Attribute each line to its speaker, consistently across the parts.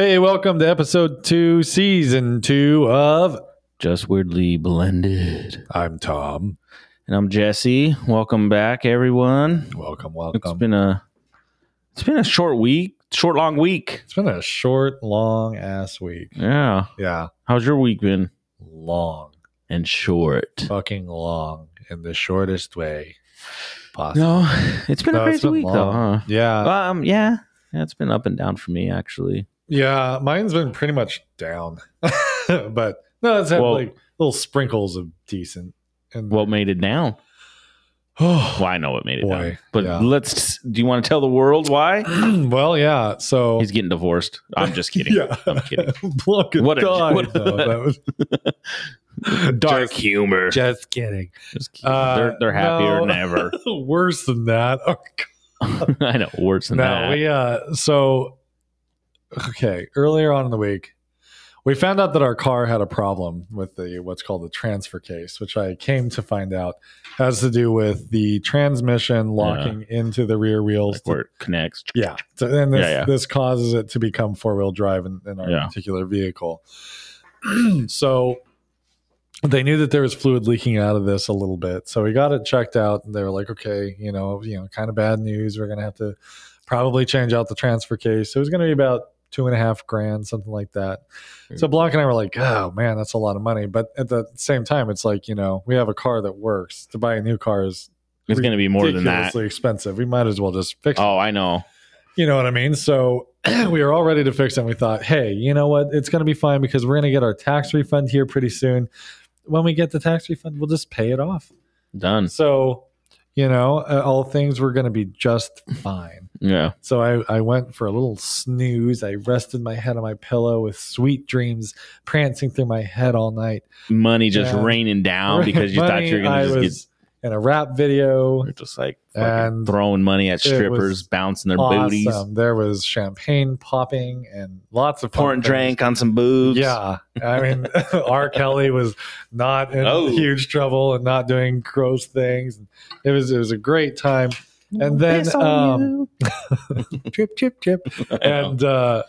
Speaker 1: Hey, welcome to episode two, season two of
Speaker 2: Just Weirdly Blended.
Speaker 1: I'm Tom.
Speaker 2: And I'm Jesse. Welcome back, everyone.
Speaker 1: Welcome,
Speaker 2: It's
Speaker 1: welcome.
Speaker 2: been a it's been a short week, short long week.
Speaker 1: It's been a short, long ass week.
Speaker 2: Yeah.
Speaker 1: Yeah,
Speaker 2: How's your week been?
Speaker 1: long,
Speaker 2: And short.
Speaker 1: fucking long, in the shortest way possible.
Speaker 2: No, it's been
Speaker 1: No,
Speaker 2: a
Speaker 1: it's
Speaker 2: crazy
Speaker 1: been
Speaker 2: week
Speaker 1: long. Uh,
Speaker 2: though, huh?
Speaker 1: Yeah,
Speaker 2: Um, yeah. Yeah, it's been up and down for me actually.
Speaker 1: yeah. Mine's been pretty much down, but no, it's had
Speaker 2: Well-
Speaker 1: like little sprinkles of decent. And
Speaker 2: What made it down?
Speaker 1: well,
Speaker 2: Well, I know what made it
Speaker 1: Why?
Speaker 2: down. But
Speaker 1: Yeah. Oh.
Speaker 2: let's do you want to tell the world why?
Speaker 1: well, yeah. So
Speaker 2: He's getting divorced. I'm just kidding.
Speaker 1: Yeah.
Speaker 2: I'm kidding.
Speaker 1: Block it
Speaker 2: What a-
Speaker 1: died,
Speaker 2: what a-
Speaker 1: though. That was-
Speaker 2: Dark
Speaker 1: Just-
Speaker 2: humor.
Speaker 1: just kidding.
Speaker 2: Just kidding.
Speaker 1: Uh,
Speaker 2: they're they're happier
Speaker 1: no.
Speaker 2: than ever.
Speaker 1: worse than that. Oh,
Speaker 2: I know worse than
Speaker 1: no,
Speaker 2: that.
Speaker 1: we uh so okay, earlier on in the week, we found out that our car had a problem with the what's called the transfer case, which I came to find out has to do with the transmission locking into the rear wheels.
Speaker 2: like where it connects.
Speaker 1: yeah. So then this
Speaker 2: Yeah, yeah.
Speaker 1: this causes it to become four-wheel drive in, in our
Speaker 2: Yeah.
Speaker 1: particular vehicle. so they knew that there was fluid leaking out of this a little bit. So we got it checked out and they were like, okay, you know, you know, kind of bad news. We're gonna have to probably change out the transfer case. It was gonna be about two and a half grand, something like that. So Blanc and I were like, oh man, that's a lot of money. But at the same time, it's like, you know, we have a car that works. To buy a new car is
Speaker 2: It's going to be more than that.
Speaker 1: ridiculously expensive. We might as well just fix it.
Speaker 2: Oh, I know.
Speaker 1: You know what I mean? So we were all ready to fix it. And we thought, hey, you know what? It's going to be fine because we're going to get our tax refund here pretty soon. When we get the tax refund, we'll just pay it off.
Speaker 2: Done.
Speaker 1: So, you know, uh, all things were going to be just fine.
Speaker 2: Yeah.
Speaker 1: So I, I went for a little snooze. I rested my head on my pillow with sweet dreams prancing through my head all night.
Speaker 2: Money just
Speaker 1: Yeah.
Speaker 2: raining down because you thought you
Speaker 1: Money,
Speaker 2: were going
Speaker 1: I
Speaker 2: to just
Speaker 1: was in a rap video.
Speaker 2: get just like
Speaker 1: And
Speaker 2: fucking throwing money at
Speaker 1: it was
Speaker 2: strippers, bouncing their booties,
Speaker 1: Awesome. There was champagne popping and lots of fun
Speaker 2: pouring
Speaker 1: things.
Speaker 2: drink on some boobs.
Speaker 1: Yeah, I mean, R. Kelly was not in
Speaker 2: Oh.
Speaker 1: huge trouble and not doing gross things. It was it was a great time. And then,
Speaker 2: Piss on
Speaker 1: um,
Speaker 2: you.
Speaker 1: Chip, chip, chip. And uh,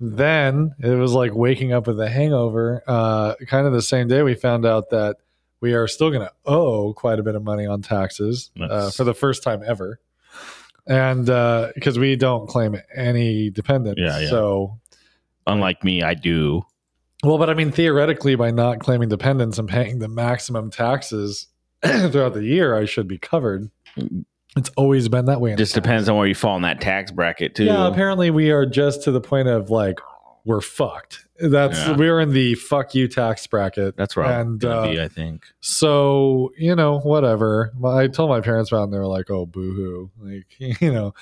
Speaker 1: then it was like waking up with a hangover. Uh, kind of the same day, we found out that we are still going to owe quite a bit of money on taxes uh,
Speaker 2: Nice.
Speaker 1: for the first time ever, and because we don't claim any dependents,
Speaker 2: Yeah, yeah.
Speaker 1: so
Speaker 2: unlike me, I do.
Speaker 1: well, but I mean, theoretically, by not claiming dependents and paying the maximum taxes throughout the year, I should be covered. It's always been that way. in
Speaker 2: Just
Speaker 1: tax.
Speaker 2: depends on where you fall in that tax bracket too.
Speaker 1: Yeah, apparently we are just to the point of like we're fucked. That's
Speaker 2: Yeah.
Speaker 1: we're in the fuck you tax bracket.
Speaker 2: That's where I'm
Speaker 1: And,
Speaker 2: gonna
Speaker 1: uh,
Speaker 2: be. I think.
Speaker 1: So you know, whatever. Well, I told my parents about, it and they were like, "Oh, boo-hoo. Like you know,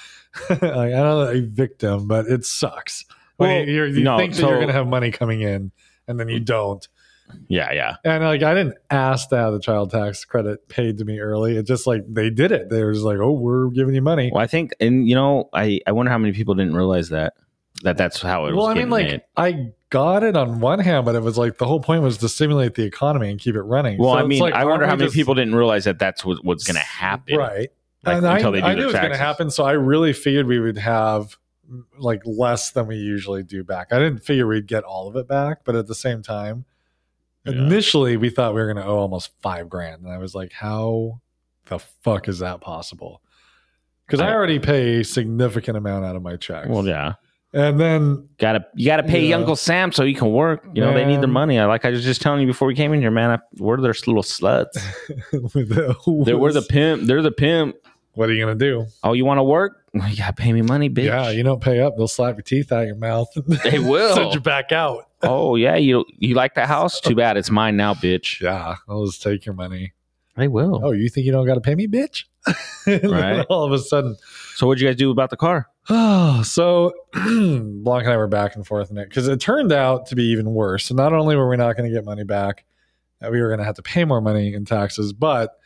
Speaker 1: like, I don't know, a victim, but it sucks. When
Speaker 2: Well,
Speaker 1: you you're, you
Speaker 2: no,
Speaker 1: think that
Speaker 2: so-
Speaker 1: you're gonna have money coming in, and then you don't.
Speaker 2: Yeah, yeah.
Speaker 1: And like I didn't ask to have the child tax credit paid to me early. It just like they did it. They were just like, "Oh, we're giving you money."
Speaker 2: Well, I think, and you know, I I wonder how many people didn't realize that that that's how it
Speaker 1: well,
Speaker 2: was.
Speaker 1: I mean,
Speaker 2: getting
Speaker 1: like
Speaker 2: made.
Speaker 1: I got it on one hand, but it was like the whole point was to stimulate the economy and keep it running.
Speaker 2: Well,
Speaker 1: So
Speaker 2: I
Speaker 1: it's
Speaker 2: mean,
Speaker 1: like,
Speaker 2: I
Speaker 1: aren't
Speaker 2: wonder how
Speaker 1: we
Speaker 2: many
Speaker 1: just-
Speaker 2: people didn't realize that that's what, what's going to happen.
Speaker 1: right?
Speaker 2: Like,
Speaker 1: and
Speaker 2: until
Speaker 1: I,
Speaker 2: they do
Speaker 1: I
Speaker 2: their
Speaker 1: knew it was going to
Speaker 2: taxes.
Speaker 1: happen, so I really figured we would have like less than we usually do back. I didn't figure we'd get all of it back, but at the same time,
Speaker 2: Yeah.
Speaker 1: initially we thought we were going to owe almost five grand, and I was like, "How the fuck is that possible?" Because I
Speaker 2: I-
Speaker 1: already pay a significant amount out of my checks,
Speaker 2: Well, yeah.
Speaker 1: and then
Speaker 2: Got to you got to pay
Speaker 1: Yeah.
Speaker 2: Uncle Sam so he can work. You know, they need their
Speaker 1: Man.
Speaker 2: money. I like I was just telling you before we came in here, man. I, we're their little sluts.
Speaker 1: with the
Speaker 2: they we're the pimp. They're the pimp.
Speaker 1: what are you going to do?
Speaker 2: Oh, you want to work? You got to pay me money, bitch.
Speaker 1: Yeah, you don't pay up, they'll slap your teeth out of your mouth.
Speaker 2: They will.
Speaker 1: Send you back out.
Speaker 2: oh yeah. You you like the house? Too bad it's mine now, bitch.
Speaker 1: Yeah, I'll just take your money.
Speaker 2: They will.
Speaker 1: Oh, you think you don't got to pay me, bitch? And then
Speaker 2: Right.
Speaker 1: All of a sudden.
Speaker 2: So what'd you guys do about the car?
Speaker 1: Oh, so Blanc and I were back and forth in it because it turned out to be even worse. So not only were we not going to get money back, uh, we were going to have to pay more money in taxes, but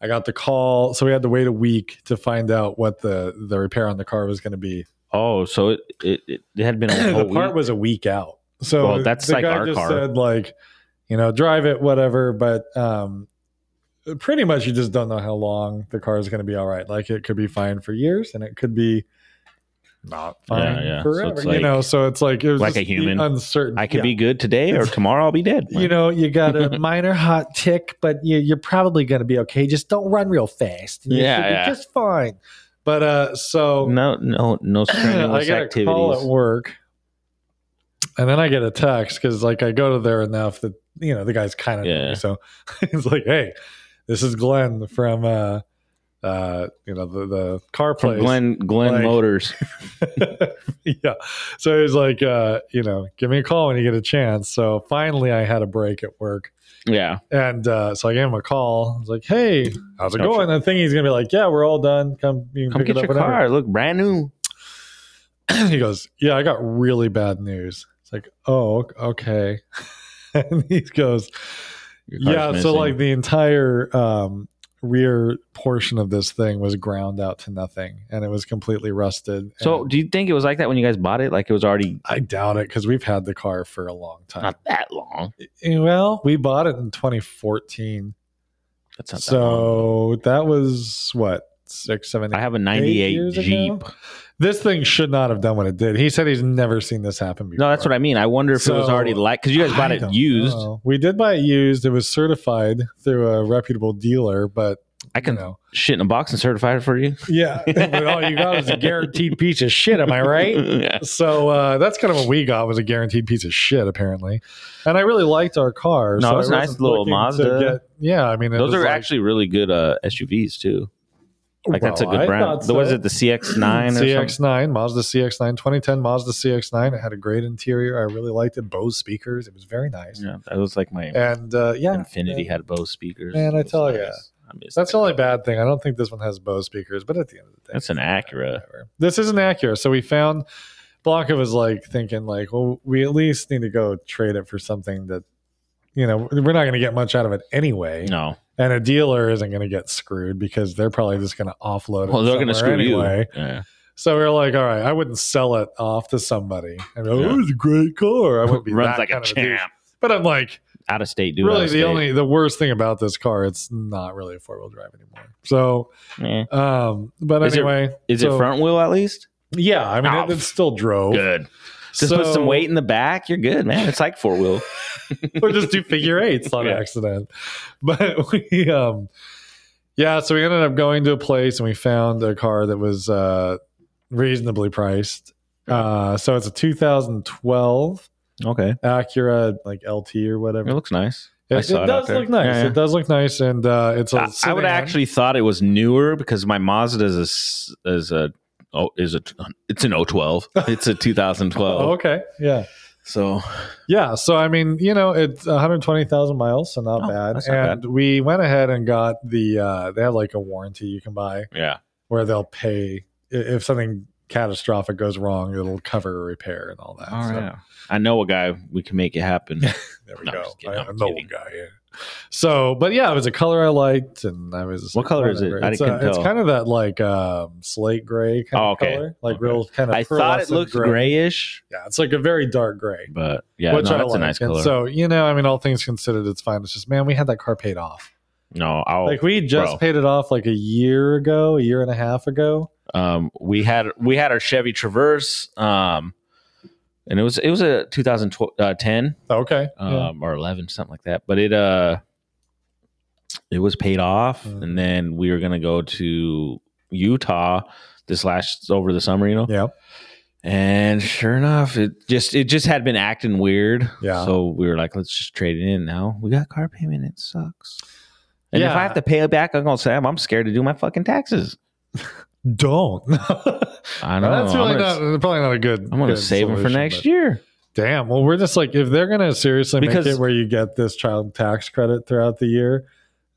Speaker 1: I got the call. So we had to wait a week to find out what the, the repair on the car was going to be.
Speaker 2: Oh, so it it, it, it had been a whole
Speaker 1: the part
Speaker 2: week.
Speaker 1: was a week out. So
Speaker 2: Well, that's
Speaker 1: the
Speaker 2: like
Speaker 1: guy
Speaker 2: our
Speaker 1: just
Speaker 2: car.
Speaker 1: said like, you know, drive it, whatever. But um, pretty much, you just don't know how long the car is going to be all right. Like it could be fine for years, and it could be not fine
Speaker 2: Yeah, yeah. So
Speaker 1: forever.
Speaker 2: it's
Speaker 1: you
Speaker 2: like-
Speaker 1: know, so it's like it was
Speaker 2: Like a
Speaker 1: just the
Speaker 2: human.
Speaker 1: uncertain.
Speaker 2: I could
Speaker 1: yeah.
Speaker 2: be good today, or tomorrow I'll be dead.
Speaker 1: You know, you got a minor hot tick, but you, you're probably going to be okay. Just don't run real fast. You
Speaker 2: Yeah,
Speaker 1: should be
Speaker 2: yeah.
Speaker 1: just fine. But uh, so
Speaker 2: no, no, no
Speaker 1: I got a
Speaker 2: strenuous
Speaker 1: call at
Speaker 2: activities.
Speaker 1: work, and then I get a text because like I go to there enough that you know the guy's kind of
Speaker 2: Yeah.
Speaker 1: so he's like, "Hey, this is Glenn from uh, uh, you know the the car
Speaker 2: From
Speaker 1: place."
Speaker 2: Glenn Glenn
Speaker 1: Like-
Speaker 2: Motors.
Speaker 1: yeah, so he's like, uh, you know, give me a call when you get a chance. So finally, I had a break at work,
Speaker 2: Yeah.
Speaker 1: and uh, so I gave him a call. I was like, "Hey, how's it
Speaker 2: Gotcha.
Speaker 1: going?" I think he's gonna be like, "Yeah, we're all done. Come, you can
Speaker 2: Come
Speaker 1: pick
Speaker 2: get
Speaker 1: it up
Speaker 2: your
Speaker 1: whenever."
Speaker 2: car. Look brand new.
Speaker 1: he goes, "Yeah, I got really bad news." It's like, "Oh, okay." and he goes,
Speaker 2: Your car's
Speaker 1: "Yeah, so
Speaker 2: missing.
Speaker 1: like the entire um, rear portion of this thing was ground out to nothing, and it was completely rusted."
Speaker 2: So
Speaker 1: And
Speaker 2: do you think it was like that when you guys bought it? Like it was already
Speaker 1: I doubt it because we've had the car for a long time. Eh,
Speaker 2: not that long.
Speaker 1: well, we bought it in 2014,
Speaker 2: That's not that long.
Speaker 1: so that was what six, seven,
Speaker 2: I have a
Speaker 1: eight
Speaker 2: '98
Speaker 1: years ago?
Speaker 2: Jeep.
Speaker 1: This thing should not have done what it did. He said he's never seen this happen before.
Speaker 2: No, that's what I mean. I wonder if it was
Speaker 1: So,
Speaker 2: already like because you guys bought
Speaker 1: I
Speaker 2: it
Speaker 1: don't
Speaker 2: used.
Speaker 1: know. We did buy it used. It was certified through a reputable dealer, but
Speaker 2: I can
Speaker 1: you know,
Speaker 2: shit in a box and certify it for you.
Speaker 1: yeah, but all you got is a guaranteed piece of shit. Am I right?
Speaker 2: yeah.
Speaker 1: So uh, that's kind of what we got was a guaranteed piece of shit, apparently. And I really liked our car.
Speaker 2: No,
Speaker 1: so
Speaker 2: it was
Speaker 1: I
Speaker 2: a nice
Speaker 1: wasn't
Speaker 2: little
Speaker 1: looking to
Speaker 2: Mazda.
Speaker 1: yeah, I mean, it
Speaker 2: Those
Speaker 1: was
Speaker 2: are
Speaker 1: like-
Speaker 2: actually really good uh, SUVs too. Like that's a
Speaker 1: Well,
Speaker 2: good
Speaker 1: I
Speaker 2: brand.
Speaker 1: thought
Speaker 2: The- Was
Speaker 1: so.
Speaker 2: it the CX9 or something?
Speaker 1: CX9, Mazda CX9, 2010 Mazda CX9. It had a great interior. I really liked it. Bose speakers. It was very nice.
Speaker 2: Yeah, that was like my
Speaker 1: And uh, yeah,
Speaker 2: Infinity
Speaker 1: and-
Speaker 2: had Bose speakers.
Speaker 1: Man, I
Speaker 2: It was
Speaker 1: tell ya.
Speaker 2: I
Speaker 1: That's
Speaker 2: miss that.
Speaker 1: the only bad thing. I don't think this one has Bose speakers, but at the end of the day,
Speaker 2: That's an Acura.
Speaker 1: whatever. This isn't Acura. So we found Blanca was like thinking like, well, we at least need to go trade it for something that, you know, we're not going to get much out of it anyway.
Speaker 2: No.
Speaker 1: And a dealer isn't going to get screwed because they're probably just going to offload it.
Speaker 2: Well, they're going to
Speaker 1: somewhere
Speaker 2: screw
Speaker 1: anyway.
Speaker 2: you. Yeah.
Speaker 1: So we are like, all right, I wouldn't sell it off to somebody. And oh,
Speaker 2: Yeah.
Speaker 1: it was a great car. I wouldn't be
Speaker 2: Runs
Speaker 1: that
Speaker 2: like a
Speaker 1: kind of douche.
Speaker 2: champ.
Speaker 1: But I'm like,
Speaker 2: Out of state, dude. out
Speaker 1: really,
Speaker 2: of
Speaker 1: the
Speaker 2: state.
Speaker 1: only the worst thing about this car, it's not really a four wheel drive anymore. So,
Speaker 2: Eh.
Speaker 1: um, but
Speaker 2: Is it-
Speaker 1: anyway, Ah,
Speaker 2: Is
Speaker 1: So-
Speaker 2: it front wheel at least?
Speaker 1: yeah, I mean,
Speaker 2: Oh,
Speaker 1: it, it still drove.
Speaker 2: Good. Just put some weight in the back. You're good, man. It's like four wheel.
Speaker 1: or just do figure eights on
Speaker 2: Yeah.
Speaker 1: accident. But we, um, yeah, so we ended up going to a place and we found a car that was uh, reasonably priced. Uh, so it's a 2012
Speaker 2: Okay.
Speaker 1: Acura, like LT or whatever.
Speaker 2: It looks nice.
Speaker 1: It,
Speaker 2: I
Speaker 1: it
Speaker 2: saw it out
Speaker 1: does
Speaker 2: there.
Speaker 1: look nice.
Speaker 2: Yeah, yeah.
Speaker 1: It does look nice, and uh, it's a
Speaker 2: I, I would
Speaker 1: sedan.
Speaker 2: actually thought it was newer because my Mazda is a, s- is a oh is a it's an 012. It's a 2012.
Speaker 1: Oh, okay, yeah,
Speaker 2: So
Speaker 1: yeah. So I mean, you know, it's 120,000 miles, so not
Speaker 2: Oh,
Speaker 1: bad.
Speaker 2: that's not
Speaker 1: and we went ahead and got the. Uh, they have like a warranty you can buy
Speaker 2: yeah,
Speaker 1: where they'll pay i- if something catastrophic goes wrong, it'll cover a repair and all that.
Speaker 2: all
Speaker 1: So,
Speaker 2: right. I know a guy we can make it happen.
Speaker 1: There we
Speaker 2: No, I'm
Speaker 1: go.
Speaker 2: just kidding.
Speaker 1: I,
Speaker 2: I'm
Speaker 1: am the
Speaker 2: kidding.
Speaker 1: old guy. Yeah. So, but yeah, it was a color I liked, and I was
Speaker 2: What color is it? I
Speaker 1: It's,
Speaker 2: couldn't
Speaker 1: uh, it's
Speaker 2: tell.
Speaker 1: kind of that like um, slate gray kind
Speaker 2: Oh,
Speaker 1: of
Speaker 2: okay.
Speaker 1: color, like
Speaker 2: Okay.
Speaker 1: real kind of.
Speaker 2: I thought it
Speaker 1: pearlescent
Speaker 2: looked grayish,
Speaker 1: Yeah, it's like a very dark gray.
Speaker 2: but yeah,
Speaker 1: which
Speaker 2: no,
Speaker 1: I
Speaker 2: that's
Speaker 1: like.
Speaker 2: a nice
Speaker 1: And
Speaker 2: color.
Speaker 1: so you know, I mean, all things considered, it's fine. It's just man, we had that car paid off.
Speaker 2: no, I'll,
Speaker 1: like we just
Speaker 2: Oh, bro.
Speaker 1: paid it off like a year ago, a year and a half ago.
Speaker 2: um, we had we had our Chevy Traverse, um, and it was it was a 2010 uh, 10,
Speaker 1: Okay.
Speaker 2: um,
Speaker 1: Yeah.
Speaker 2: or 11 something like that. But it uh, it was paid off,
Speaker 1: Mm.
Speaker 2: and then we were gonna go to Utah this last over the summer, you know.
Speaker 1: yeah.
Speaker 2: And sure enough, it just it just had been acting weird.
Speaker 1: Yeah.
Speaker 2: So we were like, let's just trade it in now. We got car payment. It sucks. And if
Speaker 1: Yeah.
Speaker 2: I have to pay it back, Uncle Sam, I'm scared to do my fucking taxes.
Speaker 1: Don't.
Speaker 2: I know.
Speaker 1: That's really
Speaker 2: I'm gonna,
Speaker 1: not probably not a good.
Speaker 2: I'm gonna
Speaker 1: good
Speaker 2: save them for
Speaker 1: solution,
Speaker 2: next
Speaker 1: but-
Speaker 2: year.
Speaker 1: Damn. Well, we're just like if they're gonna seriously
Speaker 2: Because-
Speaker 1: make it where you get this child tax credit throughout the year,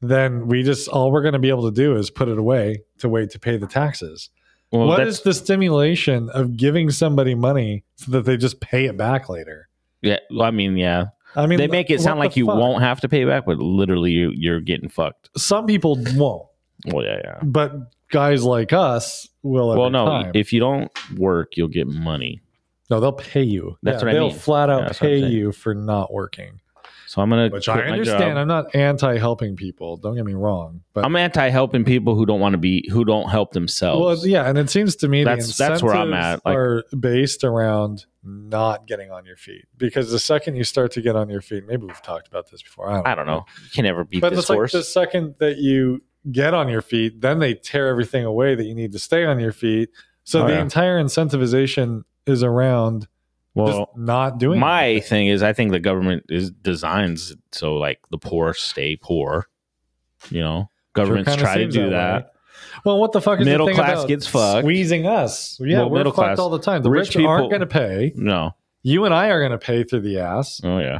Speaker 1: then we just all we're gonna be able to do is put it away to wait to pay the taxes.
Speaker 2: Well,
Speaker 1: what
Speaker 2: that's,
Speaker 1: is the stimulation of giving somebody money so that they just pay it back later?
Speaker 2: yeah. Well, I mean, yeah.
Speaker 1: I mean,
Speaker 2: they make it
Speaker 1: what
Speaker 2: sound
Speaker 1: the
Speaker 2: like you
Speaker 1: fuck?
Speaker 2: won't have to pay back, but literally, you you're getting fucked.
Speaker 1: Some people won't,
Speaker 2: Well, yeah, yeah.
Speaker 1: but guys like us will. Every
Speaker 2: Well, no.
Speaker 1: time.
Speaker 2: If you don't work, you'll get money.
Speaker 1: no, they'll pay you.
Speaker 2: That's what I
Speaker 1: they'll
Speaker 2: mean.
Speaker 1: flat
Speaker 2: Yeah,
Speaker 1: out
Speaker 2: that's what I'm
Speaker 1: pay
Speaker 2: saying.
Speaker 1: you for not working.
Speaker 2: So I'm gonna.
Speaker 1: Which
Speaker 2: quit
Speaker 1: I
Speaker 2: my
Speaker 1: understand.
Speaker 2: job.
Speaker 1: I'm not anti helping people. Don't get me wrong. But
Speaker 2: I'm anti helping people who don't want to be who don't help themselves.
Speaker 1: well, yeah, and it seems to me
Speaker 2: That's- that's where I'm
Speaker 1: incentives
Speaker 2: at, like-
Speaker 1: are based around not getting on your feet because the second you start to get on your feet, maybe we've talked about this before. I don't.
Speaker 2: I don't know. You can never beat
Speaker 1: but
Speaker 2: this
Speaker 1: it's like
Speaker 2: horse.
Speaker 1: the second that you get on your feet, then they tear everything away that you need to stay on your feet. So
Speaker 2: Oh,
Speaker 1: the
Speaker 2: yeah.
Speaker 1: entire incentivization is around
Speaker 2: well,
Speaker 1: just not doing.
Speaker 2: my
Speaker 1: anything.
Speaker 2: thing is, I think the government is designs it so like the poor stay poor. You know, governments
Speaker 1: kinda
Speaker 2: try to
Speaker 1: seems
Speaker 2: do
Speaker 1: that
Speaker 2: that.
Speaker 1: Well, what the fuck is
Speaker 2: Middle
Speaker 1: the thing
Speaker 2: class
Speaker 1: about
Speaker 2: gets fucked.
Speaker 1: squeezing us? Yeah,
Speaker 2: Well,
Speaker 1: we're
Speaker 2: middle
Speaker 1: fucked
Speaker 2: class.
Speaker 1: all the time. The rich,
Speaker 2: Rich
Speaker 1: aren't
Speaker 2: people-
Speaker 1: going to pay.
Speaker 2: No,
Speaker 1: You and I are going to pay through the ass.
Speaker 2: oh yeah,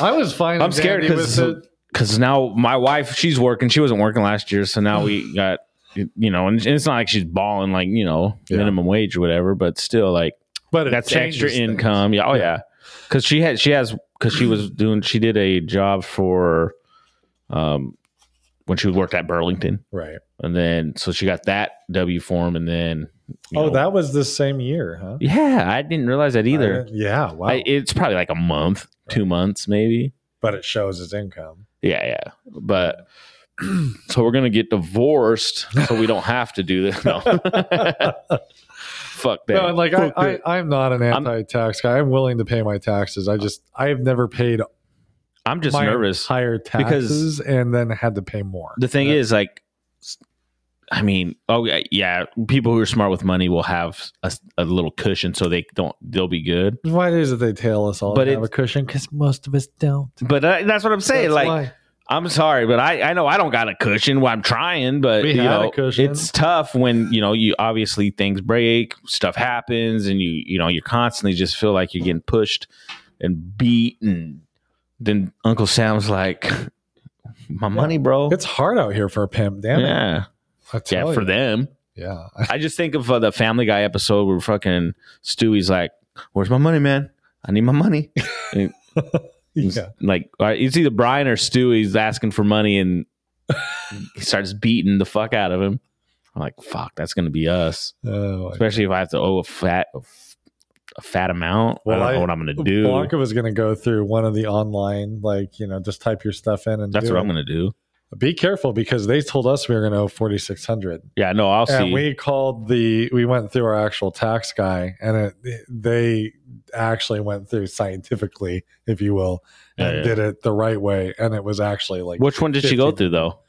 Speaker 1: I was fine.
Speaker 2: I'm
Speaker 1: and
Speaker 2: scared
Speaker 1: dandy with
Speaker 2: because
Speaker 1: it.
Speaker 2: because now my wife she's working. She wasn't working last year, so now we got you know, and it's not like she's balling like you know
Speaker 1: Yeah.
Speaker 2: minimum wage or whatever, but still like.
Speaker 1: but it
Speaker 2: that's extra
Speaker 1: changes things.
Speaker 2: income. Yeah. Oh
Speaker 1: Yeah.
Speaker 2: yeah. Cause she had, she has, cause she was doing, she did a job for, um, when she worked at Burlington
Speaker 1: right?
Speaker 2: and then, so she got that W form and then, you
Speaker 1: Oh,
Speaker 2: know-
Speaker 1: that was this same year, huh?
Speaker 2: yeah, I didn't realize that either.
Speaker 1: I- yeah, wow.
Speaker 2: I, it's probably like a month, two months maybe.
Speaker 1: but it shows his income.
Speaker 2: Yeah. Yeah. But so we're going to get divorced so we don't have to do this. No, fuck that.
Speaker 1: No, and like I,
Speaker 2: Fuck
Speaker 1: I,
Speaker 2: that.
Speaker 1: I'm not an
Speaker 2: I'm-
Speaker 1: anti-tax guy. I'm willing to pay my taxes. I just I've never paid
Speaker 2: I'm just
Speaker 1: my
Speaker 2: nervous.
Speaker 1: higher taxes and then had to pay more.
Speaker 2: the thing
Speaker 1: Yeah.
Speaker 2: is like s- i mean oh yeah, yeah people who are smart with money will have a, s- a little cushion so they don't they'll be good
Speaker 1: Why is it they tail us all?
Speaker 2: But
Speaker 1: But have
Speaker 2: it-
Speaker 1: a cushion because most of us don't.
Speaker 2: but I, that's what i'm saying
Speaker 1: uh, That's
Speaker 2: like
Speaker 1: why.
Speaker 2: i'm sorry but i i know i don't got a cushion well i'm trying but
Speaker 1: We
Speaker 2: you
Speaker 1: had a
Speaker 2: know
Speaker 1: cushion.
Speaker 2: it's tough when you know you obviously things break stuff happens and you you know you're constantly just feel like you're getting pushed and beat and then uncle sam's like my money bro
Speaker 1: it's hard out here for a pimp. Damn it!
Speaker 2: yeah
Speaker 1: I
Speaker 2: yeah
Speaker 1: tell
Speaker 2: for
Speaker 1: you.
Speaker 2: them
Speaker 1: Yeah,
Speaker 2: I just think of uh, the Family Guy episode where fucking Stewie's like, "Where's my money, man? I need my money." He's
Speaker 1: yeah.
Speaker 2: Like all right, it's either Brian or Stewie's asking for money, and he starts beating the fuck out of him. I'm like, "Fuck, that's gonna be us."
Speaker 1: Oh, my
Speaker 2: Especially if I have to owe a fat a, f- a fat amount.
Speaker 1: Well,
Speaker 2: I don't
Speaker 1: I-
Speaker 2: know what I'm gonna do.
Speaker 1: Blanca was going to go through one of the online, like you know, just type your stuff in and
Speaker 2: that's
Speaker 1: do
Speaker 2: what
Speaker 1: it.
Speaker 2: I'm gonna do.
Speaker 1: Be careful because they told us we were going to owe forty six hundred,
Speaker 2: Yeah, no, I'll
Speaker 1: and
Speaker 2: see.
Speaker 1: we called the we went through our actual tax guy, and it, they actually went through scientifically, if you will,
Speaker 2: Yeah,
Speaker 1: and
Speaker 2: yeah.
Speaker 1: did it the right way, and it was actually like,
Speaker 2: Which one did she go
Speaker 1: 15.
Speaker 2: through though?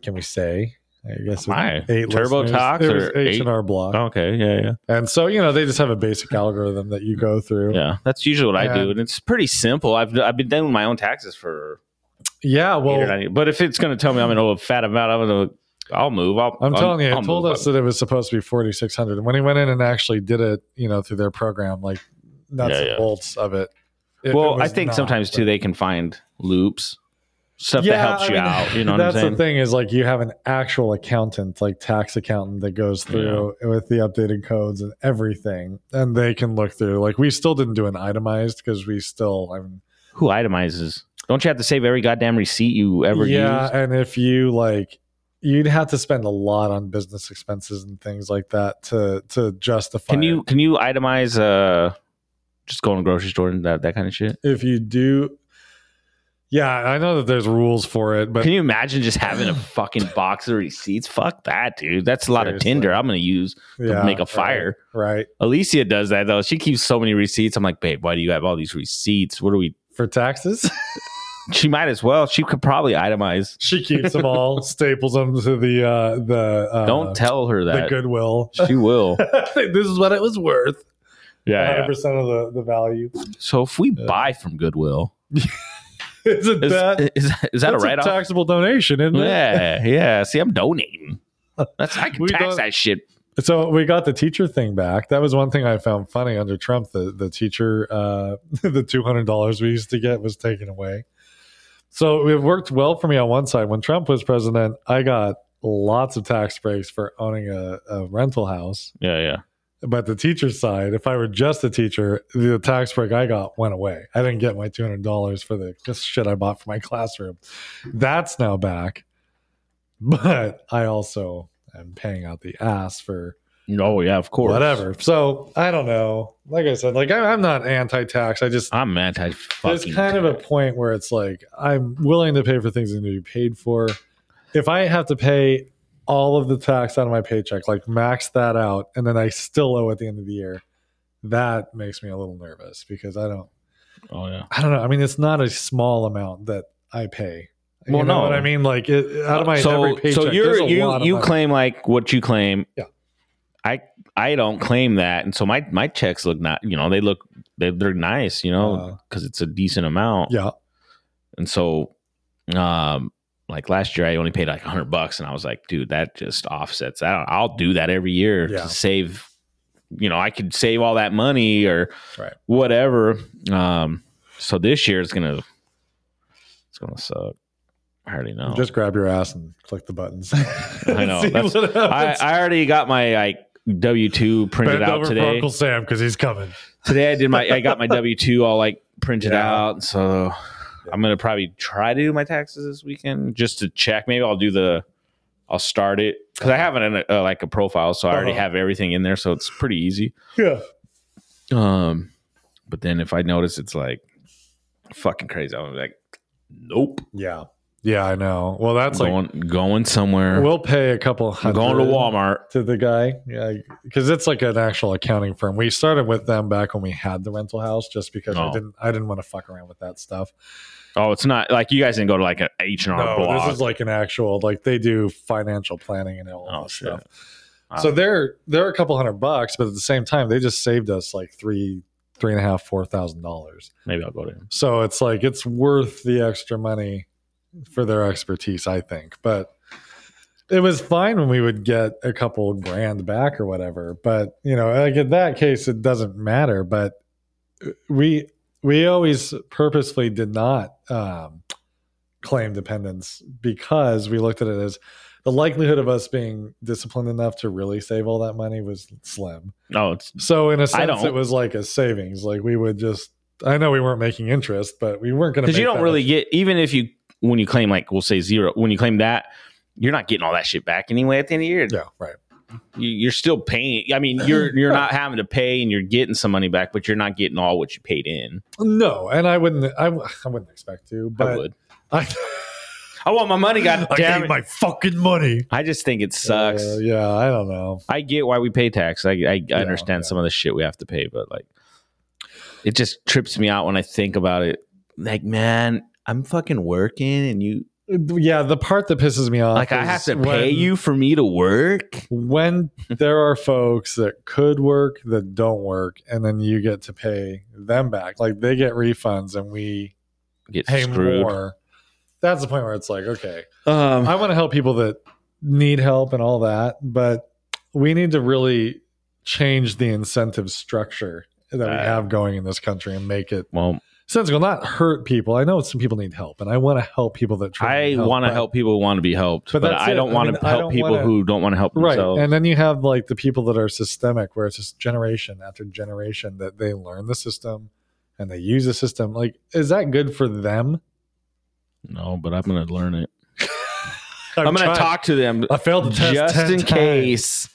Speaker 1: can we say? I guess it-
Speaker 2: My.
Speaker 1: eight
Speaker 2: Turbo
Speaker 1: listeners.
Speaker 2: Tax
Speaker 1: It was
Speaker 2: or
Speaker 1: H
Speaker 2: eight?
Speaker 1: and R Block,
Speaker 2: Okay, yeah, yeah,
Speaker 1: and so you know they just have a basic algorithm that you go through.
Speaker 2: yeah. That's usually what I do,
Speaker 1: And-
Speaker 2: and it's pretty simple. I've I've been dealing with my own taxes for
Speaker 1: Yeah, well,
Speaker 2: Eight or nine- but if it's going to tell me I'm an old fat amount, I'm going to, I'll move. I'll,
Speaker 1: I'm
Speaker 2: I'll-
Speaker 1: telling you,
Speaker 2: I'll
Speaker 1: it told
Speaker 2: move.
Speaker 1: us that it was supposed to be 4,600. And when he went in and actually did it, you know, through their program, like nuts
Speaker 2: Yeah,
Speaker 1: and
Speaker 2: yeah.
Speaker 1: bolts of it. it- it
Speaker 2: Well, I
Speaker 1: was
Speaker 2: think
Speaker 1: not,
Speaker 2: sometimes too
Speaker 1: but-
Speaker 2: they can find loops, stuff that
Speaker 1: Yeah,
Speaker 2: helps
Speaker 1: I
Speaker 2: you
Speaker 1: mean,
Speaker 2: out. You know what I'm
Speaker 1: that's
Speaker 2: saying?
Speaker 1: the thing is like you have an actual accountant, like tax accountant, that goes through with the updated codes and everything, and they can look through. Like we still didn't do an itemized because we still, I mean,
Speaker 2: Who itemizes? Don't you have to save every goddamn receipt you ever
Speaker 1: yeah,
Speaker 2: use?
Speaker 1: and if you like, you'd have to spend a lot on business expenses and things like that to to justify.
Speaker 2: Can
Speaker 1: it.
Speaker 2: you can you itemize uh just going to grocery store and that, that kind of shit?
Speaker 1: if you do yeah i know that there's rules for it but
Speaker 2: can you imagine just having a fucking box of receipts? Fuck that, dude. That's a lot of
Speaker 1: Seriously.
Speaker 2: Tinder I'm going to use to
Speaker 1: yeah,
Speaker 2: make a fire.
Speaker 1: right, right.
Speaker 2: Alicia does that though. She keeps so many receipts. I'm like, babe, why do you have all these receipts? What are we
Speaker 1: for taxes
Speaker 2: She might as well. She could probably itemize.
Speaker 1: she keeps them all staples them to the uh the uh,
Speaker 2: Don't tell her
Speaker 1: the
Speaker 2: that.
Speaker 1: goodwill
Speaker 2: she will.
Speaker 1: this is what it was worth 100% of the, the value
Speaker 2: So if we
Speaker 1: Yeah.
Speaker 2: buy from Goodwill,
Speaker 1: is it
Speaker 2: is
Speaker 1: that
Speaker 2: is, is that a
Speaker 1: that's
Speaker 2: write off?
Speaker 1: taxable donation isn't it
Speaker 2: Yeah, yeah. See, I'm donating. That's I can
Speaker 1: We
Speaker 2: tax
Speaker 1: don't-
Speaker 2: that shit.
Speaker 1: so we got the teacher thing back that was one thing i found funny under trump the, the teacher uh, the $200 we used to get was taken away so it worked well for me on one side when trump was president i got lots of tax breaks for owning a, a rental house
Speaker 2: Yeah, yeah.
Speaker 1: but the teacher side if i were just a teacher the tax break i got went away i didn't get my $200 for the this shit i bought for my classroom that's now back but i also am paying out the ass for
Speaker 2: Oh yeah, of course.
Speaker 1: whatever. So I don't know. Like I said, like I, I'm not anti-tax. I just
Speaker 2: I'm anti fucking.
Speaker 1: there's kind of a point where it's like I'm willing to pay for things that need to be paid for. If I have to pay all of the tax out of my paycheck, like max that out, and then I still owe at the end of the year, that makes me a little nervous because I don't,
Speaker 2: Oh yeah.
Speaker 1: I don't know. I mean, it's not a small amount that I pay.
Speaker 2: Well,
Speaker 1: you know
Speaker 2: no.
Speaker 1: what I mean? Like it, out of my every paycheck.
Speaker 2: so you're
Speaker 1: there's a lot
Speaker 2: you
Speaker 1: of
Speaker 2: you
Speaker 1: money.
Speaker 2: claim like what you claim.
Speaker 1: Yeah.
Speaker 2: I I don't claim that, and so my my checks look not you know they look they they're nice you
Speaker 1: Uh,
Speaker 2: know because it's a decent amount.
Speaker 1: yeah,
Speaker 2: And so, um, like last year, I only paid like a hundred bucks, and I was like, dude, that just offsets that. I'll do that every year
Speaker 1: Yeah.
Speaker 2: to save. You know, I could save all that money or
Speaker 1: Right.
Speaker 2: whatever. Um, so this year it's gonna it's gonna suck. I already know.
Speaker 1: just grab your ass and click the buttons.
Speaker 2: Oh. I know.
Speaker 1: See
Speaker 2: That's-
Speaker 1: what
Speaker 2: I,
Speaker 1: happens.
Speaker 2: I already got my like W two printed
Speaker 1: Bend
Speaker 2: out
Speaker 1: over for
Speaker 2: today.
Speaker 1: Uncle Sam because he's coming.
Speaker 2: Today I did my I got my W two all like printed
Speaker 1: Yeah.
Speaker 2: out, so I'm gonna probably try to do my taxes this weekend just to check. Maybe I'll do the I'll start it because I have it in a, uh, like a profile, so I already
Speaker 1: Uh-huh.
Speaker 2: have everything in there, so it's pretty easy.
Speaker 1: Yeah.
Speaker 2: Um, but then if I notice it's like fucking crazy, I'm like, nope,
Speaker 1: Yeah. Yeah, I know. Well, that's like
Speaker 2: going going somewhere.
Speaker 1: we'll pay a couple
Speaker 2: I'm
Speaker 1: hundred
Speaker 2: going to Walmart.
Speaker 1: to the guy. Yeah, because it's like an actual accounting firm. We started with them back when we had the rental house, just because I
Speaker 2: Oh.
Speaker 1: didn't I didn't want to fuck around with that stuff.
Speaker 2: Oh, it's not like you guys didn't go to like an H and R
Speaker 1: No,
Speaker 2: blog.
Speaker 1: this is like an actual like they do financial planning and all
Speaker 2: Oh,
Speaker 1: that
Speaker 2: shit.
Speaker 1: stuff.
Speaker 2: Wow.
Speaker 1: So they're they're a couple hundred bucks, but at the same time, they just saved us like three three and a half four thousand dollars.
Speaker 2: Maybe I'll go to him.
Speaker 1: So it's like it's worth the extra money for their expertise, I think. But it was fine when we would get a couple grand back or whatever. But you know, like in that case, it doesn't matter. But we we always purposely did not um, claim dependence because we looked at it as the likelihood of us being disciplined enough to really save all that money was slim.
Speaker 2: No, it's
Speaker 1: So in a sense,
Speaker 2: don't.
Speaker 1: it was like a savings. Like we would just. I know we weren't making interest, but we weren't going to
Speaker 2: because you don't really get even if you when you claim like we'll say zero when you claim that you're not getting all that shit back anyway at the end of the year
Speaker 1: Yeah, right.
Speaker 2: you, you're still paying i mean you're you're not having to pay and you're getting some money back but you're not getting all what you paid in
Speaker 1: No, and I wouldn't. I, w- I wouldn't expect to. But
Speaker 2: i would
Speaker 1: I,
Speaker 2: i want my money god
Speaker 1: I
Speaker 2: damn
Speaker 1: need
Speaker 2: it
Speaker 1: my fucking money.
Speaker 2: i just think it sucks
Speaker 1: Uh, yeah, I don't know.
Speaker 2: i get why we pay tax i, I, I understand
Speaker 1: yeah.
Speaker 2: some of the shit we have to pay but like it just trips me out when i think about it like man i'm fucking working and you
Speaker 1: Yeah, the part that pisses me off.
Speaker 2: like i
Speaker 1: is
Speaker 2: have to
Speaker 1: when-
Speaker 2: pay you for me to work
Speaker 1: when there are folks that could work that don't work, and then you get to pay them back. Like they get refunds, and we
Speaker 2: get
Speaker 1: pay
Speaker 2: screwed
Speaker 1: more. That's the point where it's like, okay,
Speaker 2: um
Speaker 1: I want to help people that need help and all that, but we need to really change the incentive structure that we
Speaker 2: Uh,
Speaker 1: have going in this country and make it
Speaker 2: well
Speaker 1: sensible, not hurt people. I know some people need help, and I want to help people that
Speaker 2: I
Speaker 1: truly need
Speaker 2: want to
Speaker 1: but-
Speaker 2: help people who want to be helped,
Speaker 1: But
Speaker 2: but,
Speaker 1: that's
Speaker 2: I
Speaker 1: it.
Speaker 2: don't
Speaker 1: I
Speaker 2: want
Speaker 1: mean,
Speaker 2: to
Speaker 1: I
Speaker 2: help
Speaker 1: don't
Speaker 2: people
Speaker 1: wanna-
Speaker 2: who don't want to help
Speaker 1: Right.
Speaker 2: themselves.
Speaker 1: And then you have like the people that are systemic, where it's just generation after generation that they learn the system and they use the system. Like, is that good for them?
Speaker 2: no, but I'm going to learn it. I'm, going
Speaker 1: trying-
Speaker 2: to talk to them
Speaker 1: I failed the test
Speaker 2: just
Speaker 1: 10
Speaker 2: in
Speaker 1: times.
Speaker 2: case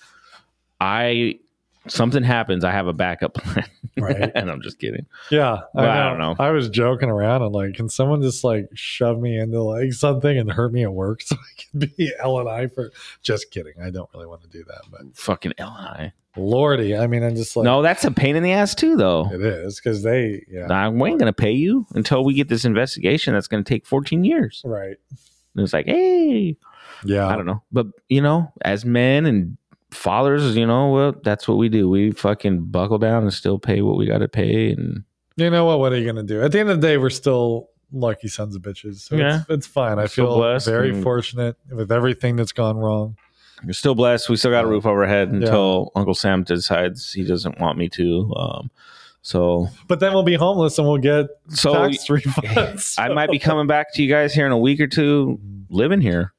Speaker 2: I something happens. I have a backup plan,
Speaker 1: Right.
Speaker 2: and I'm just kidding.
Speaker 1: Yeah,
Speaker 2: Well, I don't know.
Speaker 1: I was joking around and like, can someone just like shove me into like something and hurt me at work so I can be L and I for? Just kidding. I don't really want to do that, but
Speaker 2: Fucking L and I.
Speaker 1: lordy, I mean, I'm just like,
Speaker 2: no, that's a pain in the ass too, though.
Speaker 1: it is because they, yeah,
Speaker 2: I ain't going to pay you until we get this investigation that's going to take 14 years.
Speaker 1: right,
Speaker 2: And it's like, hey,
Speaker 1: yeah,
Speaker 2: I don't know. But you know, as men and fathers, you know, well, that's what we do. We fucking buckle down and still pay what we got to pay. And
Speaker 1: you know what? What are you gonna do? At the end of the day, we're still lucky sons of bitches. So it's, it's fine. I
Speaker 2: We're still
Speaker 1: feel
Speaker 2: blessed
Speaker 1: very
Speaker 2: and-
Speaker 1: fortunate with everything that's gone wrong.
Speaker 2: we're still blessed. We still got a roof over our head until Uncle Sam decides he doesn't want me to. Um, so,
Speaker 1: But then we'll be homeless and we'll get
Speaker 2: so
Speaker 1: tax refunds.
Speaker 2: I might be coming back to you guys here in a week or two, living here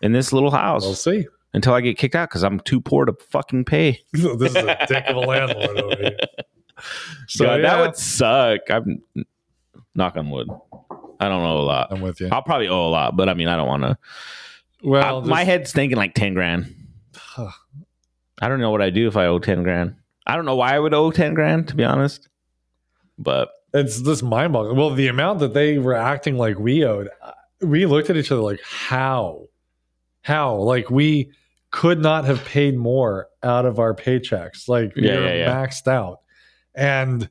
Speaker 2: in this little
Speaker 1: We'll
Speaker 2: house
Speaker 1: see.
Speaker 2: until I get kicked out because I'm too poor to fucking pay.
Speaker 1: this is a dick of a landlord over here. So
Speaker 2: God,
Speaker 1: yeah.
Speaker 2: that would suck. I'm knock on wood. I don't owe a lot.
Speaker 1: I'm with you.
Speaker 2: I'll probably owe a lot, but I mean, I don't want to.
Speaker 1: Well,
Speaker 2: I- Uh, my
Speaker 1: just-
Speaker 2: head's thinking like 10 grand. I don't know what I do if I owe ten grand. I don't know why I would owe ten grand to be honest, but
Speaker 1: It's this mind boggling. Well, the amount that they were acting like we owed, uh, we looked at each other like, how? How? Like, we could not have paid more out of our paychecks. Like, we
Speaker 2: Yeah,
Speaker 1: were
Speaker 2: yeah, yeah.
Speaker 1: maxed out. And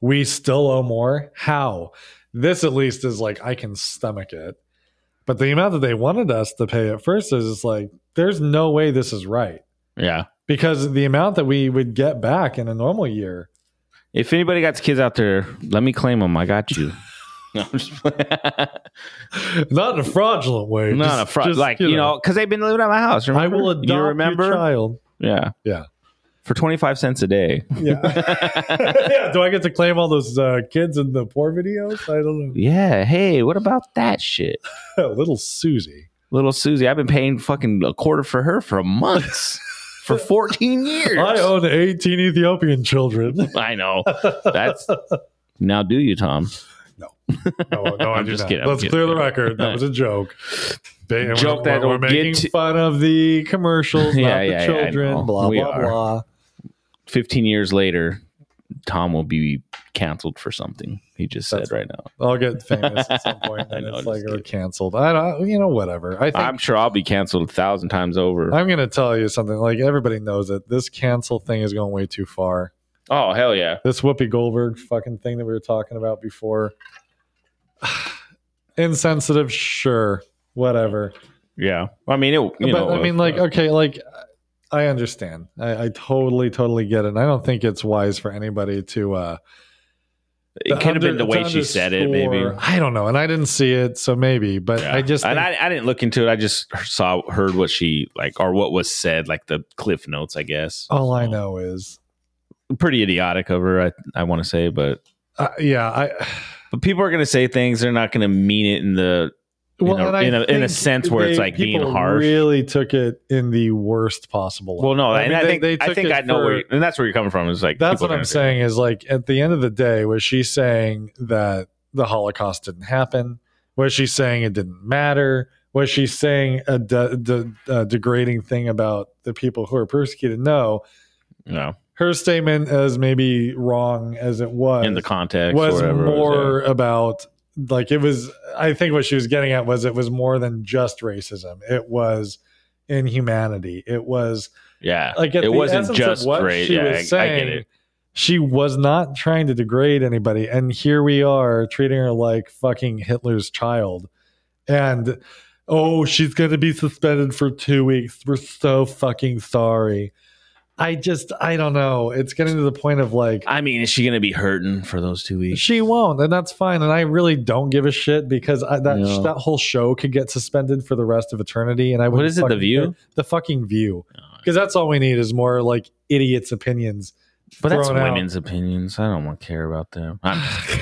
Speaker 1: we still owe more? How? This at least is like, I can stomach it. But the amount that they wanted us to pay at first is just like, there's no way this is right.
Speaker 2: yeah.
Speaker 1: Because the amount that we would get back in a normal year,
Speaker 2: If anybody got kids out there, let me claim them. I got you. No, I'm just
Speaker 1: not in a fraudulent way,
Speaker 2: not a
Speaker 1: just-
Speaker 2: fraud.
Speaker 1: just,
Speaker 2: Like you know, because they've been living at my house. Remember?
Speaker 1: I will adopt
Speaker 2: You remember?
Speaker 1: your child.
Speaker 2: yeah,
Speaker 1: Yeah.
Speaker 2: For twenty five cents a day.
Speaker 1: Yeah. yeah. Do I get to claim all those uh, kids in the poor videos? I don't know.
Speaker 2: Yeah. Hey, what about that shit,
Speaker 1: Little Susie.
Speaker 2: little Susie? I've been paying fucking a quarter for her for months, for fourteen years.
Speaker 1: I own 18 Ethiopian children.
Speaker 2: I know. That's now. Do you, Tom?
Speaker 1: No, no, I
Speaker 2: I'm
Speaker 1: do
Speaker 2: just
Speaker 1: not.
Speaker 2: kidding, I'm
Speaker 1: Let's
Speaker 2: kidding.
Speaker 1: clear the record. That was a joke. They- and
Speaker 2: Joke
Speaker 1: we're,
Speaker 2: that
Speaker 1: we're
Speaker 2: will get
Speaker 1: making
Speaker 2: to-
Speaker 1: fun of the commercials,
Speaker 2: Yeah,
Speaker 1: not the
Speaker 2: yeah, yeah, I
Speaker 1: children.
Speaker 2: know.
Speaker 1: blah
Speaker 2: We
Speaker 1: blah
Speaker 2: are.
Speaker 1: blah.
Speaker 2: Fifteen years later, Tom will be canceled for something he just said
Speaker 1: That's-
Speaker 2: right now.
Speaker 1: I'll get famous at some point,
Speaker 2: I
Speaker 1: and
Speaker 2: know,
Speaker 1: it's
Speaker 2: just
Speaker 1: like we're
Speaker 2: kidding.
Speaker 1: canceled. I don't, you know, whatever. I think
Speaker 2: I'm sure I'll be canceled a thousand times over.
Speaker 1: I'm going to tell you something. Like everybody knows it. This cancel thing is going way too far.
Speaker 2: oh hell yeah!
Speaker 1: This Whoopi Goldberg fucking thing that we were talking about before. Insensitive, sure, whatever.
Speaker 2: Yeah, I mean it. You
Speaker 1: but
Speaker 2: know,
Speaker 1: I mean, like, okay, like, I understand. I, I totally, totally get it. And I don't think it's wise for anybody to. uh
Speaker 2: it
Speaker 1: to
Speaker 2: could have been
Speaker 1: under-
Speaker 2: the way
Speaker 1: to
Speaker 2: she said it. Maybe.
Speaker 1: underscore- I don't know, and I didn't see it, so maybe. But
Speaker 2: Yeah.
Speaker 1: I just
Speaker 2: and
Speaker 1: think-
Speaker 2: I, I didn't look into it. I just saw heard what she like or what was said, like the cliff notes, I Oh. guess.
Speaker 1: all I know is,
Speaker 2: Pretty idiotic of her, I I want to say, but
Speaker 1: uh, yeah, I.
Speaker 2: but people are gonna say things. They're not gonna mean it in the in a-
Speaker 1: and I
Speaker 2: in a- in a
Speaker 1: think
Speaker 2: sense where it's,
Speaker 1: they-
Speaker 2: like, being
Speaker 1: people
Speaker 2: harsh.
Speaker 1: Really took it in the worst possible. light.
Speaker 2: well, no.
Speaker 1: I
Speaker 2: and
Speaker 1: mean,
Speaker 2: I
Speaker 1: they-
Speaker 2: think
Speaker 1: they
Speaker 2: I
Speaker 1: took
Speaker 2: think
Speaker 1: it
Speaker 2: I know where,
Speaker 1: for-
Speaker 2: you- and that's where you're coming from. Is like
Speaker 1: That's
Speaker 2: people
Speaker 1: what
Speaker 2: are
Speaker 1: I'm
Speaker 2: gonna say-
Speaker 1: saying is like at the end of the day, was she saying that the Holocaust didn't happen? Was she saying it didn't matter? Was she saying a de- de- uh, degrading thing about the people who are persecuted? No,
Speaker 2: No,
Speaker 1: her statement, as maybe wrong as it was,
Speaker 2: in the context or
Speaker 1: was
Speaker 2: whatever it was, yeah.
Speaker 1: more about like it was i think what she was getting at was it was more than just racism it was inhumanity it was
Speaker 2: Yeah,
Speaker 1: like at
Speaker 2: it
Speaker 1: the
Speaker 2: wasn't
Speaker 1: essence of
Speaker 2: just
Speaker 1: what
Speaker 2: great.
Speaker 1: she
Speaker 2: Yeah,
Speaker 1: was
Speaker 2: I, I
Speaker 1: saying
Speaker 2: get it.
Speaker 1: she was not trying to degrade anybody and here we are treating her like fucking hitler's child and oh she's going to be suspended for 2 weeks we're so fucking sorry i just i don't know it's getting to the point of like
Speaker 2: I mean, is she gonna be hurting for those two weeks?
Speaker 1: she won't, and that's fine. And I really don't give a shit because I, that
Speaker 2: No.
Speaker 1: that whole show could get suspended for the rest of eternity. And I
Speaker 2: What
Speaker 1: wouldn't
Speaker 2: is it, The
Speaker 1: fucking
Speaker 2: View?
Speaker 1: care. The fucking View, because that's all we need is more like idiots' opinions.
Speaker 2: But that's
Speaker 1: thrown out.
Speaker 2: women's opinions. I don't want to care about them. I'm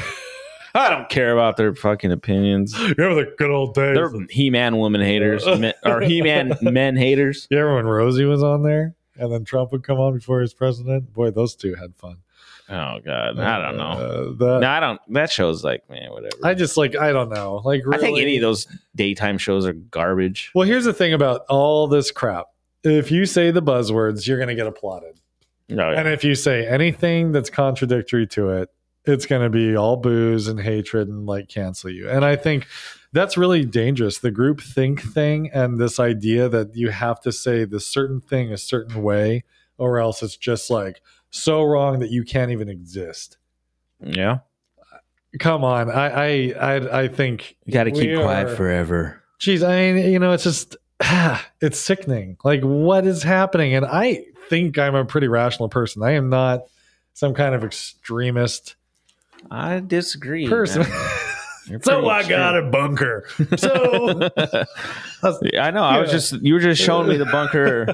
Speaker 2: I don't care about their fucking opinions.
Speaker 1: Remember the good old days.
Speaker 2: They're He-Man woman haters, men, or He-Man men haters.
Speaker 1: you remember when Rosie was on there, and then Trump would come on before he was president. Boy, those two had fun.
Speaker 2: Oh god, I don't know.
Speaker 1: Uh, that,
Speaker 2: No, I don't. That show's like, man, whatever.
Speaker 1: I just like I don't know. Like
Speaker 2: I
Speaker 1: really,
Speaker 2: think any of those daytime shows are garbage.
Speaker 1: Well, here's the thing about all this crap. If you say the buzzwords, you're going to get applauded.
Speaker 2: No,
Speaker 1: And if you say anything that's contradictory to it, it's going to be all booze and hatred and like cancel you. And I think that's really dangerous. The group think thing and this idea that you have to say the certain thing a certain way, or else it's just like so wrong that you can't even exist.
Speaker 2: yeah,
Speaker 1: Come on, I I I, I think.
Speaker 2: you got to
Speaker 1: keep
Speaker 2: keep
Speaker 1: We quiet
Speaker 2: quiet
Speaker 1: are-
Speaker 2: forever.
Speaker 1: Geez, I mean, you know, it's just it's sickening. Like what is happening? And I think I'm a pretty rational person. I am not some kind of extremist
Speaker 2: I disagree.
Speaker 1: person. so I got a bunker. So
Speaker 2: I know. I was
Speaker 1: Yeah.
Speaker 2: just you were just showing me the bunker,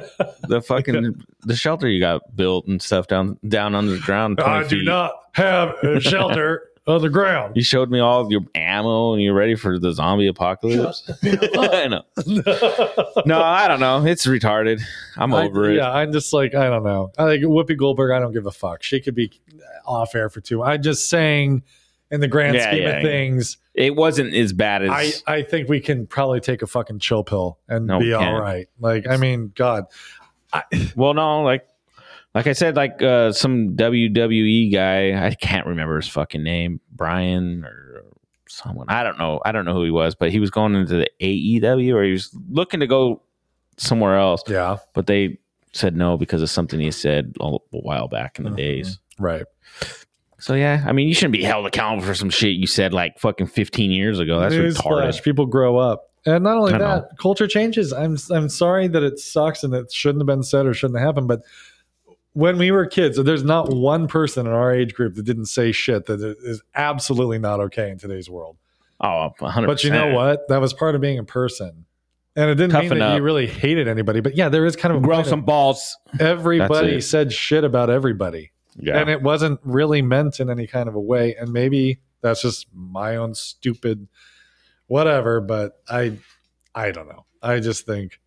Speaker 2: the fucking the shelter you got built and stuff down down underground. 20
Speaker 1: I do
Speaker 2: feet.
Speaker 1: not have a shelter on the ground.
Speaker 2: You showed me all of your ammo and you're ready for the zombie apocalypse. I know. No, I don't know. It's retarded. I'm
Speaker 1: I-
Speaker 2: over it.
Speaker 1: Yeah, I'm just like I don't know. I like Whoopi Goldberg. I don't give a fuck. She could be off air for two. I'm just saying, in the grand
Speaker 2: Yeah,
Speaker 1: scheme
Speaker 2: yeah,
Speaker 1: of
Speaker 2: yeah.
Speaker 1: things,
Speaker 2: It wasn't as bad as
Speaker 1: I I think we can probably take a fucking chill pill and
Speaker 2: No,
Speaker 1: be
Speaker 2: we
Speaker 1: all
Speaker 2: can't.
Speaker 1: right. Like I mean, God,
Speaker 2: well, no, like like I said, like uh, some WWE guy, I can't remember his fucking name, Brian or someone. I don't know. I don't know who he was, but he was going into the AEW or he was looking to go somewhere else,
Speaker 1: Yeah.
Speaker 2: but they said no because of something he said a while back in the
Speaker 1: Mhm.
Speaker 2: days.
Speaker 1: Right.
Speaker 2: So yeah, I mean, you shouldn't be held accountable for some shit you said like fucking 15 years ago. That's retarded.
Speaker 1: Newsflash, people grow up. And not only
Speaker 2: I
Speaker 1: that,
Speaker 2: know.
Speaker 1: culture changes. I'm I'm sorry that it sucks and it shouldn't have been said or shouldn't have happened, but when we were kids, there's not one person in our age group that didn't say shit that is absolutely not okay in today's world.
Speaker 2: Oh, 100%.
Speaker 1: But you know what? That was part of being a person. And it didn't mean
Speaker 2: Toughen
Speaker 1: that
Speaker 2: up.
Speaker 1: you really hated anybody, but yeah, there is kind of a
Speaker 2: Grow
Speaker 1: point of
Speaker 2: some balls. That's
Speaker 1: everybody
Speaker 2: it.
Speaker 1: said shit about everybody
Speaker 2: Yeah.
Speaker 1: and it wasn't really meant in any kind of a way and maybe that's just my own stupid whatever but i i don't know i just think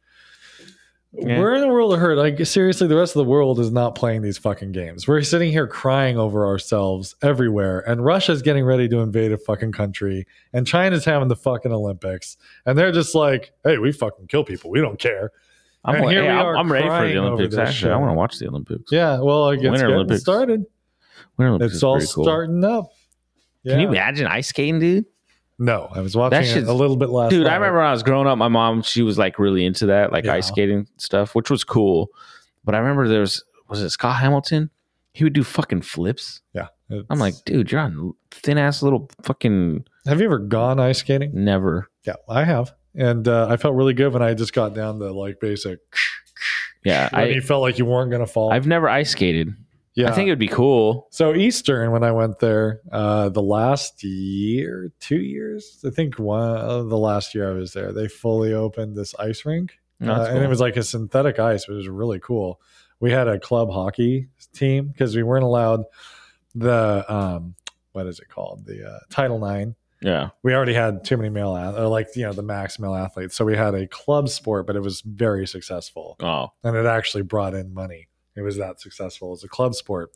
Speaker 2: Yeah.
Speaker 1: we're in a world of hurt like seriously the rest of the world is not playing these fucking games we're sitting here crying over ourselves everywhere and russia's getting ready to invade a fucking country and china's having the fucking olympics and they're just like hey we fucking kill people we don't care
Speaker 2: I'm,
Speaker 1: and
Speaker 2: like,
Speaker 1: here
Speaker 2: hey,
Speaker 1: we
Speaker 2: I'm-
Speaker 1: are
Speaker 2: I'm ready for
Speaker 1: crying
Speaker 2: the
Speaker 1: over
Speaker 2: Olympics.
Speaker 1: this
Speaker 2: Actually, I
Speaker 1: shit.
Speaker 2: want to watch the Olympics.
Speaker 1: yeah well i guess
Speaker 2: Winter
Speaker 1: getting
Speaker 2: Olympics.
Speaker 1: started
Speaker 2: Winter Olympics
Speaker 1: it's
Speaker 2: is
Speaker 1: all
Speaker 2: pretty cool.
Speaker 1: starting up
Speaker 2: Can you imagine ice skating, dude?
Speaker 1: No, I was watching it
Speaker 2: shit's-
Speaker 1: a little bit last.
Speaker 2: dude, I
Speaker 1: night.
Speaker 2: remember when I was growing up, my mom she was like really into that, like
Speaker 1: Yeah.
Speaker 2: ice skating stuff, which was cool. But I remember there was was it Scott Hamilton? He would do fucking flips.
Speaker 1: Yeah,
Speaker 2: I'm
Speaker 1: It's-
Speaker 2: like, dude, you're on thin ass little fucking
Speaker 1: have you ever gone ice skating?
Speaker 2: never.
Speaker 1: Yeah, I have, and uh, I felt really good when I just got down to like basic.
Speaker 2: Yeah,
Speaker 1: and
Speaker 2: I
Speaker 1: you felt like you weren't gonna fall.
Speaker 2: I've never ice skated.
Speaker 1: yeah,
Speaker 2: I think it would be cool.
Speaker 1: so Eastern when I went there, uh, the last year, two years, I think one uh, the last year I was there, they fully opened this ice rink,
Speaker 2: No,
Speaker 1: uh,
Speaker 2: Oh, that's
Speaker 1: and it
Speaker 2: cool.
Speaker 1: was like a synthetic ice, which was really cool. We had a club hockey team because we weren't allowed the um, what is it called the uh, Title Nine.
Speaker 2: yeah,
Speaker 1: we already had too many male ath- or like you know the max male athletes so we had a club sport but it was very successful
Speaker 2: oh,
Speaker 1: and it actually brought in money it was that successful as a club sport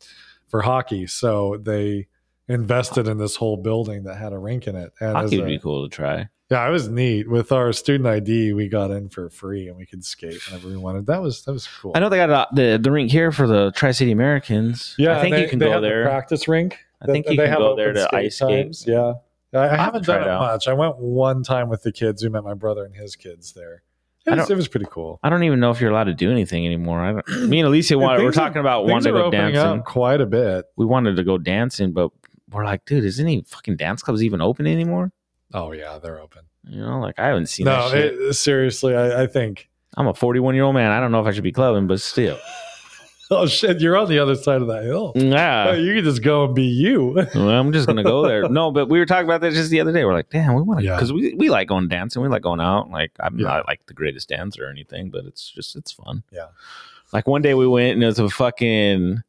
Speaker 1: for hockey so they invested in this whole building that had a rink in it and as
Speaker 2: hockey would
Speaker 1: a-
Speaker 2: be cool to try.
Speaker 1: yeah it was neat with our student id we got in for free and we could skate whenever we wanted that was that was cool
Speaker 2: I know they got uh, the the rink here for the Tri City Americans.
Speaker 1: yeah
Speaker 2: I think
Speaker 1: they,
Speaker 2: you can
Speaker 1: they
Speaker 2: go
Speaker 1: have the
Speaker 2: there.
Speaker 1: practice rink
Speaker 2: I think
Speaker 1: that-
Speaker 2: you
Speaker 1: they
Speaker 2: can
Speaker 1: have
Speaker 2: go there
Speaker 1: open
Speaker 2: to
Speaker 1: skate
Speaker 2: ice skate.
Speaker 1: times. Yeah. I, I haven't
Speaker 2: tried
Speaker 1: done it
Speaker 2: it out.
Speaker 1: much. I went one time with the kids. We met my brother and his kids there. It
Speaker 2: I
Speaker 1: was,
Speaker 2: don't-
Speaker 1: it was pretty cool.
Speaker 2: I don't even know if you're allowed to do anything anymore. I don't, me and Alicia wanted, we're
Speaker 1: things are-
Speaker 2: talking about
Speaker 1: Things
Speaker 2: wanting
Speaker 1: are
Speaker 2: to go
Speaker 1: opening
Speaker 2: dancing.
Speaker 1: up quite a bit.
Speaker 2: We wanted to go dancing, but we're like, dude, is any fucking dance clubs even open anymore?
Speaker 1: Oh yeah, they're open.
Speaker 2: You know, like I haven't seen
Speaker 1: no,
Speaker 2: that shit.
Speaker 1: it, seriously, I, I think.
Speaker 2: I'm a 41 year old man. I don't know if I should be clubbing, but still,
Speaker 1: Oh shit, you're on the other side of that hill. Oh,
Speaker 2: yeah,
Speaker 1: you can just go and be you.
Speaker 2: I'm just gonna go there. No, but we were talking about that just the other day. We're like, damn, we want to
Speaker 1: Yeah.
Speaker 2: because we, we like going dancing. We like going out. Like I'm
Speaker 1: Yeah.
Speaker 2: not like the greatest dancer or anything, but it's just it's fun.
Speaker 1: Yeah.
Speaker 2: Like one day we went and it was a fucking.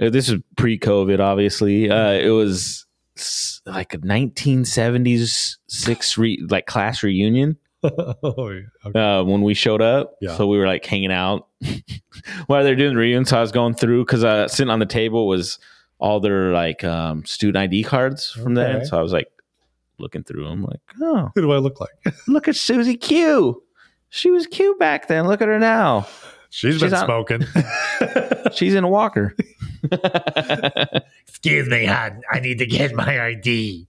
Speaker 2: uh, This is pre-COVID, obviously. Uh, it was s- like a 1970s six re- like class reunion
Speaker 1: oh, yeah. okay.
Speaker 2: uh, when we showed up.
Speaker 1: Yeah.
Speaker 2: So we were like hanging out while they're doing the reunion. So I was going through because uh, sitting on the table was all their like um, student ID cards from
Speaker 1: Okay.
Speaker 2: then. So I was like looking through them, like, oh,
Speaker 1: Who do I look like?
Speaker 2: look at Susie Q. She was cute back then. Look at her now.
Speaker 1: She's
Speaker 2: She's
Speaker 1: been
Speaker 2: on-
Speaker 1: smoking.
Speaker 2: She's in a walker.
Speaker 3: Excuse me, hon. I need to get my ID.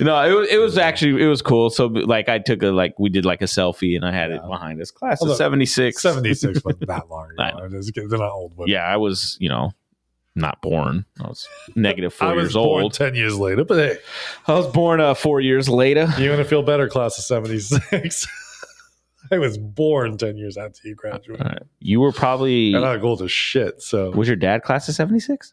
Speaker 2: no, it was, it was actually it was cool. So like I took a like we did like a selfie and I had it
Speaker 1: Yeah.
Speaker 2: behind us. Class
Speaker 1: Although-
Speaker 2: of seventy six.
Speaker 1: Seventy six wasn't that long
Speaker 2: I
Speaker 1: ago. It is- They're not old women.
Speaker 2: Yeah, I was you know not born. I was negative four
Speaker 1: I was
Speaker 2: years
Speaker 1: born
Speaker 2: old.
Speaker 1: ten years later, but hey,
Speaker 2: I was born uh, four years later.
Speaker 1: You want to feel better, class of 76. I was born 10 years after you graduated.
Speaker 2: Alright. You were probably
Speaker 1: And I was old as shit. So,
Speaker 2: was your dad class of seventy six?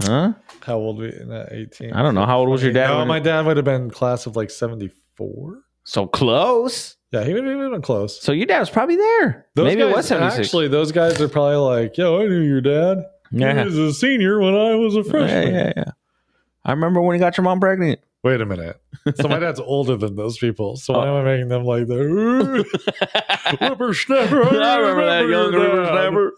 Speaker 2: Huh?
Speaker 1: how old were you? No, 18.
Speaker 2: I don't know. How old was your dad?
Speaker 1: No,
Speaker 2: when-
Speaker 1: my dad would have been class of like 74.
Speaker 2: so close.
Speaker 1: Yeah, he would have been close.
Speaker 2: So your dad was probably there.
Speaker 1: Those
Speaker 2: Maybe
Speaker 1: guys,
Speaker 2: it was seventy six.
Speaker 1: Actually, those guys are probably like, yo, I knew your dad. He
Speaker 2: Yeah.
Speaker 1: was a senior when I was a
Speaker 2: yeah,
Speaker 1: freshman.
Speaker 2: yeah, yeah. I remember when he got your mom pregnant.
Speaker 1: Wait a minute. So, my dad's older than those people. So, why
Speaker 2: Oh.
Speaker 1: am I making them like the "Ooh, whippersnapper?
Speaker 2: I remember that
Speaker 1: your
Speaker 2: young
Speaker 1: dad."
Speaker 2: whippersnapper.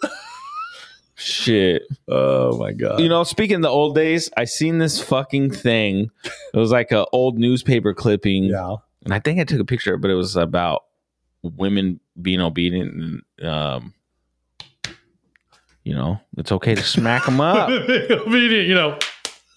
Speaker 2: Shit.
Speaker 1: Oh, my God.
Speaker 2: You know, speaking of the old days, I seen this fucking thing. It was like a old newspaper clipping,
Speaker 1: yeah.
Speaker 2: and I think I took a picture, but it was about women being obedient and um you know it's okay to smack them up
Speaker 1: Obedient, you know.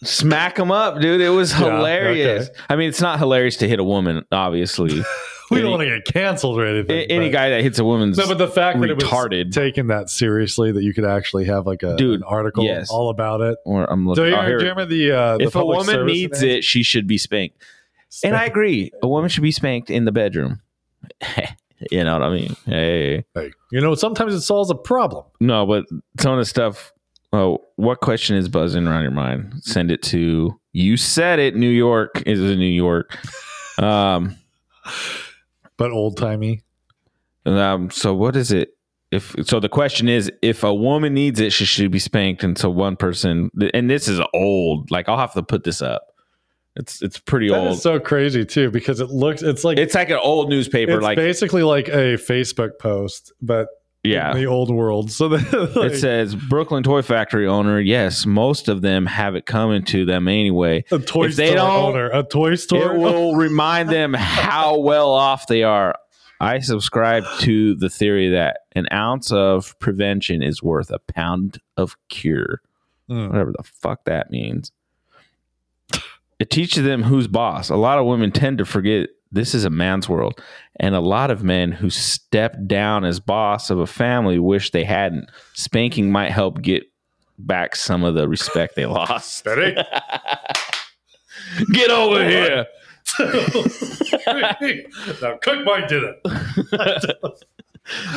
Speaker 2: smack them up dude it was
Speaker 1: Yeah, okay.
Speaker 2: hilarious i mean it's not hilarious to hit a woman obviously
Speaker 1: We
Speaker 2: Any-
Speaker 1: don't want to get canceled or anything.
Speaker 2: A- any
Speaker 1: but-
Speaker 2: guy that hits a woman's
Speaker 1: No, but the fact that it was
Speaker 2: retarded
Speaker 1: taken that seriously, that you could actually have like a
Speaker 2: Dude,
Speaker 1: an article
Speaker 2: yes.
Speaker 1: all about it.
Speaker 2: or i'm
Speaker 1: So
Speaker 2: looking
Speaker 1: here,
Speaker 2: oh,
Speaker 1: do you
Speaker 2: here,
Speaker 1: remember the uh, the
Speaker 2: if a
Speaker 1: public
Speaker 2: woman
Speaker 1: service
Speaker 2: needs
Speaker 1: announcement?
Speaker 2: it she should be spanked and i agree a woman should be spanked in the bedroom you know what i mean hey
Speaker 1: Hey, you know, sometimes it solves a problem.
Speaker 2: No, but some of the stuff. Oh, what question is buzzing around your mind? Send it to you said it. New York is in New York. Um,
Speaker 1: But old timey,
Speaker 2: and, um, so what is it? If so, the question is: If a woman needs it, she should be spanked. And so one person, and this is old. Like I'll have to put this up. It's it's pretty
Speaker 1: that
Speaker 2: old.
Speaker 1: is so crazy too because it looks it's like
Speaker 2: it's like an old newspaper.
Speaker 1: it's
Speaker 2: like
Speaker 1: basically like a Facebook post, but
Speaker 2: yeah,
Speaker 1: in the old world. So that, like,
Speaker 2: it says Brooklyn Toy Factory owner. Yes, most of them have it coming to them anyway.
Speaker 1: a toy
Speaker 2: if they
Speaker 1: store
Speaker 2: don't-
Speaker 1: owner, a toy store.
Speaker 2: It will remind them how well off they are. I subscribe to the theory that an ounce of prevention is worth a pound of cure.
Speaker 1: Mm.
Speaker 2: Whatever the fuck that means. It teaches them who's boss. A lot of women tend to forget this is a man's world. And a lot of men who step down as boss of a family wish they hadn't. Spanking might help get back some of the respect they lost.
Speaker 1: Ready?
Speaker 2: Get over here.
Speaker 1: now cook my dinner. I mean,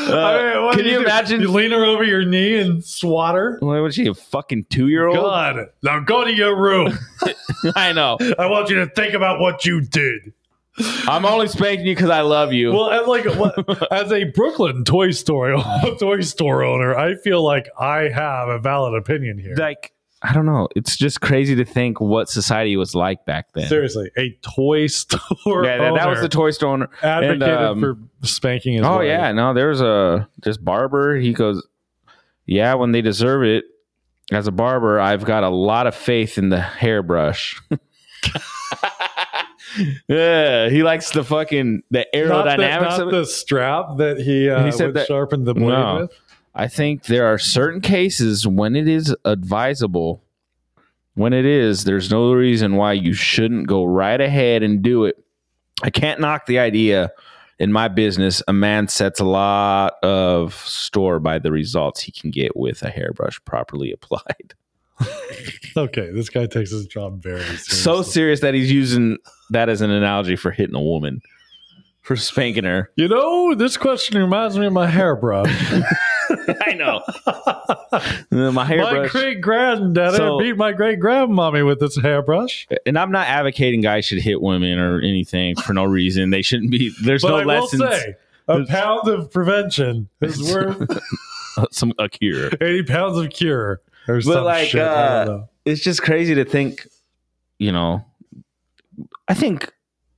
Speaker 2: Uh,
Speaker 1: what
Speaker 2: can
Speaker 1: do
Speaker 2: you
Speaker 1: do?
Speaker 2: imagine?
Speaker 1: You lean her over your knee and swat her.
Speaker 2: What was she, a fucking two year old?
Speaker 1: God, now go to your room.
Speaker 2: I know.
Speaker 1: I want you to think about what you did.
Speaker 2: I'm only spanking you because I love you.
Speaker 1: Well, as like what, as a Brooklyn toy store toy store owner, I feel like I have a valid opinion here.
Speaker 2: like, I don't know. It's just crazy to think what society was like back then.
Speaker 1: Seriously, a toy store
Speaker 2: Yeah, that, that was
Speaker 1: owner
Speaker 2: the toy store owner.
Speaker 1: advocated
Speaker 2: and, um,
Speaker 1: for spanking his
Speaker 2: Oh,
Speaker 1: wife.
Speaker 2: yeah. No, there was a this barber. He goes, Yeah, when they deserve it, as a barber, I've got a lot of faith in the hairbrush. yeah, he likes the fucking
Speaker 1: Not
Speaker 2: the
Speaker 1: the,
Speaker 2: aerodynamics
Speaker 1: not
Speaker 2: of it.
Speaker 1: the strap that he, uh,
Speaker 2: He said
Speaker 1: would
Speaker 2: that-
Speaker 1: sharpened the blade
Speaker 2: No.
Speaker 1: with.
Speaker 2: I think there are certain cases when it is advisable. When it is, there's no reason why you shouldn't go right ahead and do it. I can't knock the idea in my business. A man sets a lot of store by the results he can get with a hairbrush properly applied.
Speaker 1: Okay, this guy takes his job very seriously.
Speaker 2: So serious that he's using that as an analogy for hitting a woman, for spanking her.
Speaker 1: you know, this question reminds me of my hairbrush.
Speaker 2: I know. my
Speaker 1: my
Speaker 2: hairbrush.
Speaker 1: great granddaddy
Speaker 2: So-
Speaker 1: beat my great grandmommy with this hairbrush.
Speaker 2: and I'm not advocating guys should hit women or anything for no reason. They shouldn't be. There's
Speaker 1: But
Speaker 2: no
Speaker 1: I
Speaker 2: lessons.
Speaker 1: will say, a pound of prevention is worth
Speaker 2: uh, Some a cure.
Speaker 1: 80 pounds of cure or some
Speaker 2: like, uh,
Speaker 1: shit. I don't know.
Speaker 2: It's just crazy to think. You know, I think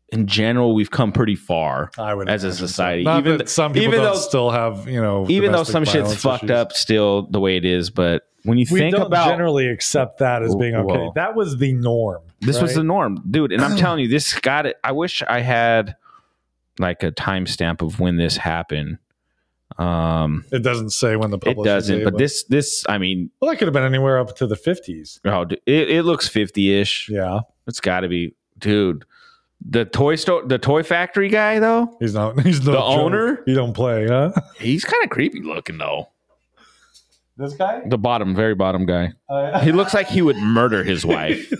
Speaker 2: in general we've come pretty far
Speaker 1: I would
Speaker 2: as a
Speaker 1: imagine so.
Speaker 2: society.
Speaker 1: Not
Speaker 2: even
Speaker 1: that some people
Speaker 2: even
Speaker 1: don't
Speaker 2: though-
Speaker 1: still have, you know,
Speaker 2: even though
Speaker 1: domestic
Speaker 2: some shit's
Speaker 1: violence
Speaker 2: fucked
Speaker 1: issues.
Speaker 2: up, still the way it is. But when you
Speaker 1: We
Speaker 2: think
Speaker 1: don't
Speaker 2: about
Speaker 1: generally accept that as being okay.
Speaker 2: Well-
Speaker 1: that was the norm.
Speaker 2: This was
Speaker 1: right?
Speaker 2: the norm, dude. And I'm telling you, this got it. I wish I had like a timestamp of when this happened. Um,
Speaker 1: It doesn't say when the
Speaker 2: it
Speaker 1: publisher
Speaker 2: doesn't,
Speaker 1: date
Speaker 2: but
Speaker 1: was.
Speaker 2: this, this, I mean,
Speaker 1: well, that could have been anywhere up to the 50s.
Speaker 2: oh, dude, it, it looks 50 ish.
Speaker 1: Yeah,
Speaker 2: It's got to be, dude. The toy store, the toy factory guy, though,
Speaker 1: he's not. He's no
Speaker 2: The
Speaker 1: joke.
Speaker 2: owner?
Speaker 1: You don't play, huh?
Speaker 2: he's kind of creepy looking, though.
Speaker 1: This guy.
Speaker 2: The bottom, very bottom guy.
Speaker 1: Uh,
Speaker 2: He looks like he would murder his wife.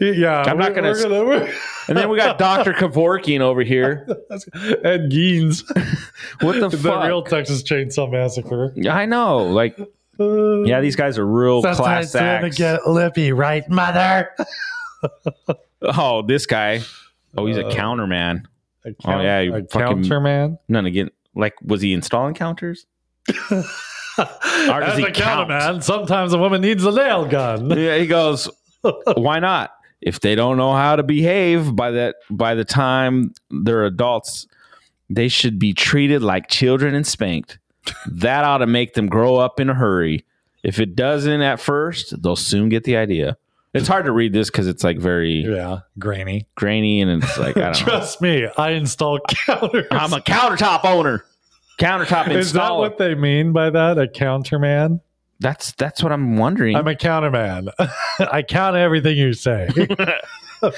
Speaker 1: yeah,
Speaker 2: I'm
Speaker 1: we're-
Speaker 2: not gonna
Speaker 1: we're
Speaker 2: s-
Speaker 1: we're-
Speaker 2: And then we got Dr. Kevorkian over here.
Speaker 1: Ed Geins,
Speaker 2: What the
Speaker 1: the
Speaker 2: fuck?
Speaker 1: real Texas Chainsaw Massacre.
Speaker 2: I know. Like,
Speaker 1: Uh,
Speaker 2: yeah, these guys are real class acts.
Speaker 3: lippy, right, mother?
Speaker 2: Oh, this guy. Oh, he's a
Speaker 1: Uh,
Speaker 2: counterman.
Speaker 1: a count-
Speaker 2: Oh, yeah, you
Speaker 1: a
Speaker 2: fucking-
Speaker 1: counter man.
Speaker 2: None again. Like, was he installing counters? does
Speaker 1: As
Speaker 2: he
Speaker 1: a
Speaker 2: count?
Speaker 1: counter man, sometimes a woman needs a nail gun.
Speaker 2: yeah, he goes. Why not? If they don't know how to behave by that by the time they're adults, they should be treated like children and spanked. That ought to make them grow up in a hurry. If it doesn't at first, they'll soon get the idea. It's hard to read this because it's like very
Speaker 1: Yeah, grainy.
Speaker 2: grainy and it's like I don't know.
Speaker 1: Trust me, I install counters.
Speaker 2: I'm a countertop owner. Countertop
Speaker 1: Is that
Speaker 2: installer.
Speaker 1: what they mean by that? A counterman?
Speaker 2: that's that's what I'm wondering.
Speaker 1: I'm a counterman. I count everything you say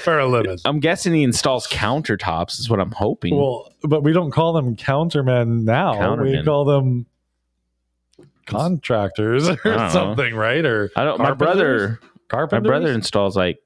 Speaker 1: for a living.
Speaker 2: I'm guessing he installs countertops. Is what I'm hoping.
Speaker 1: Well, but we don't call them countermen now. We
Speaker 2: Countermen.
Speaker 1: call them contractors
Speaker 2: don't know.
Speaker 1: or something, right? Or
Speaker 2: I don't. My brother, my
Speaker 1: carpenters.
Speaker 2: brother installs like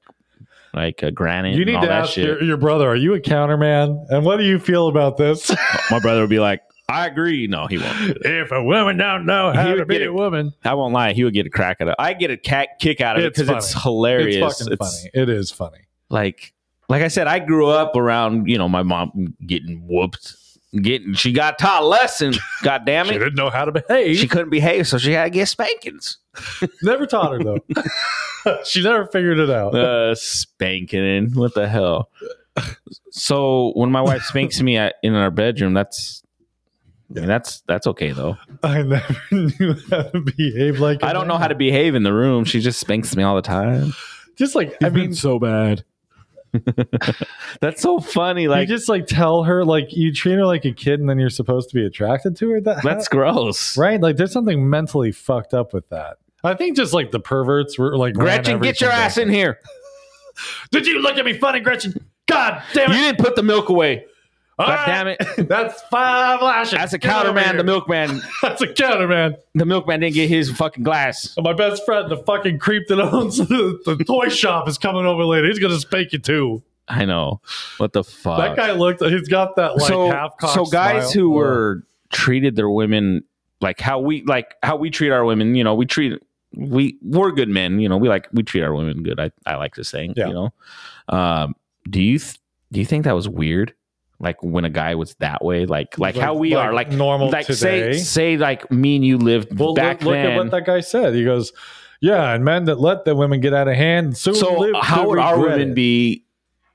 Speaker 2: like a granite.
Speaker 1: You need to ask your, your brother. Are you a counterman? And what do you feel about this?
Speaker 2: my brother would be like, "I agree." No, he won't.
Speaker 1: if a woman don't know
Speaker 2: He
Speaker 1: how to
Speaker 2: would
Speaker 1: be
Speaker 2: get
Speaker 1: a
Speaker 2: it.
Speaker 1: woman,
Speaker 2: I won't lie. He would get a crack out of. I get a cat kick out of
Speaker 1: It's
Speaker 2: it because it's
Speaker 1: funny.
Speaker 2: hilarious.
Speaker 1: it's fucking funny. It is funny.
Speaker 2: like like I said, I grew up around you know my mom getting whooped, getting she got taught a lesson. God damn
Speaker 1: she
Speaker 2: it,
Speaker 1: didn't know how to behave.
Speaker 2: she
Speaker 1: She
Speaker 2: couldn't behave, so she had to get spankings.
Speaker 1: never taught her though. she never figured it out.
Speaker 2: Uh, spanking, what the hell? So when my wife spanks me at, in our bedroom, that's. I mean, that's that's okay though.
Speaker 1: I never knew how to behave like. I
Speaker 2: I don't know how to behave in the room. She just spanks me all the time.
Speaker 1: Just like I mean,
Speaker 4: so bad.
Speaker 2: That's so funny. Like
Speaker 1: you just like tell her like you treat her like a kid, and then you're supposed to be attracted to her. That
Speaker 2: that's gross.
Speaker 1: right. Like there's something mentally fucked up with that. I think just like the perverts were like ran
Speaker 2: Gretchen, get your
Speaker 1: everything
Speaker 2: ass in
Speaker 1: down.
Speaker 2: here.
Speaker 1: Did you look at me funny, Gretchen? God
Speaker 2: You
Speaker 1: damn it!
Speaker 2: didn't put the milk away.
Speaker 1: All right,
Speaker 2: God damn it.
Speaker 1: That's five lashes.
Speaker 2: That's a
Speaker 1: Get over
Speaker 2: counterman.
Speaker 1: here.
Speaker 2: The milkman.
Speaker 1: That's a counterman.
Speaker 2: The milkman didn't get his fucking glass.
Speaker 1: And my best friend, the fucking creep that owns the, the toy shop, is coming over later. He's gonna spank you too.
Speaker 2: I know. What the fuck?
Speaker 1: that guy looked. He's got that like
Speaker 2: Uh, so
Speaker 1: half cocked.
Speaker 2: so guys who were treated their women like how we like how we treat our women. You know, we treat we we're good men. You know, we like we treat our women good. I I like this thing.
Speaker 1: Yeah.
Speaker 2: You know, um, do you th- do you think that was weird? Like when a guy was that way, like like, how we are, like
Speaker 1: normal
Speaker 2: like
Speaker 1: today.
Speaker 2: say say like me and you lived
Speaker 1: well,
Speaker 2: back
Speaker 1: look, look
Speaker 2: then.
Speaker 1: at what that guy said. He goes, "Yeah, and men that let the women get out of hand soon
Speaker 2: so
Speaker 1: live to
Speaker 2: how would our
Speaker 1: regret
Speaker 2: women
Speaker 1: it."
Speaker 2: be?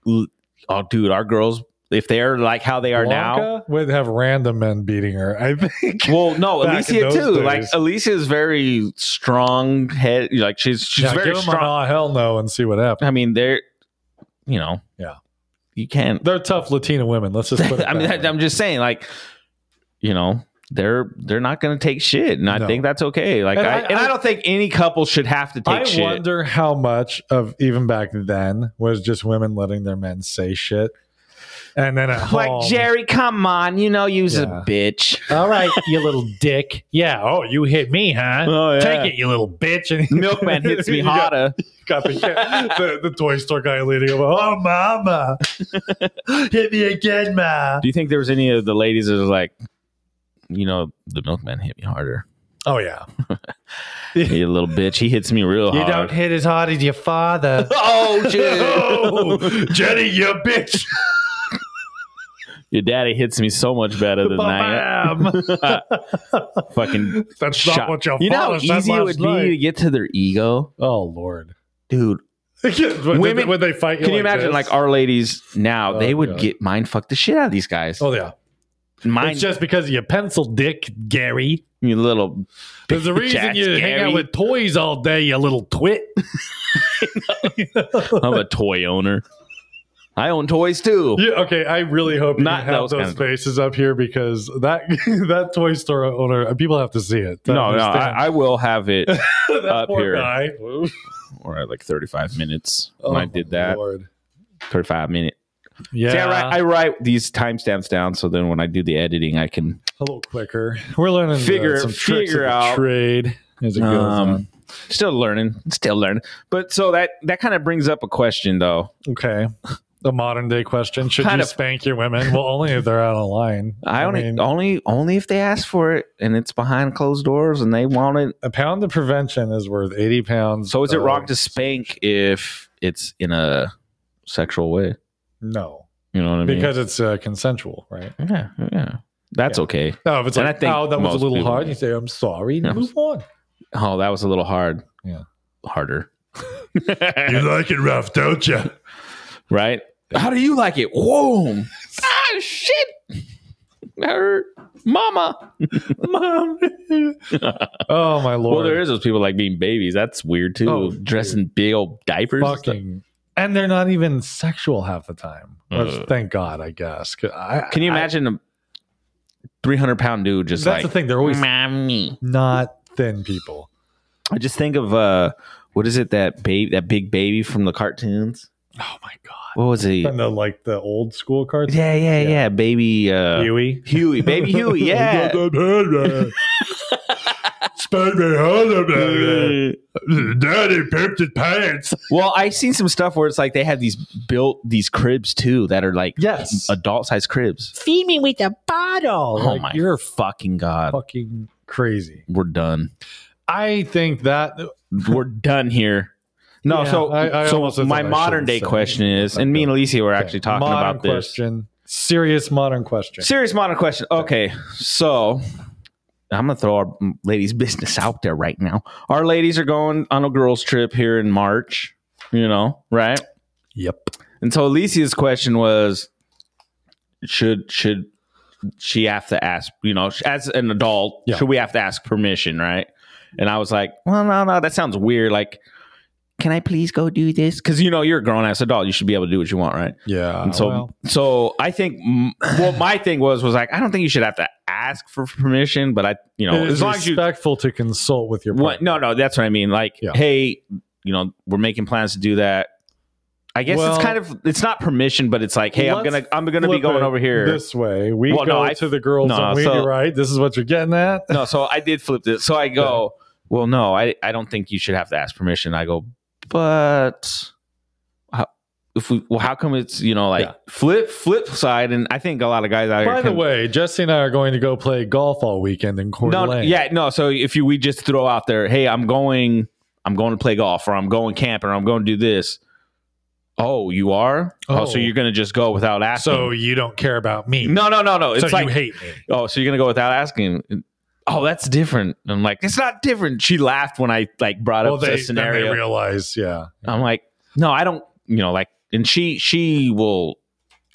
Speaker 2: Oh, dude, our girls, if they're like how they are now.
Speaker 1: Blanca would have random men beating her. I think.
Speaker 2: Well, no,
Speaker 1: Back in
Speaker 2: Alicia
Speaker 1: those
Speaker 2: too. Like
Speaker 1: days.
Speaker 2: Alicia is very strong head. Like she's she's
Speaker 1: Yeah,
Speaker 2: very
Speaker 1: give him a
Speaker 2: strong.
Speaker 1: nah, hell no and see what happens.
Speaker 2: I mean, they're you know,
Speaker 1: Yeah.
Speaker 2: you can't.
Speaker 1: They're tough Latina women. Let's just put it.
Speaker 2: I mean,
Speaker 1: that way.
Speaker 2: I, am just saying, like, you know, they're they're not going to take shit, and I
Speaker 1: No.
Speaker 2: think that's okay. Like,
Speaker 1: And
Speaker 2: I,
Speaker 1: I-
Speaker 2: and I,
Speaker 1: I-
Speaker 2: don't think any couple should have to take
Speaker 1: I
Speaker 2: shit.
Speaker 1: wonder how much of even back then was just women letting their men say shit, and then at
Speaker 2: like
Speaker 1: home,
Speaker 2: Jerry, come on, you know, you's
Speaker 1: Yeah.
Speaker 2: a bitch.
Speaker 1: all right, you little dick. Yeah. Oh, you hit me, huh?
Speaker 2: Oh
Speaker 1: Take it, you little bitch. And
Speaker 2: Milkman hits me
Speaker 1: You got-
Speaker 2: harder.
Speaker 1: got the, cat, the the toy store guy leading him. Oh, mama, hit me again, ma.
Speaker 2: Do you think there was any of the ladies that was like, you know, the milkman hit me harder?
Speaker 1: Oh yeah,
Speaker 2: You little bitch, he hits me real
Speaker 3: You
Speaker 2: hard.
Speaker 3: don't hit as hard as your father.
Speaker 2: Oh
Speaker 1: Oh,
Speaker 2: shit!
Speaker 1: Jenny, you bitch.
Speaker 2: Your daddy hits me so much better than that.
Speaker 1: Bam.
Speaker 2: Fucking
Speaker 1: That's
Speaker 2: shot.
Speaker 1: not what your
Speaker 2: you know how
Speaker 1: father said
Speaker 2: easy it
Speaker 1: last
Speaker 2: would
Speaker 1: night.
Speaker 2: be to get to their ego,
Speaker 1: Oh lord,
Speaker 2: dude.
Speaker 1: women when they,
Speaker 2: Women-
Speaker 1: when they fight.
Speaker 2: Can you imagine,
Speaker 1: this?
Speaker 2: like our ladies now?
Speaker 1: Oh,
Speaker 2: they would
Speaker 1: God.
Speaker 2: get mind fuck the shit out of these guys.
Speaker 1: Oh yeah,
Speaker 2: mind
Speaker 1: it's just because you pencil dick, Gary.
Speaker 2: you little.
Speaker 1: There's a reason
Speaker 2: Jack
Speaker 1: you hang
Speaker 2: Gary.
Speaker 1: out with toys all day, you little twit.
Speaker 2: I'm a toy owner. I own toys too.
Speaker 1: Yeah, okay. I really hope you
Speaker 2: Not
Speaker 1: have
Speaker 2: those
Speaker 1: those,
Speaker 2: kinds of-
Speaker 1: faces up here because that that toy store owner, people have to see it. to
Speaker 2: No, no,
Speaker 1: understand.
Speaker 2: I, I will have it.
Speaker 1: that
Speaker 2: up
Speaker 1: poor
Speaker 2: here.
Speaker 1: guy.
Speaker 2: Or at like 35 minutes
Speaker 1: Oh,
Speaker 2: when I did that.
Speaker 1: Lord.
Speaker 2: 35 minutes.
Speaker 1: Yeah,
Speaker 2: See, I write, I write these timestamps down so then when I do the editing, I can.
Speaker 1: a little quicker. We're learning uh,
Speaker 2: Figure-
Speaker 1: some tricks
Speaker 2: figure
Speaker 1: of the
Speaker 2: out.
Speaker 1: trade as it goes
Speaker 2: Um, still learning, still learning. But so that that kind of brings up a question though.
Speaker 1: on. Okay. The modern day question: Should
Speaker 2: Kind
Speaker 1: you
Speaker 2: of-
Speaker 1: spank your women? Well, only if they're out of line.
Speaker 2: I only
Speaker 1: mean,
Speaker 2: only only if they ask for it and it's behind closed doors and they want it.
Speaker 1: a pound of prevention is worth eighty pounds.
Speaker 2: So is it
Speaker 1: of-
Speaker 2: wrong to spank if it's in a sexual way?
Speaker 1: No,
Speaker 2: You know what I mean?
Speaker 1: because it's uh, consensual, right?
Speaker 2: yeah, yeah, that's
Speaker 1: Yeah.
Speaker 2: okay.
Speaker 1: No, if it's
Speaker 2: And
Speaker 1: like,
Speaker 2: I think
Speaker 1: oh, that was a
Speaker 2: most
Speaker 1: little
Speaker 2: people-
Speaker 1: hard, you say, I'm sorry, and
Speaker 2: Yeah.
Speaker 1: move on.
Speaker 2: Oh, that was a little hard.
Speaker 1: Yeah.
Speaker 2: harder.
Speaker 1: You like it rough, don't you?
Speaker 2: right? How do you like it? Whoa! ah, shit! hurt, mama.
Speaker 1: Mom. oh my lord.
Speaker 2: Well, there is those people like being babies. That's weird too.
Speaker 1: Oh,
Speaker 2: Dressing big old diapers. and stuff.
Speaker 1: fucking and they're not even sexual half the time. Which,
Speaker 2: Ugh.
Speaker 1: thank God, I guess. 'Cause I-
Speaker 2: Uh. Can you
Speaker 1: I-
Speaker 2: imagine a three hundred pound dude just
Speaker 1: that's
Speaker 2: like
Speaker 1: the thing. They're always
Speaker 2: mommy?
Speaker 1: not thin people.
Speaker 2: I just think of uh, what is it that babe that big baby from the cartoons?
Speaker 1: Oh my god.
Speaker 2: What was he?
Speaker 1: And the like the old school cards.
Speaker 2: Yeah, yeah,
Speaker 1: Yeah.
Speaker 2: yeah. Baby uh,
Speaker 1: Huey.
Speaker 2: Huey, baby Huey, yeah.
Speaker 1: Daddy pimped his pants.
Speaker 2: well, I've seen some stuff where it's like they have these built these cribs too that are like
Speaker 1: Yes.
Speaker 2: adult sized cribs.
Speaker 3: Feed me with a bottle.
Speaker 2: Oh
Speaker 1: Like,
Speaker 2: my
Speaker 1: you're
Speaker 2: fucking god,
Speaker 1: Fucking crazy.
Speaker 2: we're done.
Speaker 1: I think that
Speaker 2: We're done here. No,
Speaker 1: Yeah,
Speaker 2: so
Speaker 1: I- I
Speaker 2: so
Speaker 1: almost said
Speaker 2: my
Speaker 1: that I
Speaker 2: modern
Speaker 1: shouldn't
Speaker 2: day
Speaker 1: say.
Speaker 2: question is, and me and Alicia were actually talking
Speaker 1: modern
Speaker 2: about this.
Speaker 1: question. Serious modern question.
Speaker 2: Serious modern question. Okay, so I'm gonna throw our ladies' business out there right now. Our ladies are going on a girls' trip here in March. You know, right?
Speaker 1: yep.
Speaker 2: And so Alicia's question was, should should she have to ask? You know, as an adult,
Speaker 1: Yeah.
Speaker 2: should we have to ask permission? Right? And I was like, well, no, no, that sounds weird. Like, can I please go do this? Because you know, you're a grown ass adult. You should be able to do what you want, right?
Speaker 1: Yeah.
Speaker 2: And so,
Speaker 1: Uh, well,
Speaker 2: so I think, m- well, my thing was, was like, I don't think you should have to ask for permission, but I, you know,
Speaker 1: it is
Speaker 2: as long as you,
Speaker 1: respectful to consult with your
Speaker 2: what,
Speaker 1: partner.
Speaker 2: no, no, that's what I mean. Like,
Speaker 1: Yeah.
Speaker 2: hey, you know, we're making plans to do that. I guess
Speaker 1: Well-
Speaker 2: it's kind of, it's not permission, but it's like, hey, I'm
Speaker 1: Let's
Speaker 2: gonna, I'm gonna be
Speaker 1: Flip
Speaker 2: going
Speaker 1: it
Speaker 2: over here.
Speaker 1: this way. We
Speaker 2: Well,
Speaker 1: go
Speaker 2: no, I-
Speaker 1: to the girls
Speaker 2: no,
Speaker 1: and we
Speaker 2: so-
Speaker 1: right. This is what you're getting at.
Speaker 2: no, so I did flip this. So I go, well, no, I, I don't think you should have to ask permission. I go, but how, if we, well, how come it's, you know, like
Speaker 1: Yeah.
Speaker 2: flip, flip side. And I think a lot of guys out here.
Speaker 1: By the
Speaker 2: can-
Speaker 1: way, Jesse and I are going to go play golf all weekend in Coeur
Speaker 2: no, no,
Speaker 1: d'Alene.
Speaker 2: yeah, no. So if you we just throw out there, hey, I'm going, I'm going to play golf, or I'm going camping, or I'm going to do this. Oh, you are. Oh,
Speaker 1: Oh.
Speaker 2: so you're gonna just go without asking?
Speaker 1: So you don't care about me.
Speaker 2: no, no, no, no.
Speaker 1: so
Speaker 2: It's like,
Speaker 1: you hate me.
Speaker 2: oh, so you're gonna go without asking? Oh, that's different. And I'm like, it's not different. She laughed when I like brought
Speaker 1: Well,
Speaker 2: up
Speaker 1: they,
Speaker 2: the
Speaker 1: then they
Speaker 2: scenario.
Speaker 1: realize, yeah.
Speaker 2: I'm like, no, I don't. You know, like, and she she will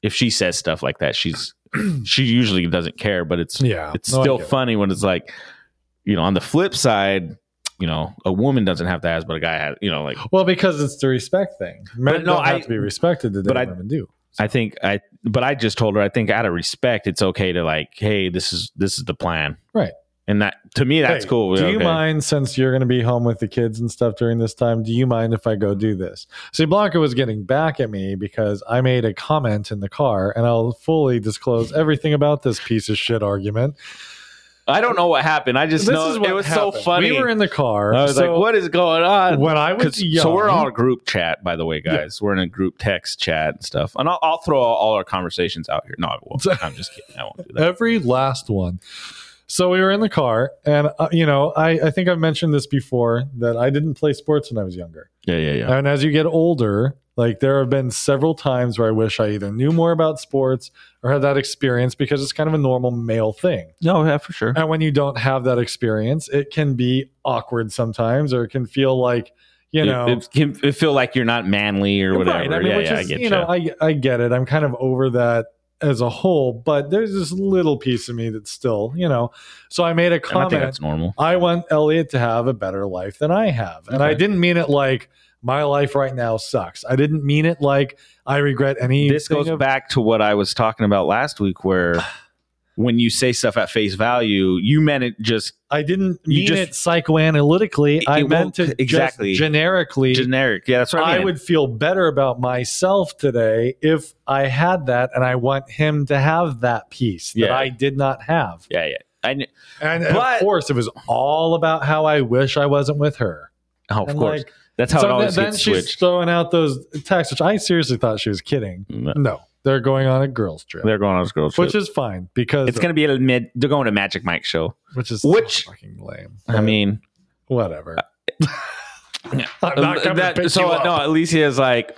Speaker 2: if she says stuff like that, she's she usually doesn't care, but it's
Speaker 1: Yeah.
Speaker 2: it's
Speaker 1: No, I
Speaker 2: still
Speaker 1: get it.
Speaker 2: funny when it's like, you know, on the flip side, you know, a woman doesn't have to ask, but a guy has, you know, like
Speaker 1: Well, because it's the respect thing. Men
Speaker 2: no,
Speaker 1: don't
Speaker 2: I-
Speaker 1: have to be respected today.
Speaker 2: but I-
Speaker 1: women do.
Speaker 2: I think I, but I just told her I think out of respect, it's okay to like, hey, this is this is the plan,
Speaker 1: Right.
Speaker 2: And that to me, that's
Speaker 1: Hey,
Speaker 2: cool.
Speaker 1: Do you
Speaker 2: Okay.
Speaker 1: mind since you're going to be home with the kids and stuff during this time? Do you mind if I go do this? See, Blanca was getting back at me because I made a comment in the car, and I'll fully disclose everything about this piece of shit argument.
Speaker 2: I don't know what happened. I just
Speaker 1: this
Speaker 2: know
Speaker 1: is what
Speaker 2: it was so
Speaker 1: happened.
Speaker 2: funny.
Speaker 1: We were in the car.
Speaker 2: I was
Speaker 1: so
Speaker 2: like, what is going on?
Speaker 1: When I was
Speaker 2: 'Cause-
Speaker 1: young,
Speaker 2: so we're all in a group chat, by the way, guys. We're in a group text chat and stuff, and I'll, I'll throw all, all our conversations out here. No, I won't. I'm just kidding. I won't do that.
Speaker 1: every last one. So we were in the car, and uh, you know, I, I think I've mentioned this before that I didn't play sports when I was younger.
Speaker 2: Yeah, yeah, yeah.
Speaker 1: And as you get older, like there have been several times where I wish I either knew more about sports or had that experience because it's kind of a normal male thing.
Speaker 2: No, yeah, for sure.
Speaker 1: And when you don't have that experience, it can be awkward sometimes or it can feel like, you
Speaker 2: It-
Speaker 1: know,
Speaker 2: it, can it feel like you're not manly or whatever.
Speaker 1: Right. I mean,
Speaker 2: yeah,
Speaker 1: which
Speaker 2: yeah,
Speaker 1: is,
Speaker 2: I get
Speaker 1: you know, I, I get it. I'm kind of over that as a whole, but there's this little piece of me that's still, you know. So I made a
Speaker 2: and I think
Speaker 1: comment
Speaker 2: that's normal.
Speaker 1: I want Elliot to have a better life than I have. And I
Speaker 2: Okay.
Speaker 1: didn't mean it like my life right now sucks. I didn't mean it like I regret any.
Speaker 2: This goes back to what I was talking about last week, where when you say stuff at face value, you meant it just
Speaker 1: I didn't
Speaker 2: You
Speaker 1: mean
Speaker 2: just-
Speaker 1: it psychoanalytically.
Speaker 2: It-
Speaker 1: I
Speaker 2: it
Speaker 1: meant
Speaker 2: won't-
Speaker 1: it
Speaker 2: exactly.
Speaker 1: just generically.
Speaker 2: generic. Yeah, that's what
Speaker 1: I
Speaker 2: I, mean.
Speaker 1: would feel better about myself today if I had that, and I want him to have that piece that
Speaker 2: Yeah.
Speaker 1: I did not have.
Speaker 2: Yeah, yeah. I kn-
Speaker 1: And
Speaker 2: But-
Speaker 1: of course, it was all about how I wish I wasn't with her.
Speaker 2: oh, of
Speaker 1: And,
Speaker 2: course.
Speaker 1: like,
Speaker 2: that's how it
Speaker 1: so
Speaker 2: always
Speaker 1: then
Speaker 2: gets
Speaker 1: she's
Speaker 2: switched.
Speaker 1: throwing out those texts, which I seriously thought she was kidding.
Speaker 2: No,
Speaker 1: No, they're going on a girls trip,
Speaker 2: they're going on this girl trip.
Speaker 1: which is fine because
Speaker 2: it's going to be a mid. They're going to Magic Mike show.
Speaker 1: which is
Speaker 2: which-
Speaker 1: so fucking lame.
Speaker 2: I mean,
Speaker 1: whatever.
Speaker 2: Yeah.
Speaker 1: I'm not coming
Speaker 2: um, that-
Speaker 1: to pick
Speaker 2: so
Speaker 1: you up.
Speaker 2: no, Alicia is like,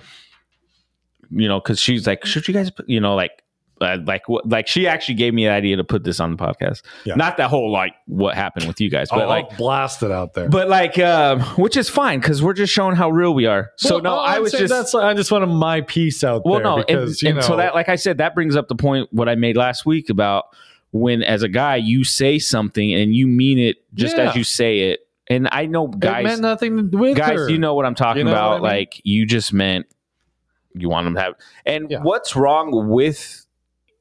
Speaker 2: you know, because she's like, should you guys, put-" you know, like, uh, like what, like she actually gave me the idea to put this on the podcast.
Speaker 1: Yeah. Oh,
Speaker 2: Not that whole like what happened with you guys, but
Speaker 1: I'll,
Speaker 2: like,
Speaker 1: I'll blast it out there.
Speaker 2: but like, um, which is fine because we're just showing how real we are. So
Speaker 1: Well,
Speaker 2: no,
Speaker 1: all
Speaker 2: I
Speaker 1: I'm
Speaker 2: was
Speaker 1: saying,
Speaker 2: just
Speaker 1: that's I just wanted my piece out
Speaker 2: well,
Speaker 1: there
Speaker 2: no, and-
Speaker 1: because you
Speaker 2: and
Speaker 1: know
Speaker 2: so that like I said, that brings up the point what I made last week about when as a guy you say something and you mean it just
Speaker 1: Yeah.
Speaker 2: as you say it. And I know
Speaker 1: it
Speaker 2: guys
Speaker 1: meant nothing to do with
Speaker 2: guys,
Speaker 1: her.
Speaker 2: you know what I'm talking
Speaker 1: You know
Speaker 2: about.
Speaker 1: what I mean?
Speaker 2: Like you just meant you want them to have. And
Speaker 1: Yeah.
Speaker 2: what's wrong with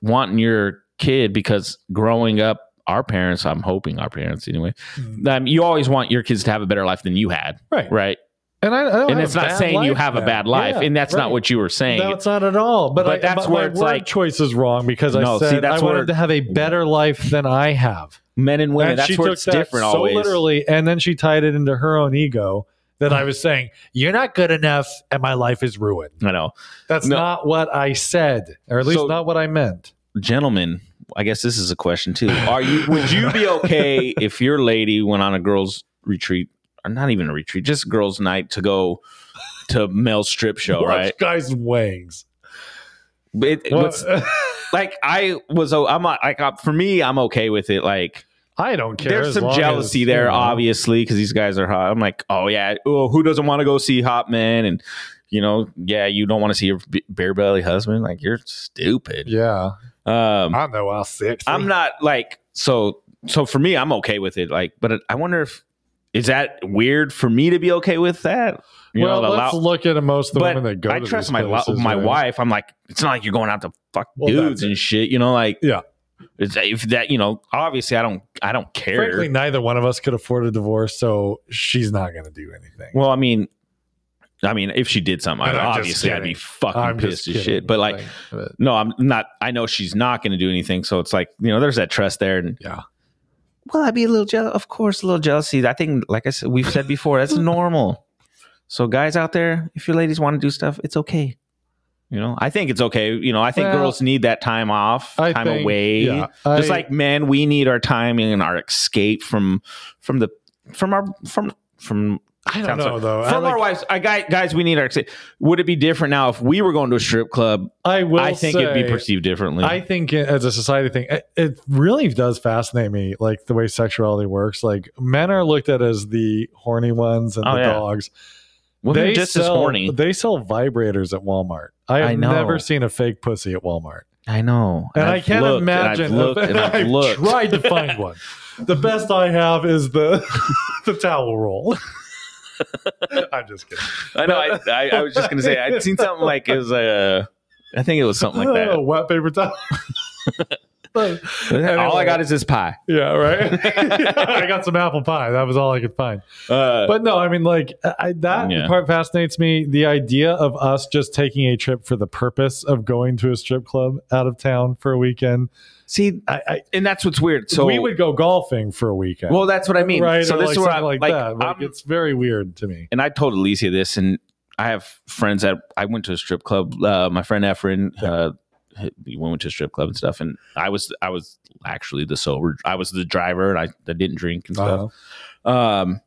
Speaker 2: wanting your kid? Because growing up, our parents, I'm hoping our parents anyway,
Speaker 1: Mm.
Speaker 2: um, you always want your kids to have a better life than you had,
Speaker 1: right?
Speaker 2: right?
Speaker 1: And I, I don't have
Speaker 2: and it's
Speaker 1: a
Speaker 2: not
Speaker 1: Oh, bad
Speaker 2: saying you
Speaker 1: life
Speaker 2: have a
Speaker 1: now.
Speaker 2: bad life,
Speaker 1: Yeah,
Speaker 2: and that's not
Speaker 1: right.
Speaker 2: what you were saying.
Speaker 1: No, it's not at all. But,
Speaker 2: But
Speaker 1: I,
Speaker 2: that's
Speaker 1: but
Speaker 2: where
Speaker 1: my
Speaker 2: it's
Speaker 1: word
Speaker 2: like-
Speaker 1: choice is wrong because
Speaker 2: No,
Speaker 1: I
Speaker 2: see,
Speaker 1: said
Speaker 2: that's
Speaker 1: I wanted
Speaker 2: where-
Speaker 1: to have a better life than I have.
Speaker 2: Men and women,
Speaker 1: And
Speaker 2: that's
Speaker 1: she
Speaker 2: where
Speaker 1: took
Speaker 2: it's
Speaker 1: that
Speaker 2: different.
Speaker 1: so
Speaker 2: always,
Speaker 1: literally, and then she tied it into her own ego that I was saying you're not good enough, and my life is ruined.
Speaker 2: I know,
Speaker 1: That's
Speaker 2: No.
Speaker 1: not what I said, or at least
Speaker 2: So-
Speaker 1: not what I meant.
Speaker 2: gentlemen. I guess this is a question too. Are you? Would you be okay if your lady went on a girls' retreat, or not even a retreat, just girls' night to go to male strip show,
Speaker 1: Watch
Speaker 2: right?
Speaker 1: Guys' wings.
Speaker 2: It, it-
Speaker 1: Well,
Speaker 2: what's- like I was, oh, I'm not- like uh, for me, I'm okay with it. Like
Speaker 1: I don't care.
Speaker 2: there's
Speaker 1: as
Speaker 2: some
Speaker 1: long
Speaker 2: jealousy
Speaker 1: as,
Speaker 2: there,
Speaker 1: you know.
Speaker 2: obviously, because these guys are hot. I'm like, oh yeah, oh who doesn't want to go see hot men? And you know, yeah, you don't want to see your b- bare belly husband. Like you're stupid.
Speaker 1: Yeah,
Speaker 2: Um,
Speaker 1: I know how sexy.
Speaker 2: I'm not like so. So for me, I'm okay with it. Like, but I wonder if is that weird for me to be okay with that? You
Speaker 1: well,
Speaker 2: know, the
Speaker 1: let's
Speaker 2: lou-
Speaker 1: look at most of the
Speaker 2: but
Speaker 1: women that go.
Speaker 2: I
Speaker 1: to
Speaker 2: trust
Speaker 1: these
Speaker 2: my lo-
Speaker 1: places,
Speaker 2: my
Speaker 1: right?
Speaker 2: wife. I'm like, it's not like you're going out to fuck
Speaker 1: Well,
Speaker 2: dudes
Speaker 1: that's
Speaker 2: and shit. You know, like
Speaker 1: Yeah.
Speaker 2: it's, if that you know, obviously, I don't, I don't care.
Speaker 1: Frankly, neither one of us could afford a divorce, so she's not going to do anything.
Speaker 2: well, I mean, I mean, if she did something,
Speaker 1: And
Speaker 2: I'd-
Speaker 1: I'm just
Speaker 2: obviously, I'd be
Speaker 1: kidding.
Speaker 2: fucking
Speaker 1: I'm just
Speaker 2: pissed as
Speaker 1: kidding,
Speaker 2: shit. But like,
Speaker 1: but-
Speaker 2: no, I'm not. I know she's not going to do anything. So it's like you know, there's that trust there, and
Speaker 1: Yeah.
Speaker 2: Well, I'd be a little jealous. Of course, a little jealousy. I think, like I said, we've said before, that's normal. So guys out there, if your ladies want to do stuff, it's okay. You know, I think it's okay. You know, I think
Speaker 1: Well,
Speaker 2: girls need that time off,
Speaker 1: I
Speaker 2: time
Speaker 1: think-
Speaker 2: away.
Speaker 1: yeah,
Speaker 2: Just
Speaker 1: I-
Speaker 2: like men, we need our time and our escape from from the from our from from
Speaker 1: I don't
Speaker 2: Sounds
Speaker 1: know
Speaker 2: like-
Speaker 1: though. I,
Speaker 2: from our
Speaker 1: like-
Speaker 2: wives. I guy guys, we need our escape. Would it be different now if we were going to a strip club?
Speaker 1: I will.
Speaker 2: I think it'd
Speaker 1: say-
Speaker 2: be perceived differently.
Speaker 1: I think it- as a society thing, it, it really does fascinate me, like the way sexuality works. Like men are looked at as the horny ones and
Speaker 2: Oh,
Speaker 1: the
Speaker 2: yeah.
Speaker 1: dogs.
Speaker 2: Women are just as
Speaker 1: sell-
Speaker 2: horny.
Speaker 1: They sell vibrators at Walmart. I have
Speaker 2: I know.
Speaker 1: never seen a fake pussy at Walmart,
Speaker 2: I know,
Speaker 1: and I
Speaker 2: I've
Speaker 1: can't
Speaker 2: looked, and
Speaker 1: imagine.
Speaker 2: I've looked, and I've
Speaker 1: I've
Speaker 2: looked.
Speaker 1: tried to find one. The best I have is the the towel roll. I'm just kidding.
Speaker 2: I know. I, I, I was just gonna say I'd seen something like it was a. I think it was something like
Speaker 1: Oh,
Speaker 2: that.
Speaker 1: wet paper towel. But-
Speaker 2: All I got is this pie.
Speaker 1: Yeah, right. I got some apple pie. That was all I could find.
Speaker 2: Uh,
Speaker 1: But no, I mean, like I- I, that
Speaker 2: Yeah.
Speaker 1: part fascinates me. The idea of us just taking a trip for the purpose of going to a strip club out of town for a weekend.
Speaker 2: see,
Speaker 1: I, I
Speaker 2: and that's what's weird. So
Speaker 1: we would go golfing for a weekend.
Speaker 2: Well, that's what I mean.
Speaker 1: right?
Speaker 2: So
Speaker 1: Or,
Speaker 2: this
Speaker 1: like,
Speaker 2: is where I
Speaker 1: something
Speaker 2: like.
Speaker 1: like, that. Like,
Speaker 2: I'm-
Speaker 1: it's very weird to me.
Speaker 2: and I told Alicia this, and I have friends that I went to a strip club. Uh, my friend Efren, uh, we went to a strip club and stuff, and I was I was actually the sober. I was the driver, and I, I didn't drink and stuff.
Speaker 1: Uh-huh.
Speaker 2: Um,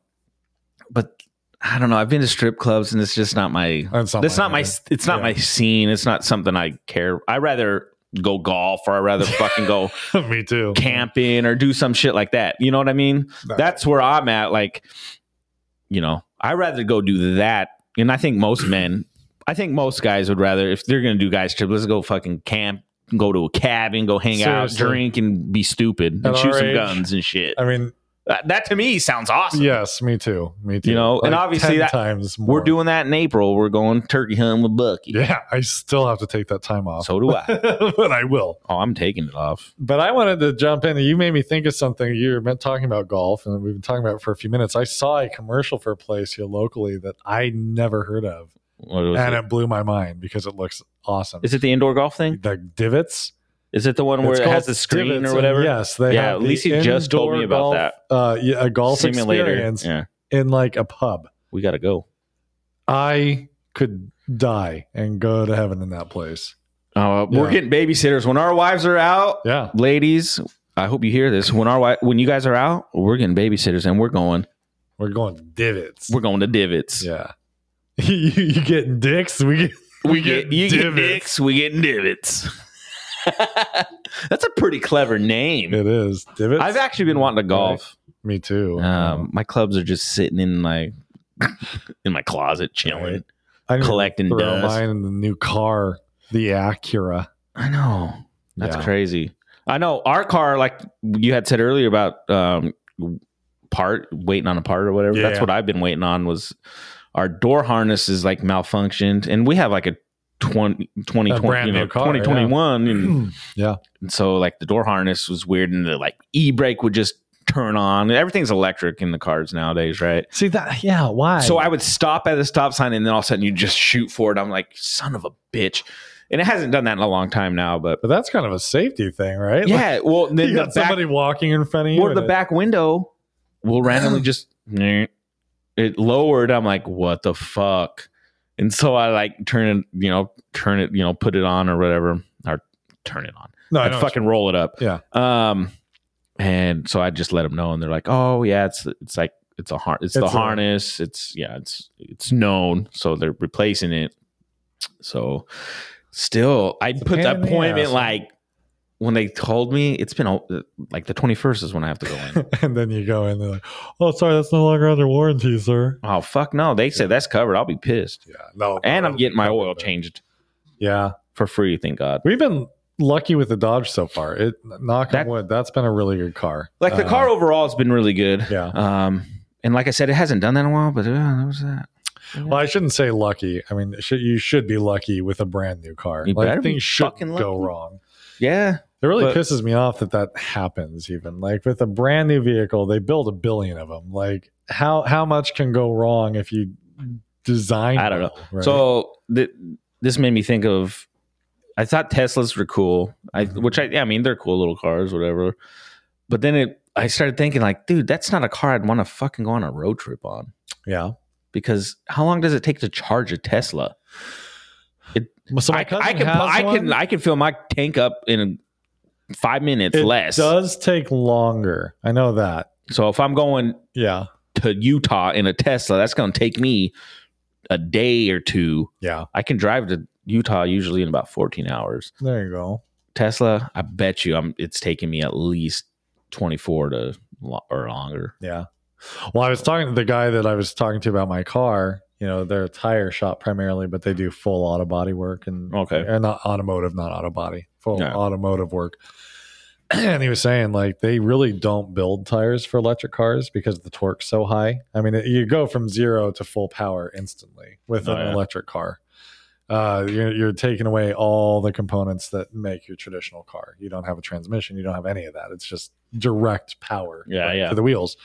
Speaker 2: but I don't know. I've been to strip clubs, and it's just not my.
Speaker 1: That's
Speaker 2: That's not my. It's not
Speaker 1: Yeah.
Speaker 2: my scene. It's not something I care. I rather go golf, or I rather fucking go
Speaker 1: my. me too.
Speaker 2: camping, or do some shit like that. You know what I mean?
Speaker 1: That's-
Speaker 2: that's where I'm at. Like, you know, I rather go do that, and I think most men, I think most guys would rather if they're gonna do guys trip, let's go fucking camp, go to a cabin, go hang out,
Speaker 1: Seriously.
Speaker 2: drink, and be stupid and
Speaker 1: At
Speaker 2: shoot
Speaker 1: our
Speaker 2: some
Speaker 1: age,
Speaker 2: guns and shit.
Speaker 1: I mean,
Speaker 2: That, that to me sounds awesome.
Speaker 1: yes, me too. Me too.
Speaker 2: know, and obviously
Speaker 1: 10
Speaker 2: that-
Speaker 1: times more.
Speaker 2: We're doing that in April. We're going turkey hunting with Bucky.
Speaker 1: Yeah, I still have to take that time off,
Speaker 2: So do I.
Speaker 1: but I will.
Speaker 2: Oh, I'm taking it off.
Speaker 1: But I wanted to jump in. You made me think of something. You were meant- talking about golf, and we've been talking about it for a few minutes. I saw a commercial for a place here locally that I never heard of,
Speaker 2: What was
Speaker 1: and
Speaker 2: it?
Speaker 1: it? blew my mind because it looks awesome.
Speaker 2: Is it the indoor golf thing?
Speaker 1: the divots?
Speaker 2: Is it the one where
Speaker 1: It's
Speaker 2: it
Speaker 1: called
Speaker 2: has the screen
Speaker 1: Divots,
Speaker 2: or
Speaker 1: and
Speaker 2: whatever?
Speaker 1: yes, they
Speaker 2: Yeah,
Speaker 1: have the
Speaker 2: Lisi just told me
Speaker 1: indoor
Speaker 2: about
Speaker 1: golf,
Speaker 2: that.
Speaker 1: Uh, yeah, a golf
Speaker 2: Simulator.
Speaker 1: experience
Speaker 2: Yeah,
Speaker 1: in like a pub.
Speaker 2: we gotta go.
Speaker 1: I could die and go to heaven in that place.
Speaker 2: Uh, We're
Speaker 1: Yeah.
Speaker 2: getting babysitters when our wives are out.
Speaker 1: Yeah,
Speaker 2: ladies, I hope you hear this. When our wi- when you guys are out, we're getting babysitters and we're going
Speaker 1: we're going to divots.
Speaker 2: we're going to divots.
Speaker 1: yeah, you, you getting dicks? We get
Speaker 2: We get
Speaker 1: get
Speaker 2: you get
Speaker 1: divots.
Speaker 2: dicks, we get divots. That's a pretty clever name.
Speaker 1: it is divots.
Speaker 2: I've actually been wanting to golf.
Speaker 1: Me too.
Speaker 2: Um, my clubs are just sitting in my in my closet chilling.
Speaker 1: Right. Uh, I need to
Speaker 2: collecting
Speaker 1: throw
Speaker 2: dust.
Speaker 1: mine in the new car, the Acura.
Speaker 2: I know. That's
Speaker 1: Yeah.
Speaker 2: crazy. I know our car, like you had said earlier about um, part waiting on a part or whatever. That's
Speaker 1: Yeah.
Speaker 2: what I've been waiting on was our door harness is like malfunctioned, and we have like a 20, 20,
Speaker 1: A brand
Speaker 2: you know,
Speaker 1: new car,
Speaker 2: 2021
Speaker 1: Hmm.
Speaker 2: and,
Speaker 1: yeah.
Speaker 2: and so like the door harness was weird and the like e-brake would just turn on everything's electric in the cars nowadays right
Speaker 1: See that? Yeah. Why?
Speaker 2: so I would stop at a stop sign, and then all of a sudden you just shoot for it. I'm like, son of a bitch. And it hasn't done that in a long time now, but
Speaker 1: but that's kind of a safety thing, right? Like,
Speaker 2: yeah. Well, then
Speaker 1: you
Speaker 2: the
Speaker 1: got
Speaker 2: back
Speaker 1: somebody walking in front of you.
Speaker 2: or
Speaker 1: and
Speaker 2: the
Speaker 1: it-
Speaker 2: back window will randomly just it lowered. I'm like, what the fuck? And so I like turn it, you know, turn it, you know, put it on or whatever, or turn it on.
Speaker 1: No, I
Speaker 2: I'd
Speaker 1: know.
Speaker 2: fucking roll it up.
Speaker 1: Yeah.
Speaker 2: Um, and so I just let them know, and they're like, "Oh yeah, it's it's like it's a har- it's, the
Speaker 1: It's a-
Speaker 2: harness. It's yeah, it's it's known, so they're replacing it. So still, I
Speaker 1: a
Speaker 2: put
Speaker 1: pain
Speaker 2: the
Speaker 1: in the
Speaker 2: appointment
Speaker 1: ass.
Speaker 2: like when they told me it's been a- like the twenty first is when I have to go in.
Speaker 1: and then you go in. They're like, "Oh, sorry, that's no longer under warranty, sir."
Speaker 2: oh fuck no, they said that's covered. I'll be pissed,
Speaker 1: Yeah. No.
Speaker 2: and I'm
Speaker 1: no.
Speaker 2: getting my oil changed
Speaker 1: Yeah.
Speaker 2: for free. Thank God.
Speaker 1: We've been lucky with the Dodge so far. It knock
Speaker 2: That-
Speaker 1: on wood. That's been a really good car.
Speaker 2: Like the
Speaker 1: Uh,
Speaker 2: car overall has been really good.
Speaker 1: Yeah.
Speaker 2: Um, and like I said, it hasn't done that in a while, but uh, that was that.
Speaker 1: Well, I shouldn't say lucky. I mean, it should, you should be lucky with a brand new car.
Speaker 2: You better
Speaker 1: like
Speaker 2: be
Speaker 1: things should
Speaker 2: fucking
Speaker 1: go
Speaker 2: lucky.
Speaker 1: wrong.
Speaker 2: Yeah.
Speaker 1: It really
Speaker 2: But-
Speaker 1: pisses me off that that happens. Even like with a brand new vehicle, they build a billion of them. Like how how much can go wrong if you design?
Speaker 2: I don't know.
Speaker 1: well, right?
Speaker 2: So th- this made me think of. I thought Teslas were cool. I
Speaker 1: Mhm.
Speaker 2: which I yeah, I mean they're cool little cars, whatever. But then it, I started thinking like, dude, that's not a car I'd want to fucking go on a road trip on
Speaker 1: yeah.
Speaker 2: because how long does it take to charge a Tesla?
Speaker 1: Well, So my
Speaker 2: I,
Speaker 1: cousin
Speaker 2: I can
Speaker 1: has
Speaker 2: I can
Speaker 1: one.
Speaker 2: I can fill my tank up in five minutes
Speaker 1: it
Speaker 2: less.
Speaker 1: does take longer. I know that.
Speaker 2: So if I'm going
Speaker 1: Yeah.
Speaker 2: to Utah in a Tesla, that's going to take me a day or two.
Speaker 1: Yeah.
Speaker 2: I can drive to Utah usually in about fourteen hours.
Speaker 1: There you go.
Speaker 2: Tesla, I bet you I'm it's taking me at least 24 to lo- or longer.
Speaker 1: Yeah. Well, I was talking to the guy that I was talking to about my car. You know, they're a tire shop primarily, but they do full auto body work and
Speaker 2: Okay.
Speaker 1: and not automotive, not auto body, full
Speaker 2: Yeah.
Speaker 1: automotive work. And he was saying like they really don't build tires for electric cars because the torque's so high. I mean, it, you go from zero to full power instantly with
Speaker 2: Oh,
Speaker 1: an
Speaker 2: yeah.
Speaker 1: electric car. Uh, you're, you're taking away all the components that make your traditional car. You don't have a transmission. You don't have any of that. It's just direct power.
Speaker 2: Yeah,
Speaker 1: right,
Speaker 2: yeah.
Speaker 1: To the wheels.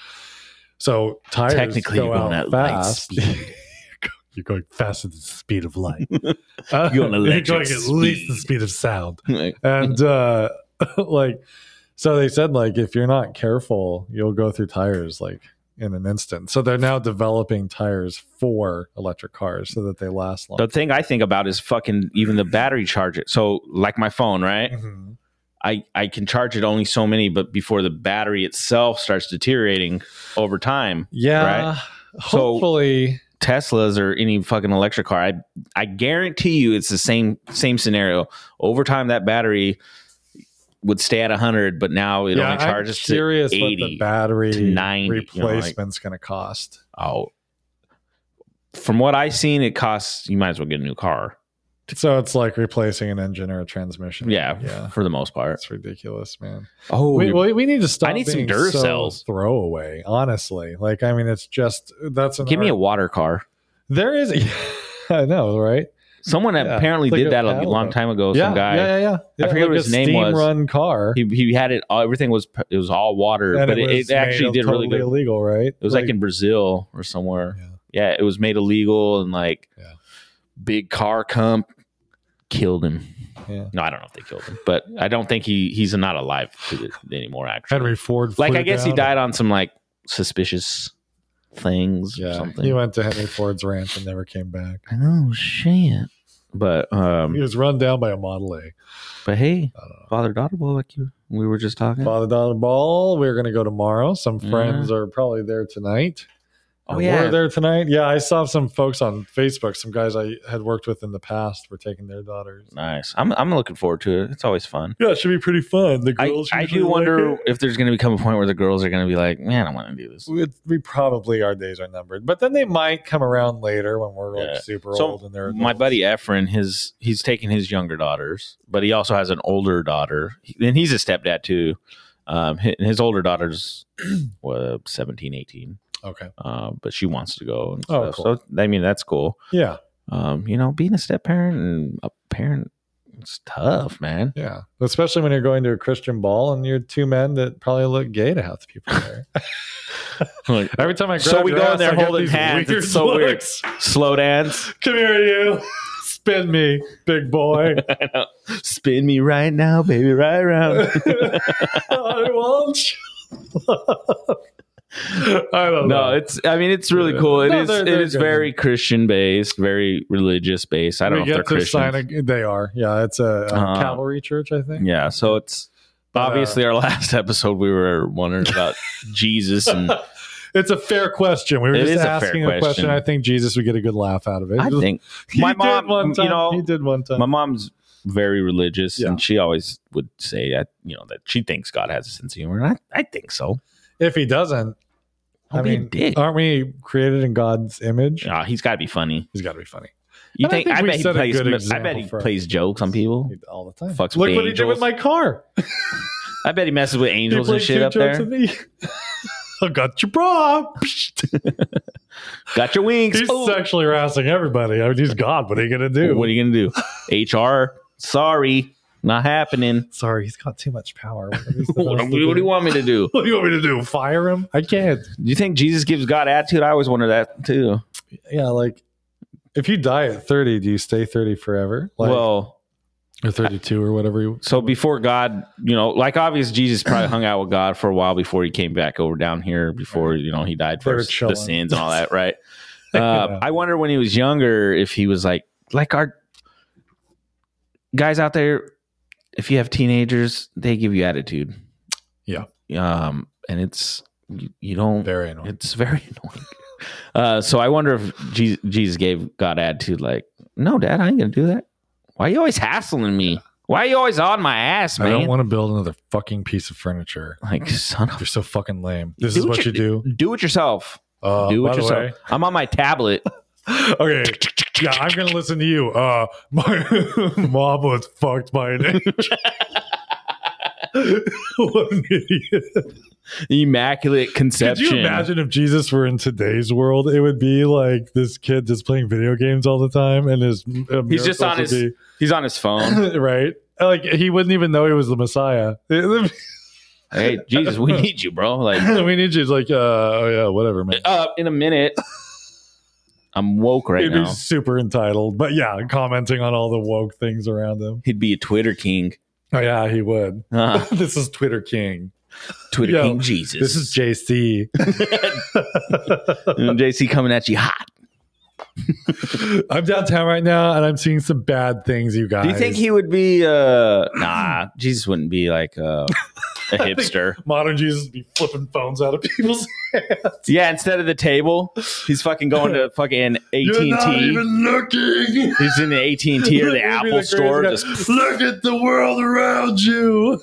Speaker 1: So tires
Speaker 2: Technically,
Speaker 1: go
Speaker 2: you're going
Speaker 1: out
Speaker 2: at light
Speaker 1: fast.
Speaker 2: speed.
Speaker 1: you're going faster than the speed of light. Uh,
Speaker 2: You're on electric
Speaker 1: going at least the
Speaker 2: speed.
Speaker 1: speed of sound.
Speaker 2: Like,
Speaker 1: And uh, like, so they said like if you're not careful, you'll go through tires like in an instant. So they're now developing tires for electric cars so that they last
Speaker 2: the
Speaker 1: long.
Speaker 2: thing I think about is fucking even the battery charger. So like my phone, right?
Speaker 1: Mhm.
Speaker 2: I I can charge it only so many but before the battery itself starts deteriorating over time.
Speaker 1: Yeah.
Speaker 2: So-
Speaker 1: Hopefully,
Speaker 2: Teslas or any fucking electric car, I I guarantee you it's the same same scenario. Over time that battery would stay at 100, but now it
Speaker 1: yeah,
Speaker 2: only charges
Speaker 1: I'm
Speaker 2: to
Speaker 1: curious what
Speaker 2: 80
Speaker 1: the battery
Speaker 2: to 90, you know, like-
Speaker 1: replacement's going to cost.
Speaker 2: Oh, from what I seen, it costs. You might as well get a new car.
Speaker 1: So it's like replacing an engine or a transmission.
Speaker 2: Yeah,
Speaker 1: Yeah.
Speaker 2: for the most part.
Speaker 1: That's ridiculous, man.
Speaker 2: Oh,
Speaker 1: We, we, we need to stop.
Speaker 2: I need some
Speaker 1: being
Speaker 2: Duracell.
Speaker 1: So throwaway, honestly. Like, I mean, it's just that's an
Speaker 2: give me a
Speaker 1: art-
Speaker 2: water car.
Speaker 1: There is, I know, right?
Speaker 2: Someone
Speaker 1: Yeah,
Speaker 2: apparently
Speaker 1: it's like
Speaker 2: did
Speaker 1: a
Speaker 2: that a
Speaker 1: paddle
Speaker 2: long
Speaker 1: boat.
Speaker 2: time ago.
Speaker 1: yeah,
Speaker 2: Some guy.
Speaker 1: yeah, yeah, yeah. Yeah,
Speaker 2: forget what
Speaker 1: a
Speaker 2: his name
Speaker 1: steam
Speaker 2: was.
Speaker 1: Run car.
Speaker 2: He, he had it. all- Everything was pr- it was all water,
Speaker 1: and
Speaker 2: but it,
Speaker 1: was
Speaker 2: it actually
Speaker 1: made
Speaker 2: did
Speaker 1: of
Speaker 2: really
Speaker 1: totally
Speaker 2: good.
Speaker 1: illegal, right?
Speaker 2: It was like, in Brazil or somewhere.
Speaker 1: Yeah.
Speaker 2: Yeah. it was made illegal and like
Speaker 1: Yeah.
Speaker 2: big car comp killed him.
Speaker 1: Yeah.
Speaker 2: No, I don't know if they killed him, but I don't think he he's not alive to the- anymore. Actually,
Speaker 1: Henry Ford.
Speaker 2: like
Speaker 1: flew
Speaker 2: I guess he
Speaker 1: down.
Speaker 2: died on some like suspicious things or
Speaker 1: Yeah,
Speaker 2: something.
Speaker 1: he went to Henry Ford's ranch and never came back.
Speaker 2: oh shit! But
Speaker 1: He
Speaker 2: um,
Speaker 1: was run down by a Model A.
Speaker 2: but hey,
Speaker 1: I don't know.
Speaker 2: father daughter ball, like you, we were just talking.
Speaker 1: Father Donald Ball. We're going to go tomorrow. Some
Speaker 2: Yeah.
Speaker 1: friends are probably there tonight.
Speaker 2: Oh,
Speaker 1: or
Speaker 2: yeah.
Speaker 1: were there tonight. Yeah, I saw some folks on Facebook. Some guys I had worked with in the past were taking their daughters.
Speaker 2: Nice. I'm I'm looking forward to it. It's always fun.
Speaker 1: Yeah, it should be pretty fun. The
Speaker 2: I,
Speaker 1: girls.
Speaker 2: I
Speaker 1: usually
Speaker 2: do
Speaker 1: like
Speaker 2: wonder
Speaker 1: it.
Speaker 2: if there's going to become a point where the girls are going to be like, man, I want to do this.
Speaker 1: We, we probably our days are numbered, but then they might come around later when we're like
Speaker 2: Yeah.
Speaker 1: super
Speaker 2: So,
Speaker 1: old and they're
Speaker 2: My
Speaker 1: adults.
Speaker 2: buddy Efren, his he's taking his younger daughters, but he also has an older daughter, He- and he's a stepdad too. Um, hi- and his older daughter's well, 17, 18,
Speaker 1: Okay.
Speaker 2: uh, but she wants to go. And
Speaker 1: Oh,
Speaker 2: stuff. So I mean, that's cool.
Speaker 1: Yeah.
Speaker 2: Um, you know, being a step parent and a parent, it's tough, man.
Speaker 1: Yeah. Especially when you're going to a Christian ball and you're two men that probably look gay to half the people there.
Speaker 2: Like,
Speaker 1: Every time I grab
Speaker 2: So we
Speaker 1: your
Speaker 2: go in
Speaker 1: ass,
Speaker 2: there
Speaker 1: I get
Speaker 2: holding
Speaker 1: these
Speaker 2: hands.
Speaker 1: weird
Speaker 2: It's so weird.
Speaker 1: looks.
Speaker 2: slow dance.
Speaker 1: Come here, you. Spin me, big boy.
Speaker 2: I know. Spin me right now, baby, right around.
Speaker 1: I won't. I don't
Speaker 2: no,
Speaker 1: know.
Speaker 2: it's. I mean, it's really
Speaker 1: Yeah.
Speaker 2: cool. It
Speaker 1: No,
Speaker 2: is.
Speaker 1: they're- they're
Speaker 2: it is
Speaker 1: good.
Speaker 2: very Christian based, very religious based. I don't know if they're Christian.
Speaker 1: a, they are. Yeah, it's a, a
Speaker 2: Uh,
Speaker 1: cavalry church, I think.
Speaker 2: yeah, so it's
Speaker 1: But, uh,
Speaker 2: obviously our last episode. We were wondering about Jesus, and
Speaker 1: It's a fair question. We were
Speaker 2: It
Speaker 1: just
Speaker 2: is a fair
Speaker 1: asking a question.
Speaker 2: question.
Speaker 1: I think Jesus would get a good laugh out of it.
Speaker 2: I think
Speaker 1: He
Speaker 2: my
Speaker 1: did
Speaker 2: mom,
Speaker 1: one
Speaker 2: you
Speaker 1: time.
Speaker 2: know,
Speaker 1: he did one time.
Speaker 2: my mom's very religious,
Speaker 1: Yeah.
Speaker 2: and she always would say that you know that she thinks God has a sense of humor, and I, I think so.
Speaker 1: if he doesn't,
Speaker 2: I'll
Speaker 1: I
Speaker 2: be a
Speaker 1: mean,
Speaker 2: dick.
Speaker 1: aren't we created in God's image?
Speaker 2: Uh, he's got to be funny.
Speaker 1: He's got to be funny. And
Speaker 2: You
Speaker 1: I
Speaker 2: think?
Speaker 1: think
Speaker 2: I,
Speaker 1: we
Speaker 2: bet he
Speaker 1: set a
Speaker 2: plays.
Speaker 1: good
Speaker 2: I bet
Speaker 1: example
Speaker 2: he
Speaker 1: for-
Speaker 2: plays jokes on people.
Speaker 1: He- all the time.
Speaker 2: Fucks
Speaker 1: Look
Speaker 2: with
Speaker 1: what he did
Speaker 2: angels.
Speaker 1: with my car.
Speaker 2: I bet he messes with
Speaker 1: He
Speaker 2: angels and
Speaker 1: played
Speaker 2: shit
Speaker 1: two
Speaker 2: up
Speaker 1: jokes
Speaker 2: there.
Speaker 1: with me. I got your bra.
Speaker 2: Got your wings.
Speaker 1: He's
Speaker 2: Oh.
Speaker 1: sexually harassing everybody. I mean, he's God. What are you gonna do?
Speaker 2: What are you gonna do? HR, sorry, not happening.
Speaker 1: Sorry, he's got too much power. What,
Speaker 2: What, do you want me to do?
Speaker 1: What do you want me to do? Fire him? I can't.
Speaker 2: Do you think Jesus gives God attitude? I always wonder that too.
Speaker 1: Yeah, like if you die at thirty, do you stay thirty forever? Like,
Speaker 2: well,
Speaker 1: or thirty-two or whatever. You,
Speaker 2: so before God, you know, like obvious, Jesus probably hung out with God for a while before he came back over down here. Before you know, he died
Speaker 1: They
Speaker 2: for
Speaker 1: were
Speaker 2: s- the
Speaker 1: chilling.
Speaker 2: sins and all that, right? Uh,
Speaker 1: Yeah.
Speaker 2: I wonder when he was younger if he was like like our guys out there. If you have teenagers, they give you attitude.
Speaker 1: Yeah.
Speaker 2: Um, and it's you, you don't
Speaker 1: very annoying.
Speaker 2: It's very annoying. Uh, so I wonder if Jesus, Jesus gave God attitude like, no, Dad, I ain't gonna do that. Why you always hassling me? Why you always on my ass,
Speaker 1: I don't
Speaker 2: man?
Speaker 1: want to build another fucking piece of furniture.
Speaker 2: like, son of
Speaker 1: You're so fucking lame. This
Speaker 2: Do
Speaker 1: is
Speaker 2: what
Speaker 1: what you
Speaker 2: you-
Speaker 1: do.
Speaker 2: do it yourself.
Speaker 1: Uh,
Speaker 2: do
Speaker 1: by
Speaker 2: it
Speaker 1: the
Speaker 2: yourself.
Speaker 1: way-
Speaker 2: I'm on my tablet.
Speaker 1: Okay. Yeah, I'm gonna listen to you. Uh my mom was fucked by an angel. what an idiot.
Speaker 2: Immaculate conception.
Speaker 1: Could you imagine if Jesus were in today's world? It would be like this kid just playing video games all the time and his uh,
Speaker 2: He's just on
Speaker 1: miracles
Speaker 2: his-
Speaker 1: would
Speaker 2: He's on his phone.
Speaker 1: be- right? Like he wouldn't even know he was the Messiah. we
Speaker 2: hey, Jesus, we need you, bro. Like,
Speaker 1: need you It's like uh oh yeah, whatever, man.
Speaker 2: uh, in a minute. I'm woke right
Speaker 1: He'd
Speaker 2: now.
Speaker 1: be super entitled, but yeah, commenting on all the woke things around him.
Speaker 2: He'd be a Twitter king.
Speaker 1: Oh yeah, he would.
Speaker 2: Uh,
Speaker 1: this is Twitter King.
Speaker 2: Twitter
Speaker 1: Yo,
Speaker 2: king Jesus.
Speaker 1: This is JC.
Speaker 2: And JC Mm, coming at you hot.
Speaker 1: I'm downtown right now and I'm seeing some bad things, you guys.
Speaker 2: Do you think he would be uh nah, Jesus wouldn't be like uh, a hipster.
Speaker 1: modern Jesus be flipping phones out of people's
Speaker 2: yeah, instead of the table, he's fucking going to fucking AT&T.
Speaker 1: looking.
Speaker 2: He's in the AT&T or
Speaker 1: You'd be
Speaker 2: the Apple
Speaker 1: crazy
Speaker 2: store.
Speaker 1: guy.
Speaker 2: Just,
Speaker 1: Look at the world around you.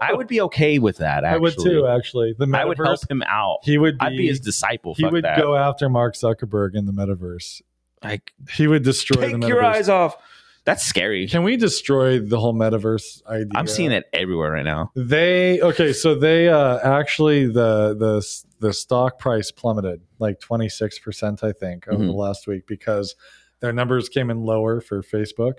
Speaker 2: I would be okay with that actually.
Speaker 1: I would too, actually. The metaverse.
Speaker 2: I would help him out.
Speaker 1: He would be,
Speaker 2: I'd be his disciple.
Speaker 1: he
Speaker 2: Fuck
Speaker 1: would
Speaker 2: that.
Speaker 1: go after Mark Zuckerberg in the metaverse.
Speaker 2: like
Speaker 1: He would destroy
Speaker 2: take
Speaker 1: the metaverse.
Speaker 2: your eyes off. That's scary.
Speaker 1: Can we destroy the whole metaverse idea?
Speaker 2: I'm seeing it everywhere right now.
Speaker 1: They okay, so they uh, actually the the the stock price plummeted like twenty six percent, I think, over the last week because their numbers came in lower for Facebook,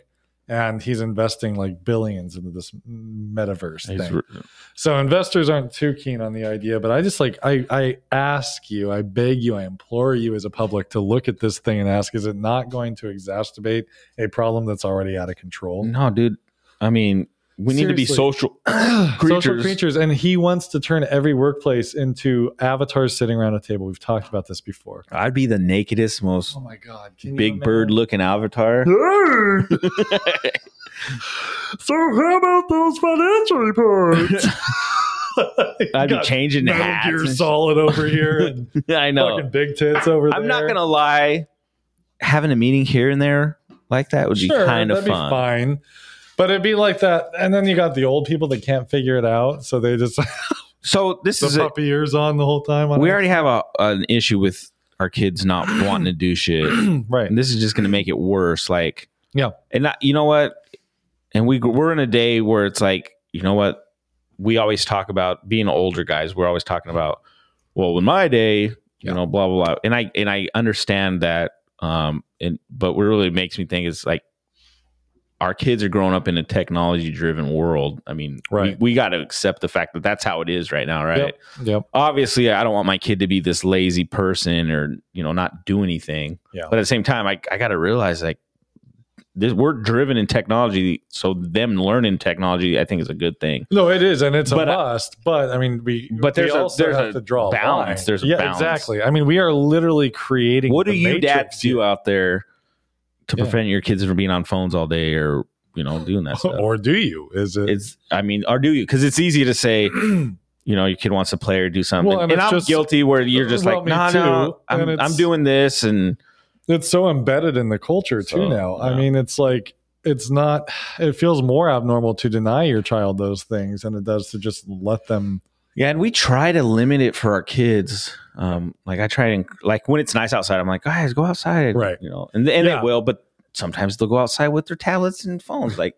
Speaker 1: and he's investing like billions into this metaverse
Speaker 2: He's
Speaker 1: thing.
Speaker 2: re-
Speaker 1: so investors aren't too keen on the idea, but I just like I I ask you, I beg you, I implore you as a public to look at this thing and ask: Is it not going to exacerbate a problem that's already out of control?
Speaker 2: No, dude. I mean, we need to be
Speaker 1: Seriously.
Speaker 2: social
Speaker 1: social creatures and he wants to turn every workplace into avatars sitting around a table we've talked about this before
Speaker 2: I'd be the nakedest, most
Speaker 1: oh my god can you
Speaker 2: big bird
Speaker 1: imagine?
Speaker 2: looking avatar.
Speaker 1: so how about those financial reports
Speaker 2: I'd be
Speaker 1: Got
Speaker 2: changing the
Speaker 1: Metal
Speaker 2: hats.
Speaker 1: Gear
Speaker 2: and
Speaker 1: Solid over here and
Speaker 2: shit. I know.
Speaker 1: fucking big tits over there.
Speaker 2: I'm not gonna lie. Having a meeting here and there like that would be kind of
Speaker 1: that'd
Speaker 2: fun.
Speaker 1: Be fine. But it'd be like that, and then you got the old people that can't figure it out, so they just
Speaker 2: So this
Speaker 1: the
Speaker 2: is it.
Speaker 1: puppy ears on the whole time. on
Speaker 2: We
Speaker 1: it.
Speaker 2: already have a, an issue with our kids not wanting to do shit.
Speaker 1: right.
Speaker 2: and this is just going to make it worse. Like,
Speaker 1: Yeah.
Speaker 2: and not, you know what? And we we're in a day where it's like, you know what? We always talk about being older guys. We're always talking about, well, in my day, you
Speaker 1: Yeah.
Speaker 2: know, blah blah blah. And I and I understand that. Um, and but what really makes me think is like, our kids are growing up in a technology driven world. I mean,
Speaker 1: Right.
Speaker 2: We, we got to accept the fact that that's how it is right now, right?
Speaker 1: Yep. Yep.
Speaker 2: obviously I don't want my kid to be this lazy person or you know not do anything.
Speaker 1: Yeah.
Speaker 2: But at the same time, I, I got to realize like this we're driven in technology, so them learning technology I think is a good thing.
Speaker 1: No, it is, and it's
Speaker 2: But,
Speaker 1: a
Speaker 2: uh,
Speaker 1: must. but I mean, we
Speaker 2: but there's
Speaker 1: we
Speaker 2: a-
Speaker 1: also
Speaker 2: there's
Speaker 1: have
Speaker 2: a
Speaker 1: to draw a
Speaker 2: balance.
Speaker 1: line.
Speaker 2: There's a
Speaker 1: yeah,
Speaker 2: balance.
Speaker 1: exactly. I mean, we are literally creating.
Speaker 2: What do
Speaker 1: the
Speaker 2: you
Speaker 1: matrix
Speaker 2: dads do out there to
Speaker 1: Yeah.
Speaker 2: prevent your kids from being on phones all day or you know doing that
Speaker 1: here.
Speaker 2: stuff?
Speaker 1: or do you? Is it?
Speaker 2: it's I mean, or do you? Because it's easy to say. You know, your kid wants to play or do something,
Speaker 1: Well, and
Speaker 2: and,
Speaker 1: it's
Speaker 2: I'm
Speaker 1: just-
Speaker 2: guilty. Where you're just
Speaker 1: Well,
Speaker 2: like,
Speaker 1: me
Speaker 2: no, nah,
Speaker 1: too,
Speaker 2: no,
Speaker 1: and
Speaker 2: I'm,
Speaker 1: it's-
Speaker 2: I'm doing this, and
Speaker 1: it's so embedded in the culture too
Speaker 2: So,
Speaker 1: now. I
Speaker 2: yeah.
Speaker 1: mean, it's like it's not. It feels more abnormal to deny your child those things than it does to just let them.
Speaker 2: Yeah, and we try to limit it for our kids. Um, like I try to like when it's nice outside, I'm like, guys, go outside,
Speaker 1: Right.
Speaker 2: You know, and and
Speaker 1: Yeah.
Speaker 2: they will, but sometimes they'll go outside with their tablets and phones. Like,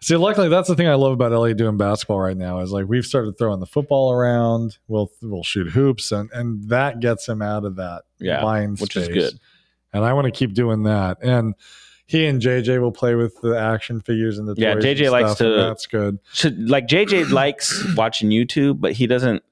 Speaker 1: See, luckily, that's the thing I love about LA doing basketball right now is like we've started throwing the football around. We'll we'll shoot hoops, and and that gets him out of that
Speaker 2: Yeah,
Speaker 1: mind
Speaker 2: which
Speaker 1: space.
Speaker 2: is good.
Speaker 1: and I want to keep doing that. And he and JJ will play with the action figures and the
Speaker 2: Yeah,
Speaker 1: toys
Speaker 2: JJ
Speaker 1: and
Speaker 2: likes
Speaker 1: stuff, and
Speaker 2: to-
Speaker 1: That's good.
Speaker 2: Should like JJ likes watching YouTube, but he doesn't.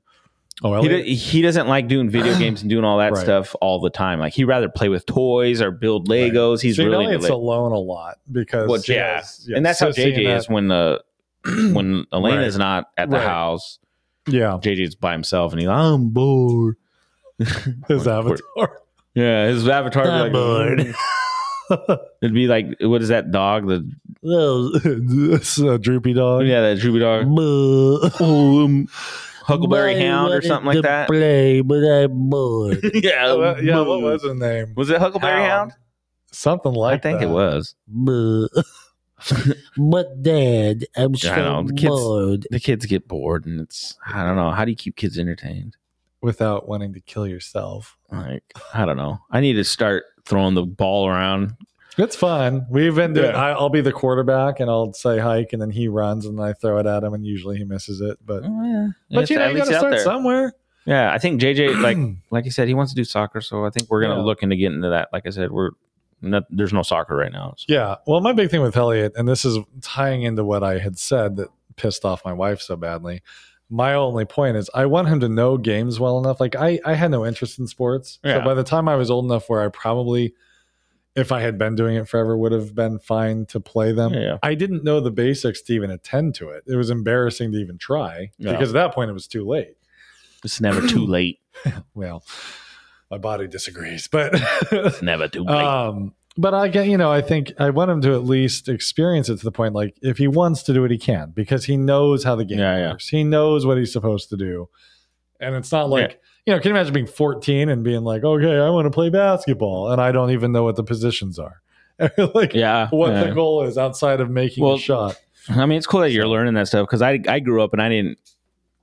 Speaker 1: Oh,
Speaker 2: He,
Speaker 1: Elliot,
Speaker 2: do, he doesn't like doing video games and doing all that
Speaker 1: Right.
Speaker 2: stuff all the time. Like he'd rather play with toys or build Legos. He's
Speaker 1: See,
Speaker 2: really
Speaker 1: Elliot's
Speaker 2: into Lego.
Speaker 1: alone a lot because
Speaker 2: Well,
Speaker 1: he
Speaker 2: yeah.
Speaker 1: has-
Speaker 2: and that's how
Speaker 1: Sissy
Speaker 2: JJ
Speaker 1: and
Speaker 2: is when uh when Elena's
Speaker 1: Right.
Speaker 2: not at the
Speaker 1: Right.
Speaker 2: house.
Speaker 1: that- Yeah,
Speaker 2: JJ's by himself, and he's "Oh, I'm bored.
Speaker 1: his
Speaker 2: We're-
Speaker 1: avatar.
Speaker 2: Yeah, his avatar
Speaker 1: Ah,
Speaker 2: would be like, it'd be like, what is that dog? The
Speaker 1: it's a droopy
Speaker 2: oh,
Speaker 1: dog.
Speaker 2: yeah, that droopy dog,
Speaker 3: Oh, um,
Speaker 2: Huckleberry Hound or something like that.
Speaker 3: Play, but I'm bored.
Speaker 2: yeah,
Speaker 1: Oh, that- yeah, what
Speaker 2: boo.
Speaker 1: was the name?
Speaker 2: Was it Huckleberry
Speaker 3: Hound?
Speaker 2: Hound?
Speaker 1: Something like
Speaker 2: I think
Speaker 1: that.
Speaker 2: it was.
Speaker 3: but Dad, I'm
Speaker 2: Yeah, I
Speaker 3: so
Speaker 2: know, the kids-
Speaker 3: bored.
Speaker 2: The kids get bored, and it's I don't know. How do you keep kids entertained?
Speaker 1: Without wanting to kill yourself,
Speaker 2: Like I don't know. I need to start throwing the ball around.
Speaker 1: it's fun. We've been doing.
Speaker 2: Yeah.
Speaker 1: I, I'll be the quarterback, and I'll say hike, and then he runs, and I throw it at him, and usually he misses it. But
Speaker 2: Oh, yeah.
Speaker 1: but
Speaker 2: It's-
Speaker 1: you know,
Speaker 2: at
Speaker 1: you
Speaker 2: least
Speaker 1: gotta
Speaker 2: out
Speaker 1: start
Speaker 2: there.
Speaker 1: somewhere.
Speaker 2: Yeah, I think JJ like like he said he wants to do soccer, so I think we're gonna
Speaker 1: Yeah.
Speaker 2: look into getting into that. Like I said, we're not, there's no soccer right now. so-
Speaker 1: Yeah. Well, my big thing with Elliot, and this is tying into what I had said that pissed off my wife so badly. My only point is I want him to know games well enough. Like I, I had no interest in sports. So
Speaker 2: Yeah.
Speaker 1: by the time I was old enough where I probably, if I had been doing it forever, would have been fine to play them.
Speaker 2: Yeah.
Speaker 1: I didn't know the basics to even attend to it. It was embarrassing to even try
Speaker 2: Yeah.
Speaker 1: because at that point it was too late
Speaker 2: It's never too late.
Speaker 1: well my body disagrees but
Speaker 2: It's never too late.
Speaker 1: um but i get you know i think i want him to at least experience it to the point like if he wants to do it he can because he knows how the game
Speaker 2: Yeah, yeah.
Speaker 1: works he knows what he's supposed to do and it's not like you know can you imagine being 14 and being like okay i want to play basketball and i don't even know what the positions are like
Speaker 2: yeah.
Speaker 1: what
Speaker 2: yeah.
Speaker 1: the goal is outside of making
Speaker 2: Well,
Speaker 1: a shot
Speaker 2: I mean, it's cool that you're learning that stuff because I I grew up and I didn't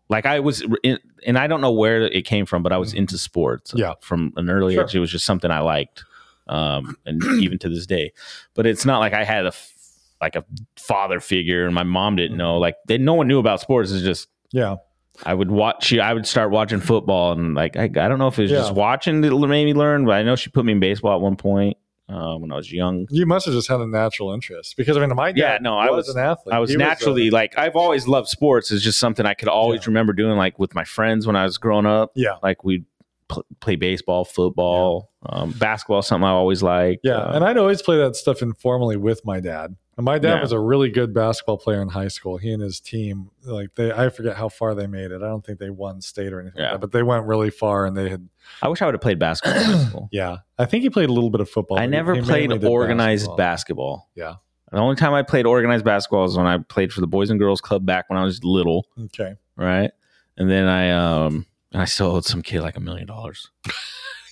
Speaker 2: like I was in, and I don't know where it came from, but I was into sports.
Speaker 1: Mm-hmm.
Speaker 2: uh,
Speaker 1: Yeah.
Speaker 2: from an early
Speaker 1: Sure.
Speaker 2: age, it was just something I liked, um, and even to this day. But it's not like I had a f- like a father figure, and my mom didn't
Speaker 1: Mm-hmm.
Speaker 2: know. Like, they, no one knew about sports. It's just
Speaker 1: yeah
Speaker 2: I would watch she I would start watching football and like I, I don't know if it was
Speaker 1: Yeah.
Speaker 2: just watching that made me learn, but I know she put me in baseball at one point uh, when I was young.
Speaker 1: you must have just had a natural interest because i mean my dad
Speaker 2: Yeah, no, I was-
Speaker 1: an athlete
Speaker 2: I was
Speaker 1: He a-
Speaker 2: naturally like I've always loved sports. It's just something I could always
Speaker 1: Yeah.
Speaker 2: remember doing, like with my friends when I was growing up.
Speaker 1: yeah
Speaker 2: Like we'd pl- play baseball, football, um, basketball. Something I always liked.
Speaker 1: Yeah,
Speaker 2: Uh,
Speaker 1: and I'd always play that stuff informally with my dad. And my dad
Speaker 2: Yeah.
Speaker 1: was a really good basketball player in high school. He and his team, like they, I forget how far they made it. I don't think they won state or anything, like
Speaker 2: Yeah.
Speaker 1: that, but they went really far. And they had,
Speaker 2: I wish I would have played basketball. in high school.
Speaker 1: yeah, I think he played a little bit of football.
Speaker 2: I
Speaker 1: but he-
Speaker 2: never
Speaker 1: he
Speaker 2: played
Speaker 1: mainly did
Speaker 2: organized
Speaker 1: basketball.
Speaker 2: basketball.
Speaker 1: Yeah.
Speaker 2: The only time I played organized basketball is when I played for the Boys and Girls Club back when I was little.
Speaker 1: Okay,
Speaker 2: right? And then I um I sold some kid like a million dollars.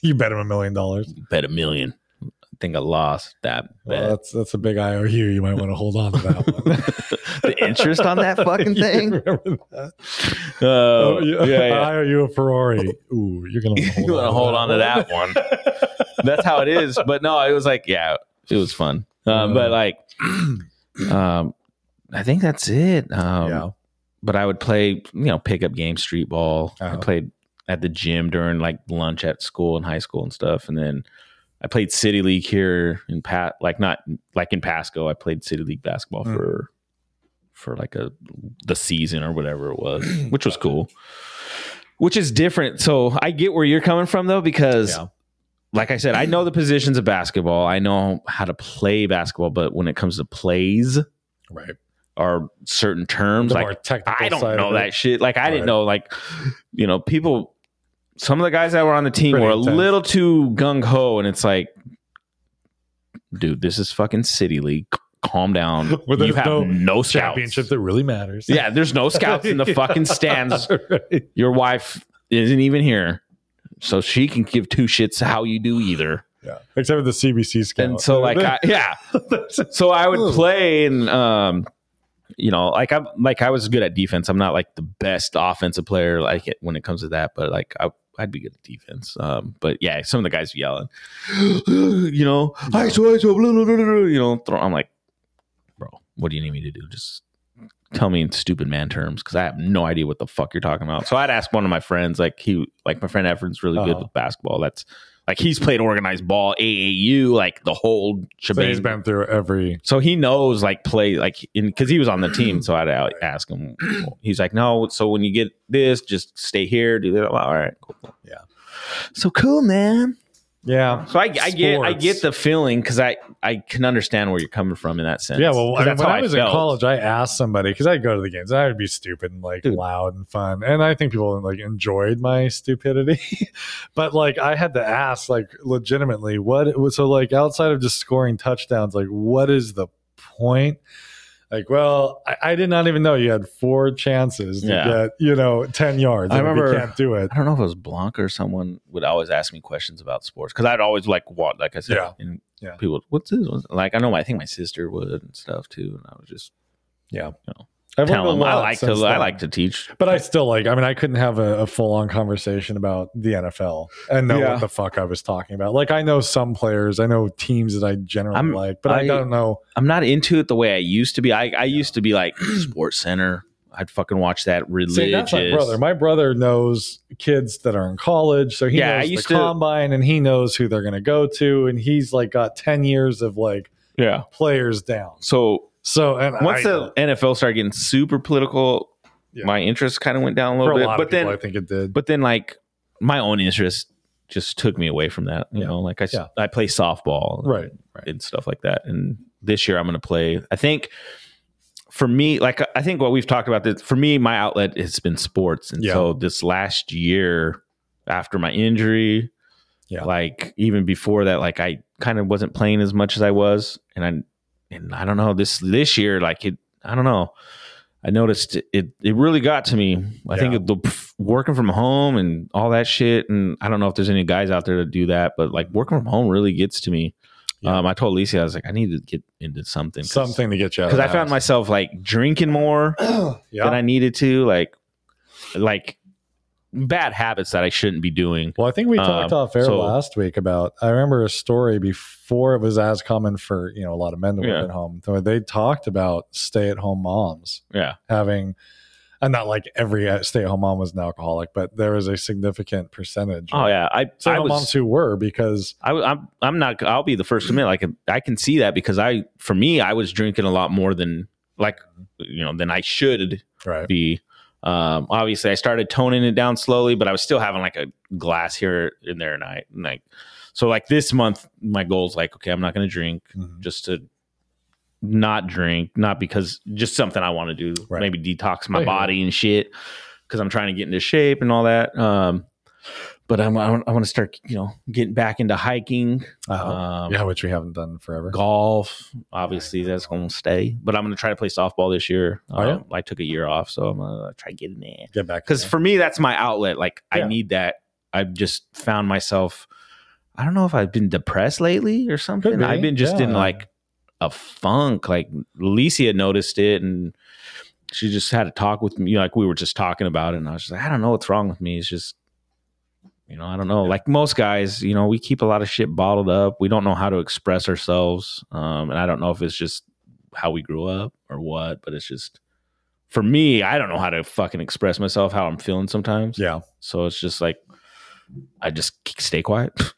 Speaker 1: You bet him a million dollars.
Speaker 2: Bet a million. I think I lost that
Speaker 1: Well,
Speaker 2: bet.
Speaker 1: that's that's a big IOU. You might want to hold on to that one.
Speaker 2: the interest on that fucking
Speaker 1: You
Speaker 2: thing.
Speaker 1: remember that?
Speaker 2: Uh,
Speaker 1: Oh,
Speaker 2: yeah,
Speaker 1: yeah,
Speaker 2: yeah.
Speaker 1: IOU a Ferrari. Ooh, you're gonna wanna
Speaker 2: you want to hold on to that one. That's how it is. But no, it was like, yeah, it was fun. Um,
Speaker 1: Uh,
Speaker 2: but like, um, I think that's it. Um,
Speaker 1: yeah,
Speaker 2: But I would play, you know, pickup game, street ball. I
Speaker 1: Uh-huh.
Speaker 2: played at the gym during like lunch at school and high school and stuff. And then I played city league here in Pat, like not like in Pasco. I played city league basketball
Speaker 1: Mm.
Speaker 2: for for like a the season or whatever it was, which was cool. Which is different. So I get where you're coming from though, because
Speaker 1: Yeah.
Speaker 2: like I said, I know the positions of basketball. I know how to play basketball, but when it comes to plays
Speaker 1: right.
Speaker 2: or certain terms,
Speaker 1: The
Speaker 2: like
Speaker 1: more technical side
Speaker 2: I don't
Speaker 1: of
Speaker 2: know
Speaker 1: it.
Speaker 2: that shit. Like I didn't
Speaker 1: Right.
Speaker 2: know. Like you know, people. Some of the guys that were on the team
Speaker 1: Pretty
Speaker 2: were a
Speaker 1: intense.
Speaker 2: little too gung ho, and it's like, dude, this is fucking city league. C- Calm down.
Speaker 1: Where
Speaker 2: you
Speaker 1: there's
Speaker 2: have no,
Speaker 1: no
Speaker 2: scouts.
Speaker 1: championship that really matters.
Speaker 2: yeah, there's no scouts in the fucking stands.
Speaker 1: Right.
Speaker 2: Your wife isn't even here, so she can give two shits how you do either.
Speaker 1: Yeah. Except for the CBC scout.
Speaker 2: And so, like, I, yeah, so I would play and um you know like I'm like I was good at defense. I'm not like the best offensive player like it, when it comes to that, but like I I'd be good at defense. Um but yeah, some of the guys yelling you know, I saw I saw blah, blah, blah, blah, blah, you know, throw, I'm like bro, what do you need me to do? Just tell me in stupid man terms cuz I have no idea what the fuck you're talking about. So I'd ask one of my friends like he like my friend Everett's really good
Speaker 1: Uh-huh.
Speaker 2: with basketball. That's like he's played organized ball, AAU, like the whole
Speaker 1: so
Speaker 2: shebang.
Speaker 1: he's been through every
Speaker 2: So he knows like play like in because he was on the team. So I'd out- ask him. He's like, no. So when you get this, just stay here. Do that. I'm like, All right. Cool. cool."
Speaker 1: Yeah.
Speaker 2: So cool, man.
Speaker 1: Yeah.
Speaker 2: So I, I get I
Speaker 1: Sports.
Speaker 2: get the feeling because I I can understand where you're coming from in that sense.
Speaker 1: Yeah, well,
Speaker 2: 'Cause
Speaker 1: I mean,
Speaker 2: that's
Speaker 1: when
Speaker 2: how
Speaker 1: I was in
Speaker 2: felt.
Speaker 1: college, I asked somebody because I'd go to the games. and I'd be stupid and like
Speaker 2: Dude.
Speaker 1: loud and fun, and I think people like enjoyed my stupidity. but like, I had to ask, like, legitimately, what? it was- So like, outside of just scoring touchdowns, like, what is the point? Like, well, I, I did not even know you had four chances to
Speaker 2: Yeah.
Speaker 1: get you know ten yards.
Speaker 2: I
Speaker 1: and if
Speaker 2: remember-
Speaker 1: you can't do it.
Speaker 2: I don't know if it was Blanca or someone would always ask me questions about sports because I'd always like what, like I said,
Speaker 1: Yeah.
Speaker 2: and
Speaker 1: Yeah.
Speaker 2: people, what's this? What's-" Like I know, my- I think my sister would and stuff too, and I was just
Speaker 1: I've learned
Speaker 2: telling
Speaker 1: a
Speaker 2: them I
Speaker 1: lot
Speaker 2: like to
Speaker 1: since
Speaker 2: I
Speaker 1: then.
Speaker 2: like to teach
Speaker 1: But I still like. I mean, I couldn't have a, a full on conversation about the NFL and know
Speaker 2: Yeah.
Speaker 1: what the fuck I was talking about. Like, I know some players, I know teams that I generally
Speaker 2: I'm-
Speaker 1: like, but I,
Speaker 2: I-
Speaker 1: don't know.
Speaker 2: I'm not into it the way I used to be. I, I used to be like Sports Center. I'd fucking watch that religious.
Speaker 1: See, that's my brother. My brother knows kids that are in college, so he
Speaker 2: Yeah, I
Speaker 1: knows
Speaker 2: used
Speaker 1: the
Speaker 2: to-
Speaker 1: combine and he knows who they're going to go to, and he's like got ten years of like
Speaker 2: yeah.
Speaker 1: players down.
Speaker 2: So
Speaker 1: So and
Speaker 2: once
Speaker 1: I,
Speaker 2: the NFL started getting super political,
Speaker 1: Yeah.
Speaker 2: my interest kind of went down a
Speaker 1: for
Speaker 2: little
Speaker 1: a
Speaker 2: bit.
Speaker 1: lot
Speaker 2: But
Speaker 1: of people,
Speaker 2: then,
Speaker 1: I think it did.
Speaker 2: but then like my own interest just took me away from that. You
Speaker 1: Yeah.
Speaker 2: know, like I s-
Speaker 1: Yeah.
Speaker 2: I play softball,
Speaker 1: right, right,
Speaker 2: and stuff like that. And this year I'm going to play. I think for me, like I think what we've talked about this for me, my outlet has been sports. And
Speaker 1: Yeah.
Speaker 2: so this last year after my injury,
Speaker 1: Yeah.
Speaker 2: like even before that, like I kind of wasn't playing as much as I was. And I, and I don't know this, this year, like it, I don't know. I noticed it, it, it really got to me. I
Speaker 1: Yeah.
Speaker 2: think the pff, working from home and all that shit. And I don't know if there's any guys out there that do that, but like working from home really gets to me.
Speaker 1: Yeah.
Speaker 2: Um, I told Lisa, I was like, I need to get into something.
Speaker 1: something to get you out.
Speaker 2: Because I found myself like drinking more
Speaker 1: my yeah.
Speaker 2: than I needed to, like, like bad habits that I shouldn't be doing.
Speaker 1: Well, I think we talked
Speaker 2: Um,
Speaker 1: off air
Speaker 2: so-
Speaker 1: last week about. I remember a story before it was as common for you know a lot of men to work
Speaker 2: Yeah.
Speaker 1: at home. where They talked about stay-at-home moms
Speaker 2: Yeah.
Speaker 1: having, and not like every uh, stay-at-home mom was an alcoholic, but there was a significant percentage.
Speaker 2: Oh yeah. I I
Speaker 1: stay-at-home moms
Speaker 2: was.
Speaker 1: who were because
Speaker 2: I, was- I'm I'm not. I'll be the first to admit. Like I can see that because I for me I was drinking a lot more than like you know than I should
Speaker 1: right,
Speaker 2: be. Um, obviously, I started toning it down slowly, but I was still having like a glass here and there a night. And like, so like this month, my goal's like, okay, I'm not going to drink
Speaker 1: Mhm.
Speaker 2: just to not drink, not because just something I want to do,
Speaker 1: Right.
Speaker 2: maybe detox my
Speaker 1: I hear
Speaker 2: body and shit because I'm trying to get into shape and all that. Um, but I'm, I want to start, you know, getting back into hiking,
Speaker 1: Uh,
Speaker 2: um,
Speaker 1: yeah, which we haven't done forever.
Speaker 2: golf. Obviously, that's going to stay. But I'm going to try to play softball this year.
Speaker 1: Oh, yeah?
Speaker 2: Um, I took a year off, so I'm going to try to get in there.
Speaker 1: Get back to
Speaker 2: Because for me, that's my outlet. Like
Speaker 1: Yeah.
Speaker 2: I need that. I've just found myself. I don't know if I've been depressed lately or something.
Speaker 1: be,
Speaker 2: I've been just in
Speaker 1: yeah.
Speaker 2: like a funk. Like Licia noticed it and she just had a talk with me. Like we were just talking about it, and I was just like, I don't know what's wrong with me. It's just you know, I don't know. Like most guys, you know, we keep a lot of shit bottled up. We don't know how to express ourselves. Um, and I don't know if it's just how we grew up or what, but it's just for me, I don't know how to fucking express myself, how I'm feeling sometimes.
Speaker 1: yeah.
Speaker 2: So it's just like I just stay quiet.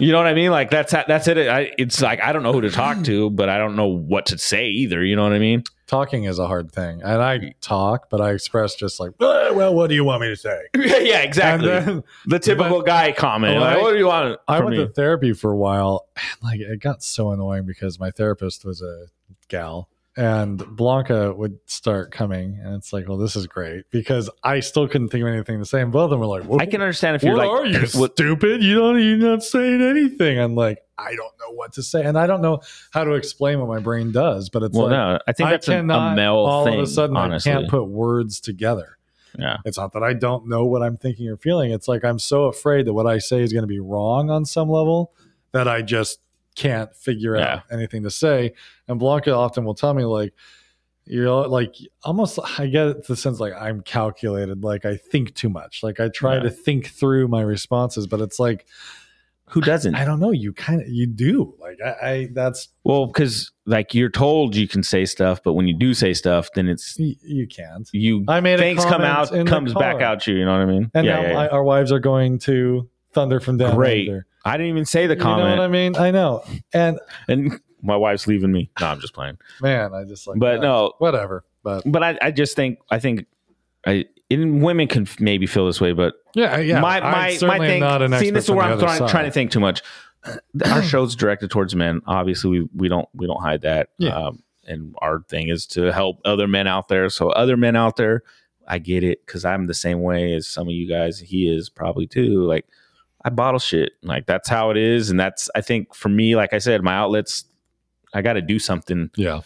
Speaker 2: You know what I mean? Like that's that's it. I, it's like I don't know who to talk to, but I don't know what to say either. You know what I mean?
Speaker 1: Talking is a hard thing, and I talk, but I express just like, "Uh, well, what do you want me to say?
Speaker 2: yeah, exactly.
Speaker 1: And then
Speaker 2: the typical guy comment. Like,
Speaker 1: Like,
Speaker 2: what do you want?
Speaker 1: I
Speaker 2: from
Speaker 1: went
Speaker 2: me?"
Speaker 1: to therapy for a while, and like it got so annoying because my therapist was a gal, and Blanca would start coming, and it's like, well, this is great because I still couldn't think of anything to say, and both of them were like,
Speaker 2: I can understand if
Speaker 1: What
Speaker 2: you're like,
Speaker 1: are you
Speaker 2: what-
Speaker 1: stupid? You don't you're not saying anything. I'm like, I don't know what to say, and I don't know how to explain what my brain does. But it's
Speaker 2: well,
Speaker 1: like,
Speaker 2: no, I think
Speaker 1: I
Speaker 2: that's a,
Speaker 1: cannot.
Speaker 2: a male
Speaker 1: all
Speaker 2: thing.
Speaker 1: of a sudden,
Speaker 2: honestly,
Speaker 1: I can't put words together.
Speaker 2: yeah,
Speaker 1: It's not that I don't know what I'm thinking or feeling. It's like I'm so afraid that what I say is going to be wrong on some level that I just can't figure out anything to say. And Blanca often will tell me like, you know, like almost I get the sense like I'm calculated, like I think too much. Like I try
Speaker 2: Yeah.
Speaker 1: to think through my responses, but it's like
Speaker 2: who doesn't?
Speaker 1: I don't know. You kind of you do like I, I that's
Speaker 2: well, because like you're told you can say stuff, but when you do say stuff, then it's
Speaker 1: you, you can't.
Speaker 2: you
Speaker 1: I made a
Speaker 2: things come
Speaker 1: comment
Speaker 2: out,
Speaker 1: in the
Speaker 2: comes back
Speaker 1: car.
Speaker 2: out you. You know what I mean?
Speaker 1: and now I, our wives are going to thunder from down
Speaker 2: Great.
Speaker 1: under.
Speaker 2: I didn't even say the
Speaker 1: You know
Speaker 2: comment,
Speaker 1: what I mean? I know. And
Speaker 2: and my wife's leaving me. No, I'm just playing.
Speaker 1: man, I just like,
Speaker 2: But
Speaker 1: uh,
Speaker 2: no.
Speaker 1: whatever. But
Speaker 2: But I, I just think, I think, I and women can f- maybe feel this way, but
Speaker 1: yeah, yeah.
Speaker 2: my my my thing. see, this is where I'm trying, trying to think too much. Our show's directed towards men. Obviously, we we don't we don't hide that.
Speaker 1: Yeah.
Speaker 2: Um, and our thing is to help other men out there. So other men out there, I get it because I'm the same way as some of you guys. He is probably too. Like I bottle shit. Like that's how it is, and that's I think for me. Like I said, my outlets. I got to do something,
Speaker 1: Yeah,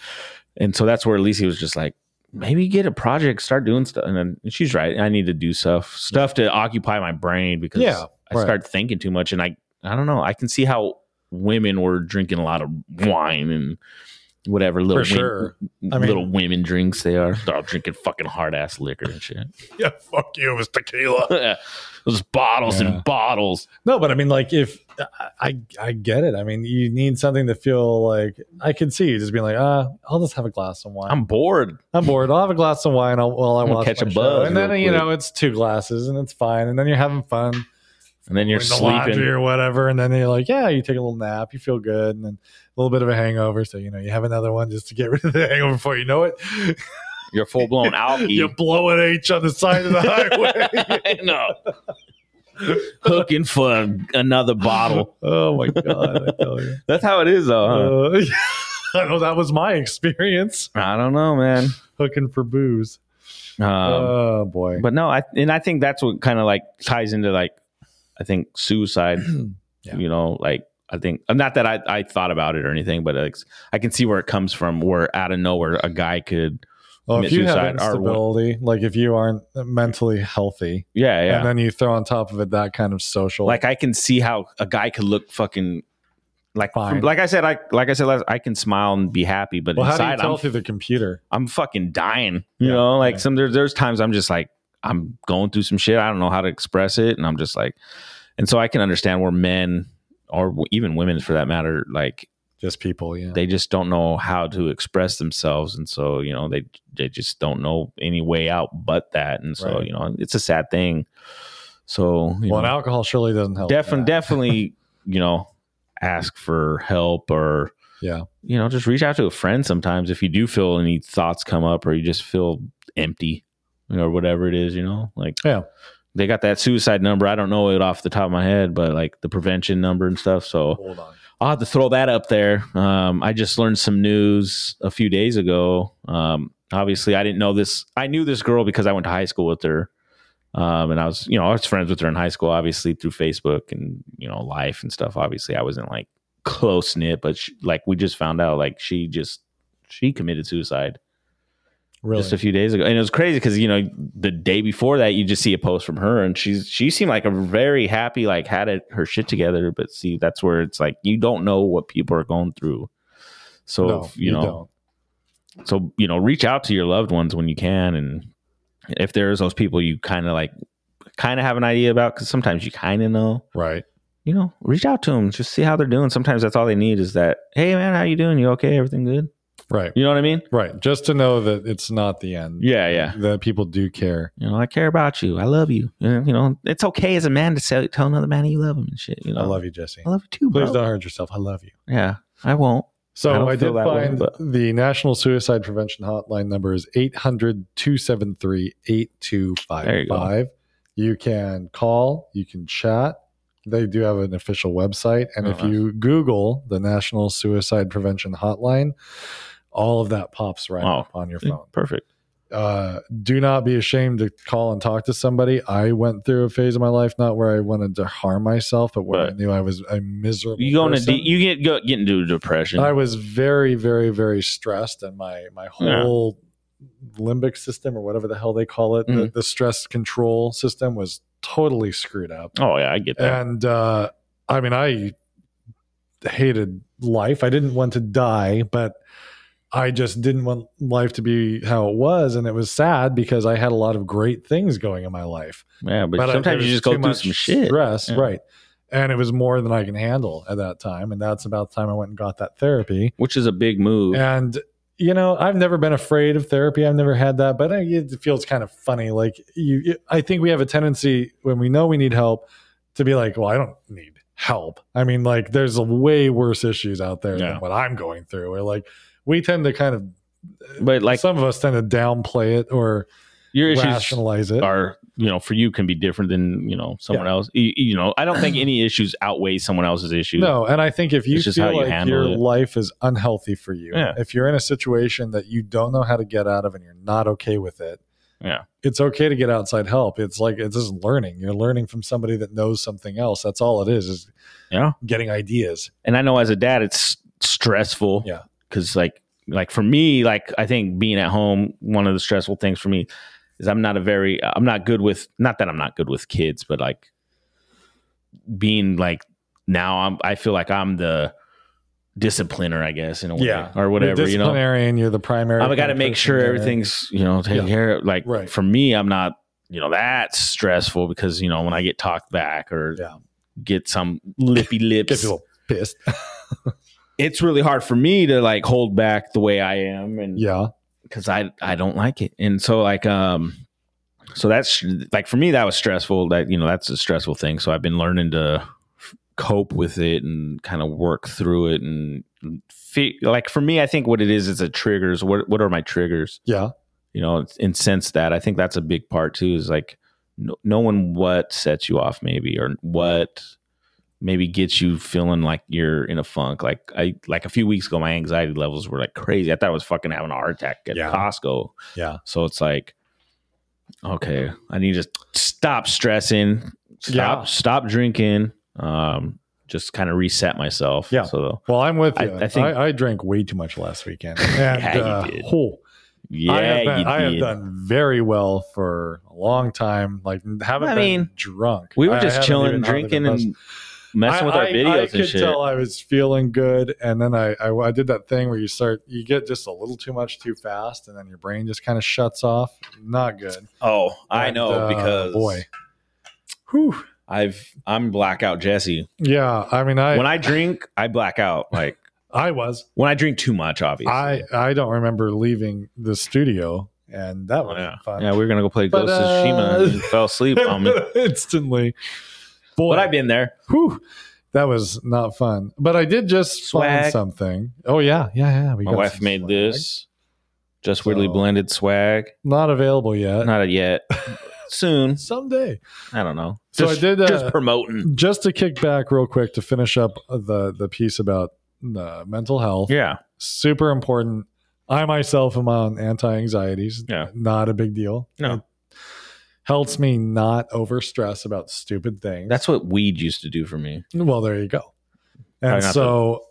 Speaker 2: and so that's where Lisi was just like. Maybe get a project, start doing stuff, and then and she's right. I need to do stuff, stuff to occupy my brain because
Speaker 1: yeah.
Speaker 2: I
Speaker 1: Right.
Speaker 2: start thinking too much, and I I don't know. I can see how women were drinking a lot of wine and whatever little
Speaker 1: For
Speaker 2: win-
Speaker 1: sure. I mean-
Speaker 2: little women drinks they are. They're all drinking fucking hard ass liquor and shit.
Speaker 1: Yeah, fuck you, it was tequila.
Speaker 2: Those bottles
Speaker 1: Yeah.
Speaker 2: and bottles.
Speaker 1: No, but I mean, like, if I, I, I get it. I mean, you need something to feel like I can see you just being like, ah, I'll just have a glass of wine. I'm,
Speaker 2: I'm bored.
Speaker 1: bored. I'll have a glass of wine I'll, while I
Speaker 2: I'm gonna
Speaker 1: watch
Speaker 2: catch
Speaker 1: my
Speaker 2: a
Speaker 1: show.
Speaker 2: buzz
Speaker 1: and then
Speaker 2: real
Speaker 1: you
Speaker 2: quick.
Speaker 1: know it's two glasses and it's fine. And then you're having fun.
Speaker 2: And then you're
Speaker 1: doing the laundry
Speaker 2: sleeping.
Speaker 1: or whatever, and then you're like, yeah, you take a little nap, you feel good, and then a little bit of a hangover, so you know you have another one just to get rid of the hangover before you know it.
Speaker 2: You're full blown
Speaker 1: You
Speaker 2: alky.
Speaker 1: blow an H on the side of the highway.
Speaker 2: I know. Hooking for another bottle. Uh-huh.
Speaker 1: oh my god, I tell you.
Speaker 2: That's how it is, though. huh?
Speaker 1: Uh, I know that was my experience
Speaker 2: I don't know, man.
Speaker 1: hooking for booze.
Speaker 2: Um,
Speaker 1: oh boy,
Speaker 2: but no i and i think that's what kind of like ties into like i think suicide
Speaker 1: Yeah.
Speaker 2: you know like i think uh, not that i i thought about it or anything but like i can see where it comes from where out of nowhere a guy could
Speaker 1: well, if you have
Speaker 2: suicide are one-
Speaker 1: instability, like if you aren't mentally healthy,
Speaker 2: yeah yeah
Speaker 1: and then you throw on top of it that kind of social,
Speaker 2: like i can see how a guy could look fucking like
Speaker 1: Fine.
Speaker 2: like i said i like i said last, i can smile and be happy but
Speaker 1: well, how do you
Speaker 2: inside
Speaker 1: tell
Speaker 2: i'm
Speaker 1: through the computer?
Speaker 2: I'm fucking dying. You
Speaker 1: Yeah,
Speaker 2: know, like
Speaker 1: yeah.
Speaker 2: some there's there's times I'm just like I'm going through some shit. I don't know how to express it, and I'm just like, and so I can understand where men or w- even women for that matter, like
Speaker 1: Just people, yeah.
Speaker 2: they just don't know how to express themselves, and so you know they they just don't know any way out but that, and so
Speaker 1: Right.
Speaker 2: you know it's a sad thing. So you
Speaker 1: well, and
Speaker 2: know,
Speaker 1: alcohol surely doesn't help.
Speaker 2: definitely
Speaker 1: that.
Speaker 2: definitely you know ask for help or
Speaker 1: Yeah.
Speaker 2: you know, just reach out to a friend sometimes if you do feel any thoughts come up or you just feel empty you know, or whatever it is, you know, like
Speaker 1: Yeah.
Speaker 2: they got that suicide number. I don't know it off the top of my head, but like the prevention number and stuff. So
Speaker 1: Hold on.
Speaker 2: I'll have to throw that up there. Um, I just learned some news a few days ago. Um, obviously, I didn't know this. I knew this girl because I went to high school with her. Um, and I was, you know, I was friends with her in high school, obviously through Facebook and you know life and stuff. Obviously, I wasn't like close knit, but she, like we just found out, like she just she committed suicide
Speaker 1: Really?
Speaker 2: just a few days ago, and it was crazy because you know the day before that, you just see a post from her, and she's she seemed like a very happy, like had it, her shit together. But see, that's where it's like you don't know what people are going through. So
Speaker 1: no,
Speaker 2: if, you, know, so you know reach out to your loved ones when you can and if there's those people you kind of like kind of have an idea about because sometimes you kind of know
Speaker 1: Right.
Speaker 2: you know reach out to them just see how they're doing sometimes that's all they need is that hey man how you doing you okay everything good
Speaker 1: Right.
Speaker 2: you know what i mean
Speaker 1: Right. Just to know that it's not the end.
Speaker 2: yeah yeah
Speaker 1: That people do care.
Speaker 2: you know i care about you i love you And, you know it's okay as a man to say, tell another man you love him and shit you know
Speaker 1: I love you, Jesse.
Speaker 2: i love you too bro
Speaker 1: Please don't hurt yourself. I love you.
Speaker 2: yeah i won't I
Speaker 1: So
Speaker 2: don't
Speaker 1: I, did
Speaker 2: feel that way,
Speaker 1: find
Speaker 2: but-
Speaker 1: the National Suicide Prevention Hotline number is 800 273 8255. You can call, you can chat. They do have an official website. And
Speaker 2: Oh,
Speaker 1: if
Speaker 2: nice.
Speaker 1: you Google the National Suicide Prevention Hotline, all of that pops right
Speaker 2: Wow.
Speaker 1: up on your phone.
Speaker 2: perfect
Speaker 1: Uh, do not be ashamed to call and talk to somebody. I went through a phase of my life, not where I wanted to harm myself, but where I
Speaker 2: Right.
Speaker 1: knew I was a miserable
Speaker 2: you go into
Speaker 1: person.
Speaker 2: de- you get go, get into depression
Speaker 1: I was very, very, very stressed, and my my whole limbic system, or whatever the hell they call it, the,
Speaker 2: Mhm.
Speaker 1: the stress control system, was totally screwed up.
Speaker 2: oh yeah i get that
Speaker 1: And uh, I mean, I hated life. I didn't want to die, but I just didn't want life to be how it was, and it was sad because I had a lot of great things going in my life
Speaker 2: yeah but,
Speaker 1: I-
Speaker 2: sometimes
Speaker 1: uh, there's
Speaker 2: you just
Speaker 1: too
Speaker 2: go through
Speaker 1: much
Speaker 2: some shit
Speaker 1: stress,
Speaker 2: Yeah.
Speaker 1: right? And it was more than I can handle at that time, and that's about the time I went and got that therapy.
Speaker 2: which is a big move
Speaker 1: And you know, I've never been afraid of therapy. I've never had that, but I- it feels kind of funny. Like you, you- I think we have a tendency when we know we need help to be like, "Well, I don't need help." I mean, like there's a way worse issues out there
Speaker 2: Yeah.
Speaker 1: than what I'm going through. Where like we tend to kind of,
Speaker 2: but like
Speaker 1: some of us tend to downplay it or
Speaker 2: your issues
Speaker 1: rationalize it.
Speaker 2: are you know for you can be different than you know someone
Speaker 1: Yeah.
Speaker 2: else you, you know i don't think any issues outweigh someone else's issues
Speaker 1: No, and I think if you
Speaker 2: It's just
Speaker 1: feel
Speaker 2: how you
Speaker 1: like
Speaker 2: handle
Speaker 1: your
Speaker 2: it.
Speaker 1: life is unhealthy for you,
Speaker 2: Yeah.
Speaker 1: if you're in a situation that you don't know how to get out of and you're not okay with it,
Speaker 2: Yeah.
Speaker 1: it's okay to get outside help. It's like it's just learning. You're learning from somebody that knows something else. That's all it is. Is
Speaker 2: Yeah.
Speaker 1: getting ideas.
Speaker 2: and i know as a dad it's stressful
Speaker 1: Yeah.
Speaker 2: because like like for me like i think being at home one of the stressful things for me is i'm not a very i'm not good with not that i'm not good with kids but like being like now i'm i feel like i'm the discipliner i guess in a way
Speaker 1: Yeah.
Speaker 2: or whatever
Speaker 1: you're
Speaker 2: you know
Speaker 1: disciplinarian. You're the primary.
Speaker 2: I've got to
Speaker 1: kind of
Speaker 2: make
Speaker 1: person
Speaker 2: sure
Speaker 1: there.
Speaker 2: everything's you know taken
Speaker 1: Yeah.
Speaker 2: care of. Like
Speaker 1: Right.
Speaker 2: for me, I'm not you know that's stressful because you know when I get talked back or
Speaker 1: Yeah.
Speaker 2: get some lippy
Speaker 1: Get
Speaker 2: lips,
Speaker 1: people pissed.
Speaker 2: it's really hard for me to like hold back the way I am, and
Speaker 1: Yeah.
Speaker 2: because I I don't like it, and so like um, so that's like for me that was stressful. That you know that's a stressful thing. So I've been learning to cope with it and kind of work through it and. Fe- like for me, I think what it is is a triggers. What what are my triggers?
Speaker 1: Yeah.
Speaker 2: you know and sense that i think that's a big part too is like kn- knowing what sets you off maybe or what maybe gets you feeling like you're in a funk like i like a few weeks ago my anxiety levels were like crazy i thought i was fucking having a heart attack at
Speaker 1: Yeah.
Speaker 2: costco
Speaker 1: Yeah.
Speaker 2: so it's like okay i need to stop stressing stop
Speaker 1: Yeah.
Speaker 2: stop drinking um just kind of reset myself
Speaker 1: Yeah.
Speaker 2: so
Speaker 1: Well, I'm with
Speaker 2: I-
Speaker 1: you. I,
Speaker 2: I think-
Speaker 1: I, drank way too much last weekend. And,
Speaker 2: Yeah, you
Speaker 1: uh,
Speaker 2: did.
Speaker 1: oh,
Speaker 2: yeah
Speaker 1: I have, been,
Speaker 2: you
Speaker 1: I have
Speaker 2: did.
Speaker 1: done very well for a long time. Like haven't
Speaker 2: I
Speaker 1: been
Speaker 2: mean,
Speaker 1: drunk.
Speaker 2: we
Speaker 1: I-
Speaker 2: were
Speaker 1: I
Speaker 2: just
Speaker 1: haven't
Speaker 2: chilling
Speaker 1: even
Speaker 2: and
Speaker 1: hardly
Speaker 2: drinking
Speaker 1: been buzzed.
Speaker 2: and messing with
Speaker 1: I,
Speaker 2: our
Speaker 1: I-
Speaker 2: videos
Speaker 1: I
Speaker 2: and
Speaker 1: could
Speaker 2: shit
Speaker 1: tell I was feeling good, and then I, I I did that thing where you start you get just a little too much too fast, and then your brain just kind of shuts off. Not good.
Speaker 2: Oh, I
Speaker 1: And,
Speaker 2: know
Speaker 1: uh,
Speaker 2: because
Speaker 1: boy, Whew.
Speaker 2: I've I'm blackout Jesse.
Speaker 1: yeah. I mean, I
Speaker 2: when I drink, I black out. Like
Speaker 1: I was
Speaker 2: when I drink too much, obviously.
Speaker 1: I I don't remember leaving the studio, and that was
Speaker 2: yeah.
Speaker 1: fun.
Speaker 2: yeah, we were gonna go play
Speaker 1: But,
Speaker 2: Ghost of Tsushima
Speaker 1: uh,
Speaker 2: and you fell asleep on me.
Speaker 1: instantly. Boy,
Speaker 2: But I've been there.
Speaker 1: Whew, that was not fun. But I did just
Speaker 2: Swag.
Speaker 1: find something. Oh yeah, yeah, yeah. We
Speaker 2: My
Speaker 1: got
Speaker 2: wife
Speaker 1: some
Speaker 2: made
Speaker 1: swag.
Speaker 2: this just weirdly
Speaker 1: So- Uh,
Speaker 2: blended swag.
Speaker 1: Not available yet.
Speaker 2: Not yet. Soon.
Speaker 1: Someday.
Speaker 2: I don't know.
Speaker 1: So
Speaker 2: Just-
Speaker 1: I did, uh,
Speaker 2: just promoting.
Speaker 1: Just to kick back real quick to finish up the the piece about uh, mental health.
Speaker 2: Yeah.
Speaker 1: Super important. I myself am on anti anxieties.
Speaker 2: Yeah.
Speaker 1: Not a big deal.
Speaker 2: No.
Speaker 1: helps me not overstress about stupid things.
Speaker 2: That's what weed used to do for me.
Speaker 1: well, there you go.
Speaker 2: Probably
Speaker 1: And
Speaker 2: not
Speaker 1: so,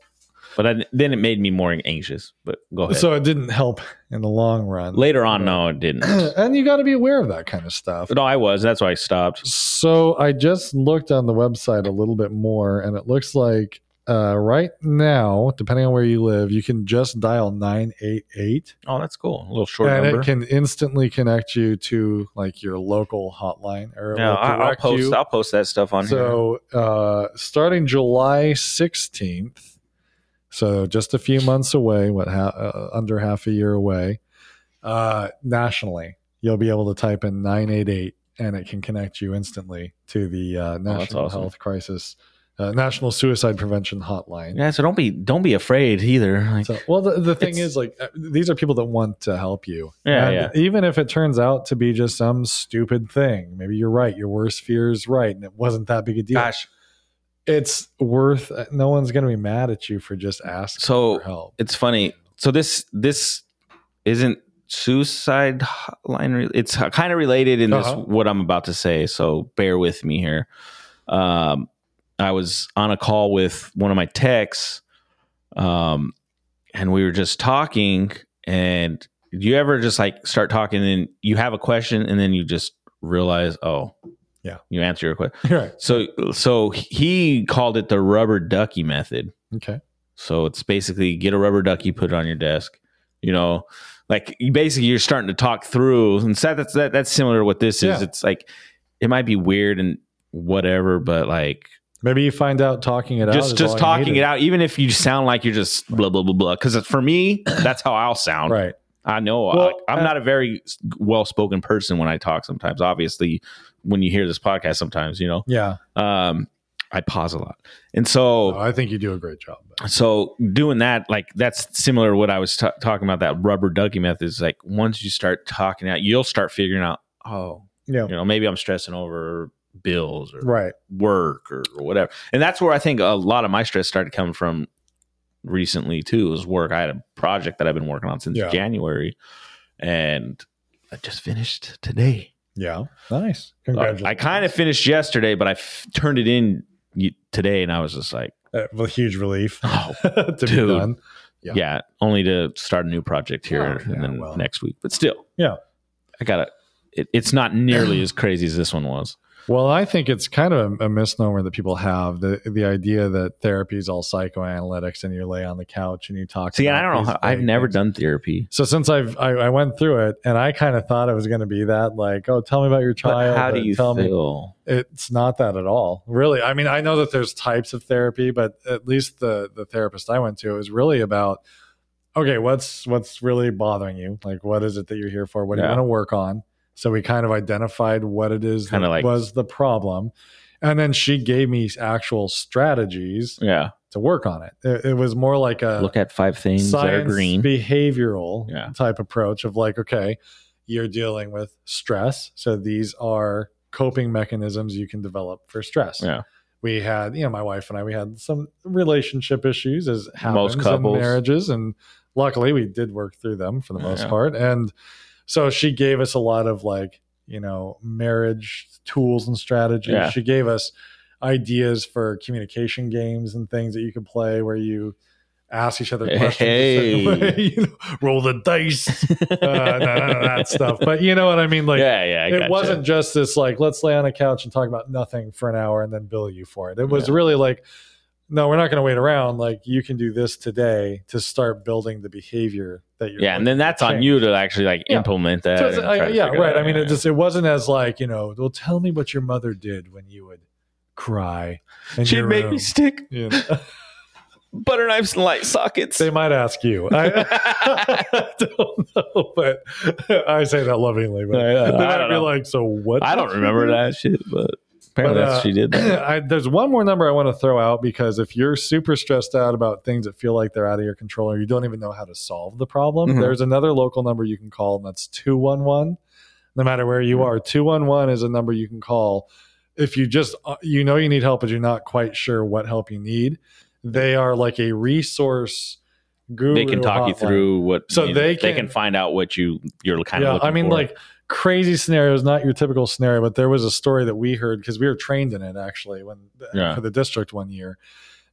Speaker 2: But I, then it made me more anxious. But go ahead.
Speaker 1: so it didn't help in the long run.
Speaker 2: Later on, no, it didn't.
Speaker 1: and you got to be aware of that kind of stuff.
Speaker 2: no, I was. That's why I stopped.
Speaker 1: So I just looked on the website a little bit more, and it looks like uh, right now, depending on where you live, you can just dial nine eight eight,
Speaker 2: Oh, that's cool. A little short
Speaker 1: and
Speaker 2: number.
Speaker 1: it can instantly connect you to like your local hotline or it
Speaker 2: no,
Speaker 1: will
Speaker 2: I, will
Speaker 1: direct
Speaker 2: post.
Speaker 1: you.
Speaker 2: I'll post that stuff on here.
Speaker 1: So uh, starting July sixteenth, so just a few months away, what ha- uh, under half a year away, uh, nationally, you'll be able to type in nine eight eight, and it can connect you instantly to the uh, National
Speaker 2: Oh, awesome.
Speaker 1: Health Crisis, uh, National Suicide Prevention Hotline.
Speaker 2: Yeah, so don't be don't be afraid either. Like,
Speaker 1: So, well, the, the thing
Speaker 2: It's-
Speaker 1: is, like, uh, these are people that want to help you.
Speaker 2: Yeah,
Speaker 1: And Even if it turns out to be just some stupid thing, maybe you're right. Your worst fear is right, and it wasn't that big a deal
Speaker 2: gosh,
Speaker 1: it's worth uh, no one's going to be mad at you for just asking
Speaker 2: So-
Speaker 1: for help
Speaker 2: it's funny. So this this isn't suicide hotline. re- It's kind of related in
Speaker 1: Uh-huh.
Speaker 2: this what I'm about to say. So bear with me here. Um, I was on a call with one of my techs, um, and we were just talking. And do you ever just like start talking and you have a question and then you just realize, oh,
Speaker 1: Yeah.
Speaker 2: you answer your question.
Speaker 1: right
Speaker 2: So so he called it the rubber ducky method.
Speaker 1: okay
Speaker 2: So it's basically get a rubber ducky, put it on your desk. You know, like you basically you're starting to talk through, and so that's that, that's similar to what this is.
Speaker 1: Yeah.
Speaker 2: It's like it might be weird and whatever, but like
Speaker 1: maybe you find out talking it out
Speaker 2: just
Speaker 1: is
Speaker 2: just
Speaker 1: all you
Speaker 2: talking
Speaker 1: needed.
Speaker 2: it out, even if you sound like you're just blah blah blah blah. Because for me, that's how I'll sound.
Speaker 1: right
Speaker 2: I know
Speaker 1: Well,
Speaker 2: I, I'm
Speaker 1: uh,
Speaker 2: not a very well spoken person when I talk. Sometimes, obviously, when you hear this podcast, sometimes you know,
Speaker 1: yeah
Speaker 2: um, I pause a lot, and so
Speaker 1: No, i think you do a great job but-
Speaker 2: so doing that like that's similar to what i was ta- talking about that rubber ducky method is like once you start talking out you'll start figuring out oh
Speaker 1: yeah
Speaker 2: you know maybe i'm stressing over bills or
Speaker 1: right
Speaker 2: work or, or whatever and that's where i think a lot of my stress started coming from recently too is work i had a project that i've been working on since
Speaker 1: Yeah.
Speaker 2: january and i just finished today
Speaker 1: yeah nice
Speaker 2: Uh,
Speaker 1: congratulations
Speaker 2: i kind of finished yesterday but I f- turned it in y- today and i was just like
Speaker 1: Uh, well, huge relief
Speaker 2: oh
Speaker 1: to be
Speaker 2: dude.
Speaker 1: done Yeah.
Speaker 2: yeah. only to start a new project here
Speaker 1: Oh, yeah,
Speaker 2: and then
Speaker 1: well.
Speaker 2: next week but still
Speaker 1: Yeah.
Speaker 2: i gotta it, it's not nearly as crazy as this one was
Speaker 1: Well, I think it's kind of a, a misnomer that people have the the idea that therapy is all psychoanalytics and you lay on the couch and you talk.
Speaker 2: see and i
Speaker 1: about
Speaker 2: don't know
Speaker 1: these
Speaker 2: how, i've
Speaker 1: vague
Speaker 2: never
Speaker 1: things.
Speaker 2: done therapy
Speaker 1: So since I've I, I went through it and I kind of thought it was going to be that like oh tell me about your child
Speaker 2: but how do you
Speaker 1: tell me
Speaker 2: feel
Speaker 1: it's not that at all really i mean i know that there's types of therapy but at least the the therapist i went to it was really about okay what's what's really bothering you like what is it that you're here for what do you
Speaker 2: Yeah.
Speaker 1: want to work on so we kind of identified what it is
Speaker 2: Kinda
Speaker 1: that
Speaker 2: like-
Speaker 1: was the problem and then she gave me actual strategies
Speaker 2: yeah
Speaker 1: to work on it it, it was more like a
Speaker 2: look at five things that are
Speaker 1: Uh, science
Speaker 2: green
Speaker 1: behavioral
Speaker 2: Yeah.
Speaker 1: type approach of like okay you're dealing with stress so these are coping mechanisms you can develop for stress
Speaker 2: Yeah.
Speaker 1: we had you know my wife and i we had some relationship issues as happens
Speaker 2: couples.
Speaker 1: in marriages and luckily we did work through them for the most
Speaker 2: Yeah.
Speaker 1: part and so she gave us a lot of like you know marriage tools and strategies
Speaker 2: Yeah.
Speaker 1: she gave us ideas for communication games and things that you could play where you ask each other questions a certain
Speaker 2: Hey.
Speaker 1: way, you know, roll the dice uh, none of that stuff but you know what i mean like
Speaker 2: yeah yeah I
Speaker 1: it
Speaker 2: gotcha.
Speaker 1: wasn't just this like let's lay on a couch and talk about nothing for an hour and then bill you for it it was
Speaker 2: Yeah.
Speaker 1: really like no we're not going to wait around like you can do this today to start building the behavior that you're
Speaker 2: yeah and then that's on
Speaker 1: change.
Speaker 2: you to actually like
Speaker 1: Yeah.
Speaker 2: implement that
Speaker 1: So it's-
Speaker 2: and
Speaker 1: I-
Speaker 2: try to
Speaker 1: yeah,
Speaker 2: figure it
Speaker 1: right.
Speaker 2: out.
Speaker 1: I mean,
Speaker 2: Yeah,
Speaker 1: it just it wasn't as like you know. Well, tell me what your mother did when you would cry.
Speaker 2: yeah.
Speaker 1: in
Speaker 2: she'd
Speaker 1: your
Speaker 2: make
Speaker 1: room.
Speaker 2: me stick
Speaker 1: You know,
Speaker 2: butter knives and light sockets
Speaker 1: they might ask you. I, I don't know, but I say that lovingly. But
Speaker 2: Yeah, yeah.
Speaker 1: they
Speaker 2: I
Speaker 1: might
Speaker 2: don't
Speaker 1: be
Speaker 2: know.
Speaker 1: like, "So what?"
Speaker 2: i
Speaker 1: did
Speaker 2: don't
Speaker 1: you
Speaker 2: remember
Speaker 1: do?
Speaker 2: that shit but apparently
Speaker 1: But,
Speaker 2: that's
Speaker 1: uh,
Speaker 2: she did that.
Speaker 1: I, there's one more number I want to throw out because if you're super stressed out about things that feel like they're out of your control or you don't even know how to solve the problem,
Speaker 2: Mhm.
Speaker 1: there's another local number you can call, and that's 211. No matter where
Speaker 2: Mm-hmm.
Speaker 1: you are, 211 is a number you can call if you just uh, you know you need help but you're not quite sure what help you need. They are like a resource guru
Speaker 2: they can talk you
Speaker 1: hotline.
Speaker 2: through what
Speaker 1: So
Speaker 2: you
Speaker 1: they
Speaker 2: they
Speaker 1: can-
Speaker 2: can find out what you you're kind
Speaker 1: yeah,
Speaker 2: of looking
Speaker 1: I mean
Speaker 2: for.
Speaker 1: like crazy scenario is not your typical scenario, but there was a story that we heard because we were trained in it actually when
Speaker 2: Yeah.
Speaker 1: for the district one year,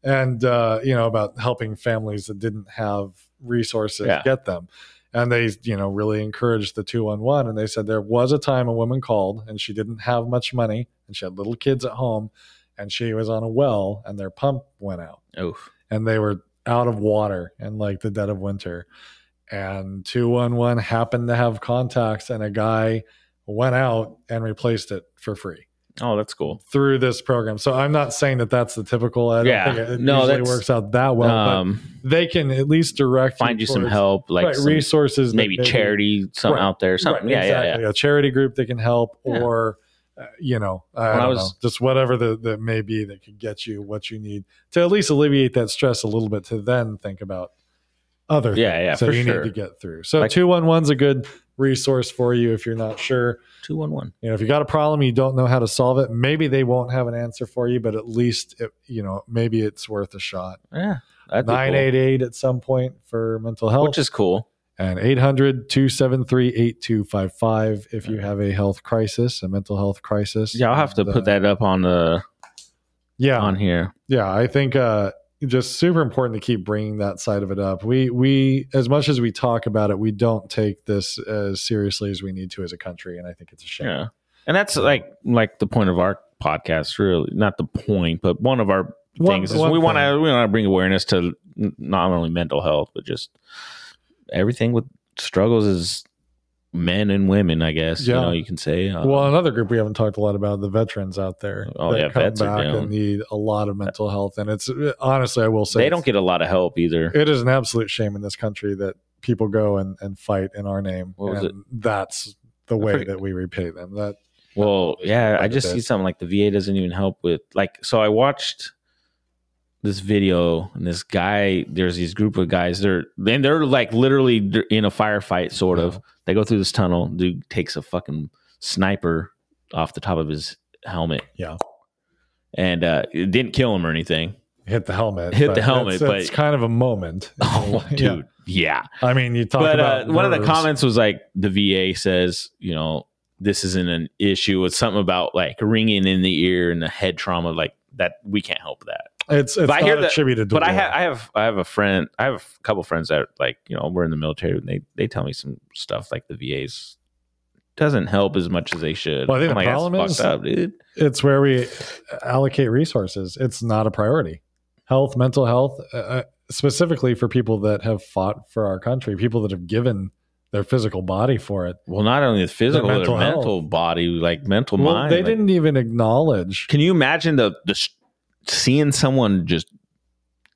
Speaker 1: and uh, you know about helping families that didn't have resources
Speaker 2: Yeah.
Speaker 1: get them. And they, you know, really encouraged the two on one. And they said there was a time a woman called and she didn't have much money and she had little kids at home and she was on a well and their pump went out
Speaker 2: Oof.
Speaker 1: and they were out of water in like the dead of winter. And 211 happened to have contacts, and a guy went out and replaced it for free
Speaker 2: Oh, that's cool.
Speaker 1: through this program. So I'm not saying that that's the typical. I don't
Speaker 2: Yeah.
Speaker 1: think it, it
Speaker 2: No,
Speaker 1: usually
Speaker 2: that's-
Speaker 1: works out that well,
Speaker 2: um,
Speaker 1: but they can at least direct
Speaker 2: find you some
Speaker 1: towards-
Speaker 2: help, like
Speaker 1: right,
Speaker 2: some-
Speaker 1: resources, that
Speaker 2: maybe charity, some
Speaker 1: Right.
Speaker 2: out there, something.
Speaker 1: Right,
Speaker 2: yeah, yeah, yeah.
Speaker 1: exactly. A charity group that can help,
Speaker 2: Yeah.
Speaker 1: or uh, you know, I,
Speaker 2: When I
Speaker 1: don't
Speaker 2: was-
Speaker 1: know, just whatever the, that may be that could get you what you need to at least alleviate that stress a little bit. To then think about other
Speaker 2: Yeah,
Speaker 1: things
Speaker 2: yeah,
Speaker 1: that
Speaker 2: for
Speaker 1: you
Speaker 2: sure.
Speaker 1: need to get through. So
Speaker 2: Like-
Speaker 1: two one one's a good resource for you if you're not sure.
Speaker 2: Two one one.
Speaker 1: You know, if you got a problem you don't know how to solve it, maybe they won't have an answer for you, but at least it, you know maybe it's worth a shot.
Speaker 2: Yeah, that'd be
Speaker 1: Nine eight eight at some point for mental
Speaker 2: cool.
Speaker 1: health
Speaker 2: which is cool.
Speaker 1: and 800 273 8255 if you have a health crisis, a mental health crisis.
Speaker 2: Yeah, I'll have to
Speaker 1: And, uh,
Speaker 2: put that up on the
Speaker 1: Yeah.
Speaker 2: on here.
Speaker 1: yeah, I think uh just super important to keep bringing that side of it up. We we as much as we talk about it, we don't take this as seriously as we need to as a country and I think it's a shame.
Speaker 2: Yeah, and that's like like the point of our podcast, really. Not the point, but one of our
Speaker 1: One-
Speaker 2: things is
Speaker 1: one
Speaker 2: we want
Speaker 1: thing.
Speaker 2: to we want to bring awareness to n- not only mental health but just everything with struggles as men and women. I guess
Speaker 1: Yeah.
Speaker 2: you know you can say. Uh,
Speaker 1: Well, another group we haven't talked a lot about the veterans out there
Speaker 2: Oh, yeah, vets are down.
Speaker 1: and need a lot of mental health, and it's honestly, I will say
Speaker 2: they
Speaker 1: it's-
Speaker 2: don't get a lot of help either.
Speaker 1: it is an absolute shame in this country that people go and, and fight in our name
Speaker 2: What was
Speaker 1: and that's the
Speaker 2: I
Speaker 1: way
Speaker 2: forget-
Speaker 1: that we repay them that
Speaker 2: Well, yeah,
Speaker 1: Like
Speaker 2: I
Speaker 1: it
Speaker 2: just see
Speaker 1: is.
Speaker 2: something like the VA doesn't even help with like so I watched this video and this guy there's these group of guys they're and they're like literally they're in a firefight sort of.
Speaker 1: Yeah.
Speaker 2: They go through this tunnel, dude takes a fucking sniper off the top of his helmet.
Speaker 1: Yeah.
Speaker 2: And uh it didn't kill him or anything.
Speaker 1: hit the helmet
Speaker 2: Hit the
Speaker 1: but
Speaker 2: helmet,
Speaker 1: it's, it's
Speaker 2: but-
Speaker 1: kind of a moment
Speaker 2: Oh,
Speaker 1: Yeah.
Speaker 2: dude. yeah.
Speaker 1: i mean you talk
Speaker 2: but uh,
Speaker 1: about
Speaker 2: one of the
Speaker 1: nerves.
Speaker 2: comments was like the VA says, you know, this isn't an issue. It's something about like ringing in the ear and the head trauma, like that. We can't help that.
Speaker 1: it's, it's
Speaker 2: but I
Speaker 1: not
Speaker 2: hear that-
Speaker 1: attributed to
Speaker 2: But I
Speaker 1: war.
Speaker 2: have, I have, I have a friend. I have a couple friends that like, you know, we're in the military, and they they tell me some stuff like the VA's doesn't help as much as they should.
Speaker 1: Well, I think
Speaker 2: I'm
Speaker 1: the
Speaker 2: like, that's
Speaker 1: problem is-
Speaker 2: fucked up, dude.
Speaker 1: it's where we allocate resources it's not a priority health mental health uh, uh, specifically for people that have fought for our country people that have given their physical body for it
Speaker 2: Well, not only the physical, their
Speaker 1: mental
Speaker 2: mental,
Speaker 1: health.
Speaker 2: body, like mental
Speaker 1: well,
Speaker 2: mind.
Speaker 1: they
Speaker 2: like-
Speaker 1: didn't even acknowledge
Speaker 2: Can you imagine the the sh- seeing someone just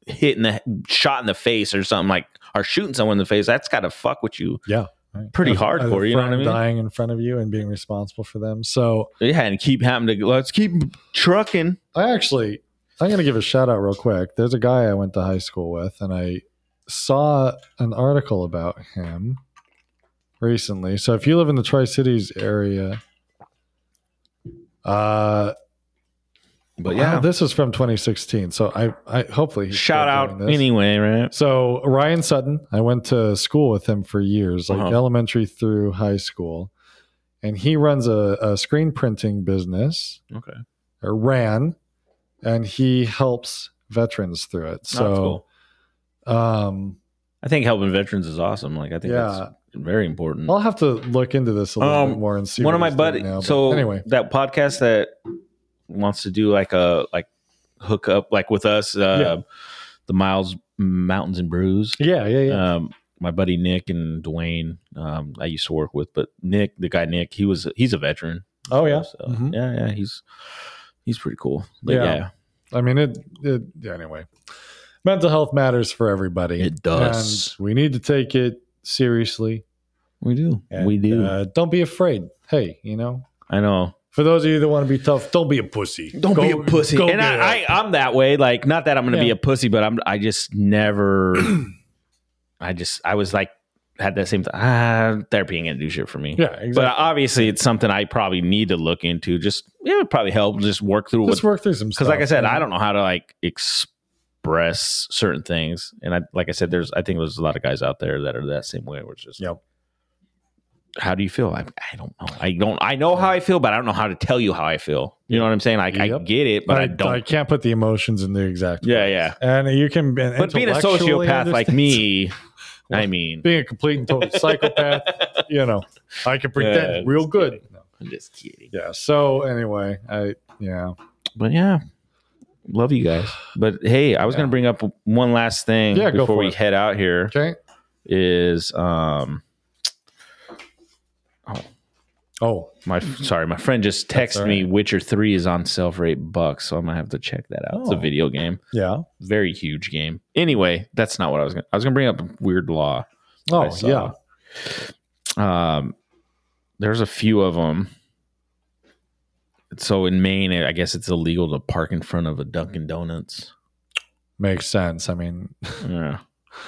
Speaker 2: hit in the shot in the face or something like or shooting someone in the face? That's got to fuck with you.
Speaker 1: right?
Speaker 2: pretty
Speaker 1: As- as a
Speaker 2: hardcore, you know what I
Speaker 1: friend
Speaker 2: mean?
Speaker 1: Dying in front of you and being responsible for them. So
Speaker 2: Yeah, and keep having to let's keep trucking.
Speaker 1: I actually, I'm going to give a shout out real quick. There's a guy I went to high school with, and I saw an article about him recently. So if you live in the Tri Cities area, uh,
Speaker 2: But
Speaker 1: wow,
Speaker 2: yeah,
Speaker 1: this is from 2016. So I, I hopefully he's still
Speaker 2: shout out
Speaker 1: doing this.
Speaker 2: anyway, right?
Speaker 1: So Ryan Sutton, I went to school with him for years, like
Speaker 2: Uh-huh.
Speaker 1: elementary through high school, and he runs a, a screen printing business
Speaker 2: Okay,
Speaker 1: or ran, and he helps veterans through it.
Speaker 2: so
Speaker 1: So, um,
Speaker 2: I think helping veterans is awesome. Like I think
Speaker 1: yeah,
Speaker 2: that's very important.
Speaker 1: I'll have to look into this a little
Speaker 2: Um,
Speaker 1: bit more and see.
Speaker 2: One
Speaker 1: what
Speaker 2: of my
Speaker 1: he's doing
Speaker 2: buddies.
Speaker 1: now, but
Speaker 2: So
Speaker 1: anyway,
Speaker 2: that podcast that wants to do like a like hook up like with us, uh, the Miles Mountains and Brews.
Speaker 1: yeah, yeah, yeah.
Speaker 2: um, my buddy Nick and Dwayne, um, I used to work with, but Nick, the guy Nick, he was he's a veteran.
Speaker 1: oh yeah.
Speaker 2: So,
Speaker 1: Mhm.
Speaker 2: yeah, yeah, he's he's pretty cool. But
Speaker 1: Yeah.
Speaker 2: yeah,
Speaker 1: I mean, it. it yeah, anyway, mental health matters for everybody.
Speaker 2: It does.
Speaker 1: And we need to take it seriously.
Speaker 2: we do,
Speaker 1: And,
Speaker 2: we do.
Speaker 1: Uh, don't be afraid. Hey, you know,
Speaker 2: I know.
Speaker 1: for those of you that want to be tough, don't be a pussy.
Speaker 2: Don't
Speaker 1: Go-
Speaker 2: be a pussy.
Speaker 1: go
Speaker 2: And
Speaker 1: get help.
Speaker 2: I, I, I'm that way. Like, not that I'm going to be
Speaker 1: Yeah.
Speaker 2: a pussy, but I'm. I just never. I just. I was like, had that same. Th- ah, therapy ain't going to do shit for me.
Speaker 1: yeah, exactly.
Speaker 2: But obviously, it's something I probably need to look into. Just it would probably help. Just work through what
Speaker 1: Let's work through some stuff.
Speaker 2: because like i said i
Speaker 1: And-
Speaker 2: don't know how to like express certain things and i like i said there's i think there's a lot of guys out there that are that same way which is
Speaker 1: Yep.
Speaker 2: how do you feel? I, I don't know. I don't. I know how I feel, but I don't know how to tell you how I feel. You know what I'm saying? Like I
Speaker 1: Yep.
Speaker 2: get it, but I, don't.
Speaker 1: I can't put the emotions in the exact.
Speaker 2: yeah, yeah.
Speaker 1: And you can, and
Speaker 2: But being a
Speaker 1: intellectually
Speaker 2: sociopath like
Speaker 1: understand-
Speaker 2: me, I
Speaker 1: Well,
Speaker 2: mean,
Speaker 1: being a complete and total psychopath, you know, I can pretend
Speaker 2: Yeah,
Speaker 1: real
Speaker 2: just
Speaker 1: good. No.
Speaker 2: I'm just kidding.
Speaker 1: Yeah. So anyway, I yeah.
Speaker 2: But yeah, love you guys. But hey, I was
Speaker 1: Yeah.
Speaker 2: gonna bring up one last thing
Speaker 1: Yeah, go for
Speaker 2: before we
Speaker 1: it.
Speaker 2: head out here.
Speaker 1: Okay.
Speaker 2: Is um
Speaker 1: Oh,
Speaker 2: my sorry, my friend just
Speaker 1: That's
Speaker 2: texted
Speaker 1: all
Speaker 2: me Witcher Three is on sale for eight bucks, so I'm gonna have to check that out. It's a
Speaker 1: Oh.
Speaker 2: video game,
Speaker 1: yeah.
Speaker 2: very huge game. Anyway, that's not what I was gonna. I was gonna bring up Weird Law. I
Speaker 1: Oh,
Speaker 2: saw.
Speaker 1: yeah.
Speaker 2: Um, there's a few of them. So in Maine, I guess it's illegal to park in front of a Dunkin' Donuts.
Speaker 1: Makes sense. I mean,
Speaker 2: Yeah.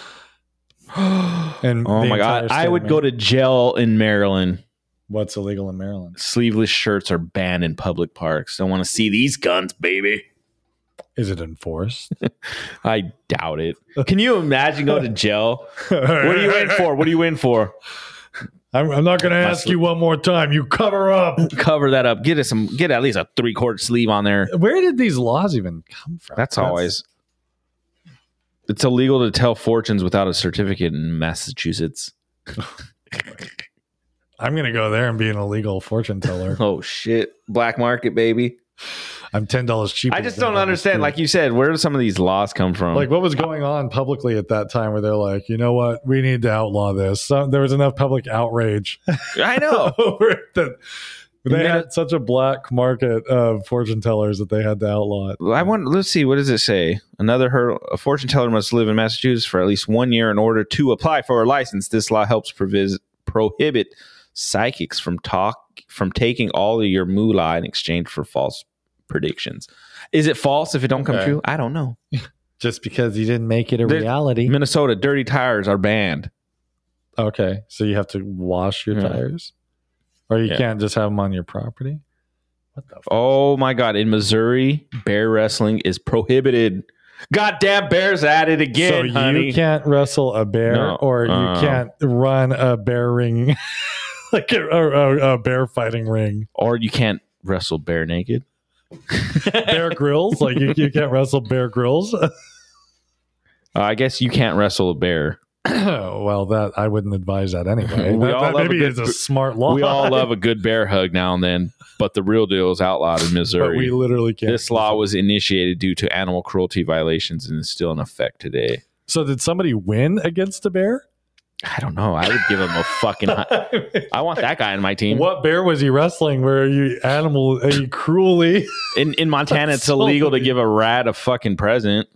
Speaker 1: and
Speaker 2: Oh my god, I would go to jail in Maryland.
Speaker 1: what's illegal in Maryland.
Speaker 2: Sleeveless shirts are banned in public parks. Don't want to see these guns, baby.
Speaker 1: Is it enforced?
Speaker 2: I doubt it. Can you imagine going to jail? What are you in for? What are you in for?
Speaker 1: I'm, I'm not going to
Speaker 2: My
Speaker 1: ask
Speaker 2: sli-
Speaker 1: you one more time. You cover up.
Speaker 2: Cover that up. Get us some. Get at least a three quarter sleeve on there.
Speaker 1: Where did these laws even come from?
Speaker 2: That's always. It's illegal to tell fortunes without a certificate in Massachusetts.
Speaker 1: I'm going to go there and be an illegal fortune teller.
Speaker 2: Oh shit, black market, baby.
Speaker 1: I'm ten dollars cheaper.
Speaker 2: I just
Speaker 1: than
Speaker 2: don't
Speaker 1: on the
Speaker 2: understand.
Speaker 1: street.
Speaker 2: Like you said, where do some of these laws come from?
Speaker 1: like what was going on publicly at that time where they're like, you know what, we need to outlaw this. So, there was enough public outrage
Speaker 2: I know.
Speaker 1: over it that
Speaker 2: You
Speaker 1: they
Speaker 2: made
Speaker 1: had such a black market of fortune tellers that they had to outlaw it.
Speaker 2: I want. Let's see. What does it say? Another hurdle. A fortune teller must live in Massachusetts for at least one year in order to apply for a license. This law helps provis- prohibit psychics from talk from taking all of your moolah in exchange for false predictions. Is it false if it don't come
Speaker 1: Okay.
Speaker 2: true? I don't know.
Speaker 1: just because you didn't make it a
Speaker 2: There's-
Speaker 1: reality.
Speaker 2: Minnesota dirty tires are banned.
Speaker 1: Okay, so you have to wash your
Speaker 2: Yeah.
Speaker 1: tires, or you
Speaker 2: Hmm. Yeah.
Speaker 1: can't just have them on your property. What the? Fuck?
Speaker 2: Oh my god! In Missouri, bear wrestling is prohibited. Goddamn bears at it
Speaker 1: so
Speaker 2: again, honey.
Speaker 1: you can't wrestle a bear,
Speaker 2: No,
Speaker 1: or you
Speaker 2: uh-uh.
Speaker 1: can't run a bear ring, like a, a, a- a bear fighting ring.
Speaker 2: or you can't wrestle bare naked.
Speaker 1: Bear grills, like you, you can't wrestle bear grills.
Speaker 2: Uh, I guess you can't wrestle a bear.
Speaker 1: well, that I wouldn't advise that anyway.
Speaker 2: We
Speaker 1: that,
Speaker 2: all
Speaker 1: that
Speaker 2: love a
Speaker 1: maybe
Speaker 2: good
Speaker 1: is a
Speaker 2: gr-
Speaker 1: smart law.
Speaker 2: We all love a good bear hug now and then, but the real deal is outlawed in
Speaker 1: but we
Speaker 2: Missouri.
Speaker 1: literally can't.
Speaker 2: This law was initiated due to animal cruelty violations and is still in effect today.
Speaker 1: So did somebody win against a bear?
Speaker 2: I don't know. I would give him a fucking. hi- I want that guy on my team.
Speaker 1: What bear was he wrestling? Where you animal? Are you cruelly?
Speaker 2: In in Montana,
Speaker 1: That's
Speaker 2: it's
Speaker 1: so
Speaker 2: illegal to
Speaker 1: weird.
Speaker 2: give a rat a fucking present.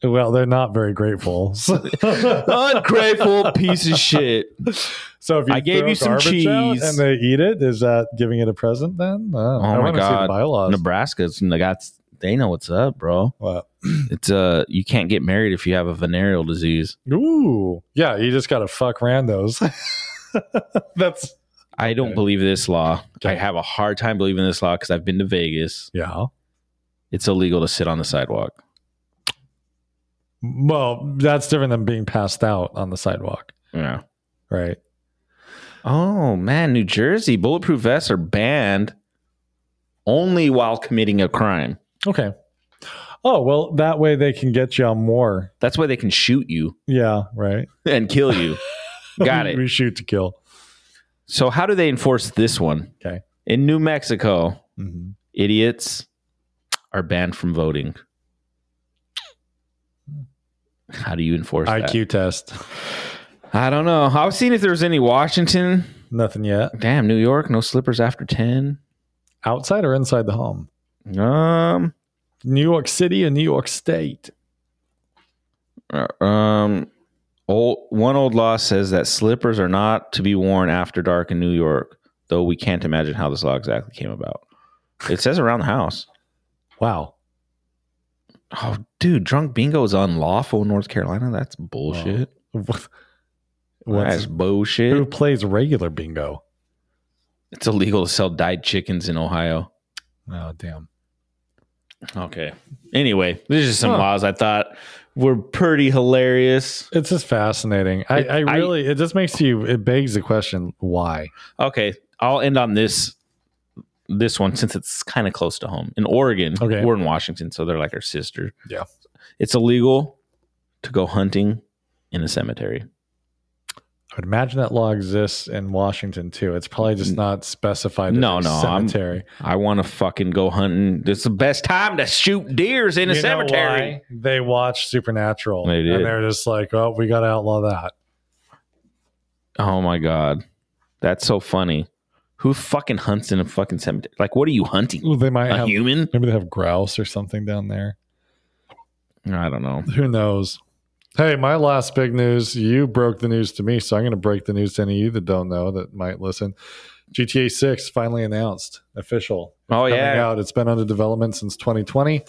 Speaker 1: Well, they're not very grateful. so
Speaker 2: Ungrateful piece of shit.
Speaker 1: if you
Speaker 2: I gave
Speaker 1: throw
Speaker 2: you some
Speaker 1: garbage out
Speaker 2: cheese.
Speaker 1: and they eat it, is that giving it a present then? Oh, I
Speaker 2: my
Speaker 1: wanna see the
Speaker 2: God.
Speaker 1: bylaws.
Speaker 2: Nebraska's and they got they know what's up, bro.
Speaker 1: What?
Speaker 2: It's uh you can't get married if you have a venereal disease.
Speaker 1: Ooh, yeah, you just gotta fuck randos. That's
Speaker 2: I don't
Speaker 1: Okay.
Speaker 2: believe this law.
Speaker 1: Okay.
Speaker 2: I have a hard time believing this law because I've been to Vegas.
Speaker 1: yeah.
Speaker 2: It's illegal to sit on the sidewalk.
Speaker 1: Well, that's different than being passed out on the sidewalk,
Speaker 2: Yeah.
Speaker 1: right?
Speaker 2: Oh man, New Jersey bulletproof vests are banned only while committing a crime.
Speaker 1: Okay. Oh well, that way they can get you on more.
Speaker 2: That's why they can shoot you
Speaker 1: Yeah, right.
Speaker 2: and kill you. Got
Speaker 1: We-
Speaker 2: it.
Speaker 1: We shoot to kill.
Speaker 2: So how do they enforce this one?
Speaker 1: Okay.
Speaker 2: In New Mexico,
Speaker 1: Mm-hmm.
Speaker 2: idiots are banned from voting. How do you enforce that?
Speaker 1: IQ test.
Speaker 2: I don't know. I was seeing if there was any Washington.
Speaker 1: Nothing yet.
Speaker 2: Damn, New York, no slippers after ten.
Speaker 1: Outside or inside the home?
Speaker 2: Um,
Speaker 1: New York City and New York State.
Speaker 2: uh, um, old one old law says that slippers are not to be worn after dark in New York. Though we can't imagine how this law exactly came about. It says around the house.
Speaker 1: Wow.
Speaker 2: Oh, dude, drunk bingo is unlawful in North Carolina. That's bullshit.
Speaker 1: What-
Speaker 2: That's
Speaker 1: What's,
Speaker 2: bullshit.
Speaker 1: who plays regular bingo?
Speaker 2: It's illegal to sell dyed chickens in Ohio.
Speaker 1: Oh, damn.
Speaker 2: Okay. Anyway, these are some
Speaker 1: Huh.
Speaker 2: laws I thought were pretty hilarious.
Speaker 1: It's just fascinating. I,
Speaker 2: It-
Speaker 1: I
Speaker 2: I-
Speaker 1: really, it just makes you, it begs the question, why?
Speaker 2: Okay, I'll end on this this one since it's kind of close to home. In Oregon,
Speaker 1: Okay.
Speaker 2: we're in Washington, so they're like our sister.
Speaker 1: Yeah.
Speaker 2: It's illegal to go hunting in a cemetery.
Speaker 1: I would imagine that law exists in Washington too. It's probably just not specified. that
Speaker 2: No,
Speaker 1: there's
Speaker 2: no,
Speaker 1: a
Speaker 2: I'm-
Speaker 1: cemetery.
Speaker 2: I want to fucking go hunting. It's the best time to shoot deers in a
Speaker 1: You know
Speaker 2: cemetery.
Speaker 1: why? They watch Supernatural,
Speaker 2: They did.
Speaker 1: and they're just like, "Oh, we got to outlaw that."
Speaker 2: Oh my god. That's so funny. Who fucking hunts in a fucking cemetery? Like what are you hunting?
Speaker 1: Ooh, they might
Speaker 2: A
Speaker 1: have
Speaker 2: human?
Speaker 1: maybe they have grouse or something down there.
Speaker 2: I don't know.
Speaker 1: Who knows? Hey, my last big news. You broke the news to me, so I'm going to break the news to any of you that don't know that might listen. GTA 6 finally announced, official.
Speaker 2: Oh
Speaker 1: Coming
Speaker 2: yeah.
Speaker 1: out. It's been under development since 2020.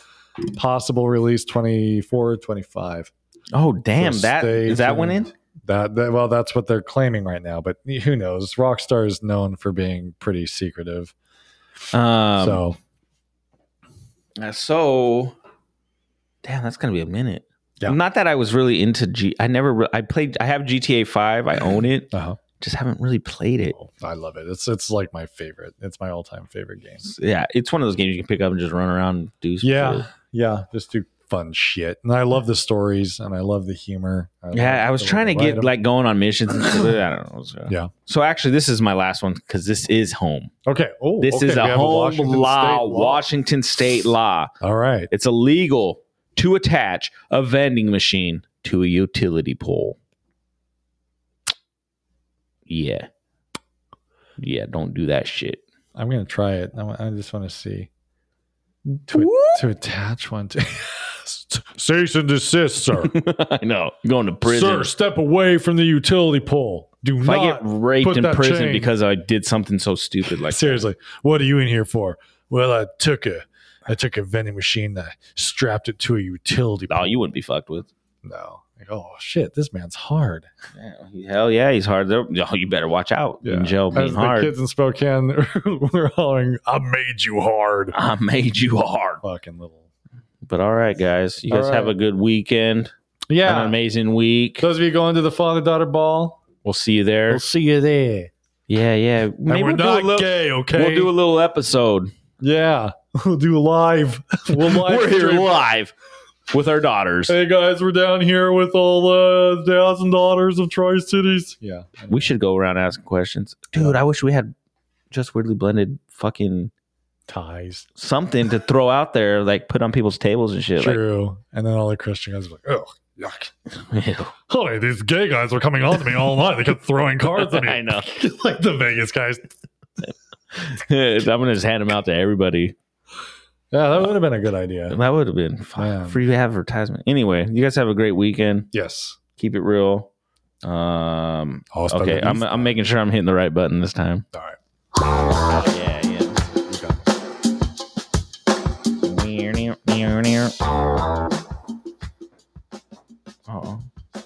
Speaker 1: Possible release 24, 25.
Speaker 2: Oh damn,
Speaker 1: So
Speaker 2: that
Speaker 1: stay
Speaker 2: is that one
Speaker 1: tuned.
Speaker 2: in?
Speaker 1: That, that well, that's what they're claiming right now. But who knows? Rockstar is known for being pretty secretive.
Speaker 2: Um so.
Speaker 1: so
Speaker 2: Uh, so damn, that's gonna be a minute.
Speaker 1: Yeah.
Speaker 2: Not that I was really into G I never re- I played I have GTA five, I own it,
Speaker 1: uh-huh.
Speaker 2: just haven't really played it.
Speaker 1: I love it. It's it's like my favorite. It's my all time favorite game.
Speaker 2: Yeah, it's one of those games you can pick up and just run around and do some shit.
Speaker 1: Yeah, yeah, just do fun shit. And I love the stories, and I love the humor.
Speaker 2: Yeah, I was trying to get like going on missions. And stuff, but I don't know. So.
Speaker 1: Yeah.
Speaker 2: So actually, this is my last one because this is home.
Speaker 1: okay. Oh,
Speaker 2: This
Speaker 1: okay,
Speaker 2: is
Speaker 1: we have
Speaker 2: a home
Speaker 1: Washington
Speaker 2: law,
Speaker 1: State
Speaker 2: Washington state law.
Speaker 1: All right.
Speaker 2: It's illegal to attach a vending machine to a utility pole. Yeah. Yeah, don't do that shit.
Speaker 1: I'm gonna try it. I, wa- I just want to see to, to attach one to. Cease and desist, sir.
Speaker 2: I know. Going to prison.
Speaker 1: Sir, step away from the utility pole. Do
Speaker 2: if I get
Speaker 1: not
Speaker 2: raped
Speaker 1: put
Speaker 2: in
Speaker 1: that
Speaker 2: prison
Speaker 1: chain-
Speaker 2: because I did something so stupid like
Speaker 1: seriously. What are you in here for? Well, I took a, I took a vending machine. I strapped it to a utility.
Speaker 2: oh,
Speaker 1: pole.
Speaker 2: you wouldn't be fucked with.
Speaker 1: no. Like, oh shit, this man's hard.
Speaker 2: Yeah, hell yeah, he's hard. They're- Oh, you better watch out
Speaker 1: Yeah.
Speaker 2: in jail being
Speaker 1: As the
Speaker 2: hard.
Speaker 1: kids in Spokane were hollering, "I made you hard."
Speaker 2: I made you hard.
Speaker 1: Fucking little.
Speaker 2: But all right, guys, you
Speaker 1: All
Speaker 2: guys have a
Speaker 1: right.
Speaker 2: good weekend. An
Speaker 1: Yeah.
Speaker 2: amazing week.
Speaker 1: Those of you going to the father daughter ball,
Speaker 2: We'll see you there.
Speaker 3: We'll see you there.
Speaker 2: Yeah, yeah.
Speaker 1: and
Speaker 2: Maybe
Speaker 1: we're
Speaker 2: we'll do a
Speaker 1: not
Speaker 2: little-
Speaker 1: gay, okay?
Speaker 2: We'll do a little episode.
Speaker 1: yeah. We'll do live. we'll live
Speaker 2: We're here
Speaker 1: stream. Uh,
Speaker 2: live with our daughters.
Speaker 1: Hey guys, we're down here with all uh, thousand daughters of Tri Cities. Yeah.
Speaker 2: We should go around asking questions. Dude, I wish we had just weirdly blended fucking
Speaker 1: ties.
Speaker 2: something to throw out there, like put on people's tables and shit.
Speaker 1: True. and then all the Christian guys were like, oh, yuck.
Speaker 2: Like, ew.
Speaker 1: Holy, these gay guys were coming on to me all night. They kept throwing cards at
Speaker 2: I
Speaker 1: me.
Speaker 2: know.
Speaker 1: like the Vegas guys.
Speaker 2: I'm gonna just hand them out to everybody.
Speaker 1: Yeah, that would have been a good idea.
Speaker 2: That would have been fuck,
Speaker 1: Man.
Speaker 2: free advertisement. Anyway, you guys have a great weekend.
Speaker 1: Yes.
Speaker 2: Keep it real. Um,
Speaker 1: Hasta la
Speaker 2: okay, I'm,
Speaker 1: vista.
Speaker 2: I'm making sure I'm hitting the right button this time.
Speaker 1: All right.
Speaker 2: Yeah, yeah.
Speaker 1: You got it.
Speaker 2: Uh oh.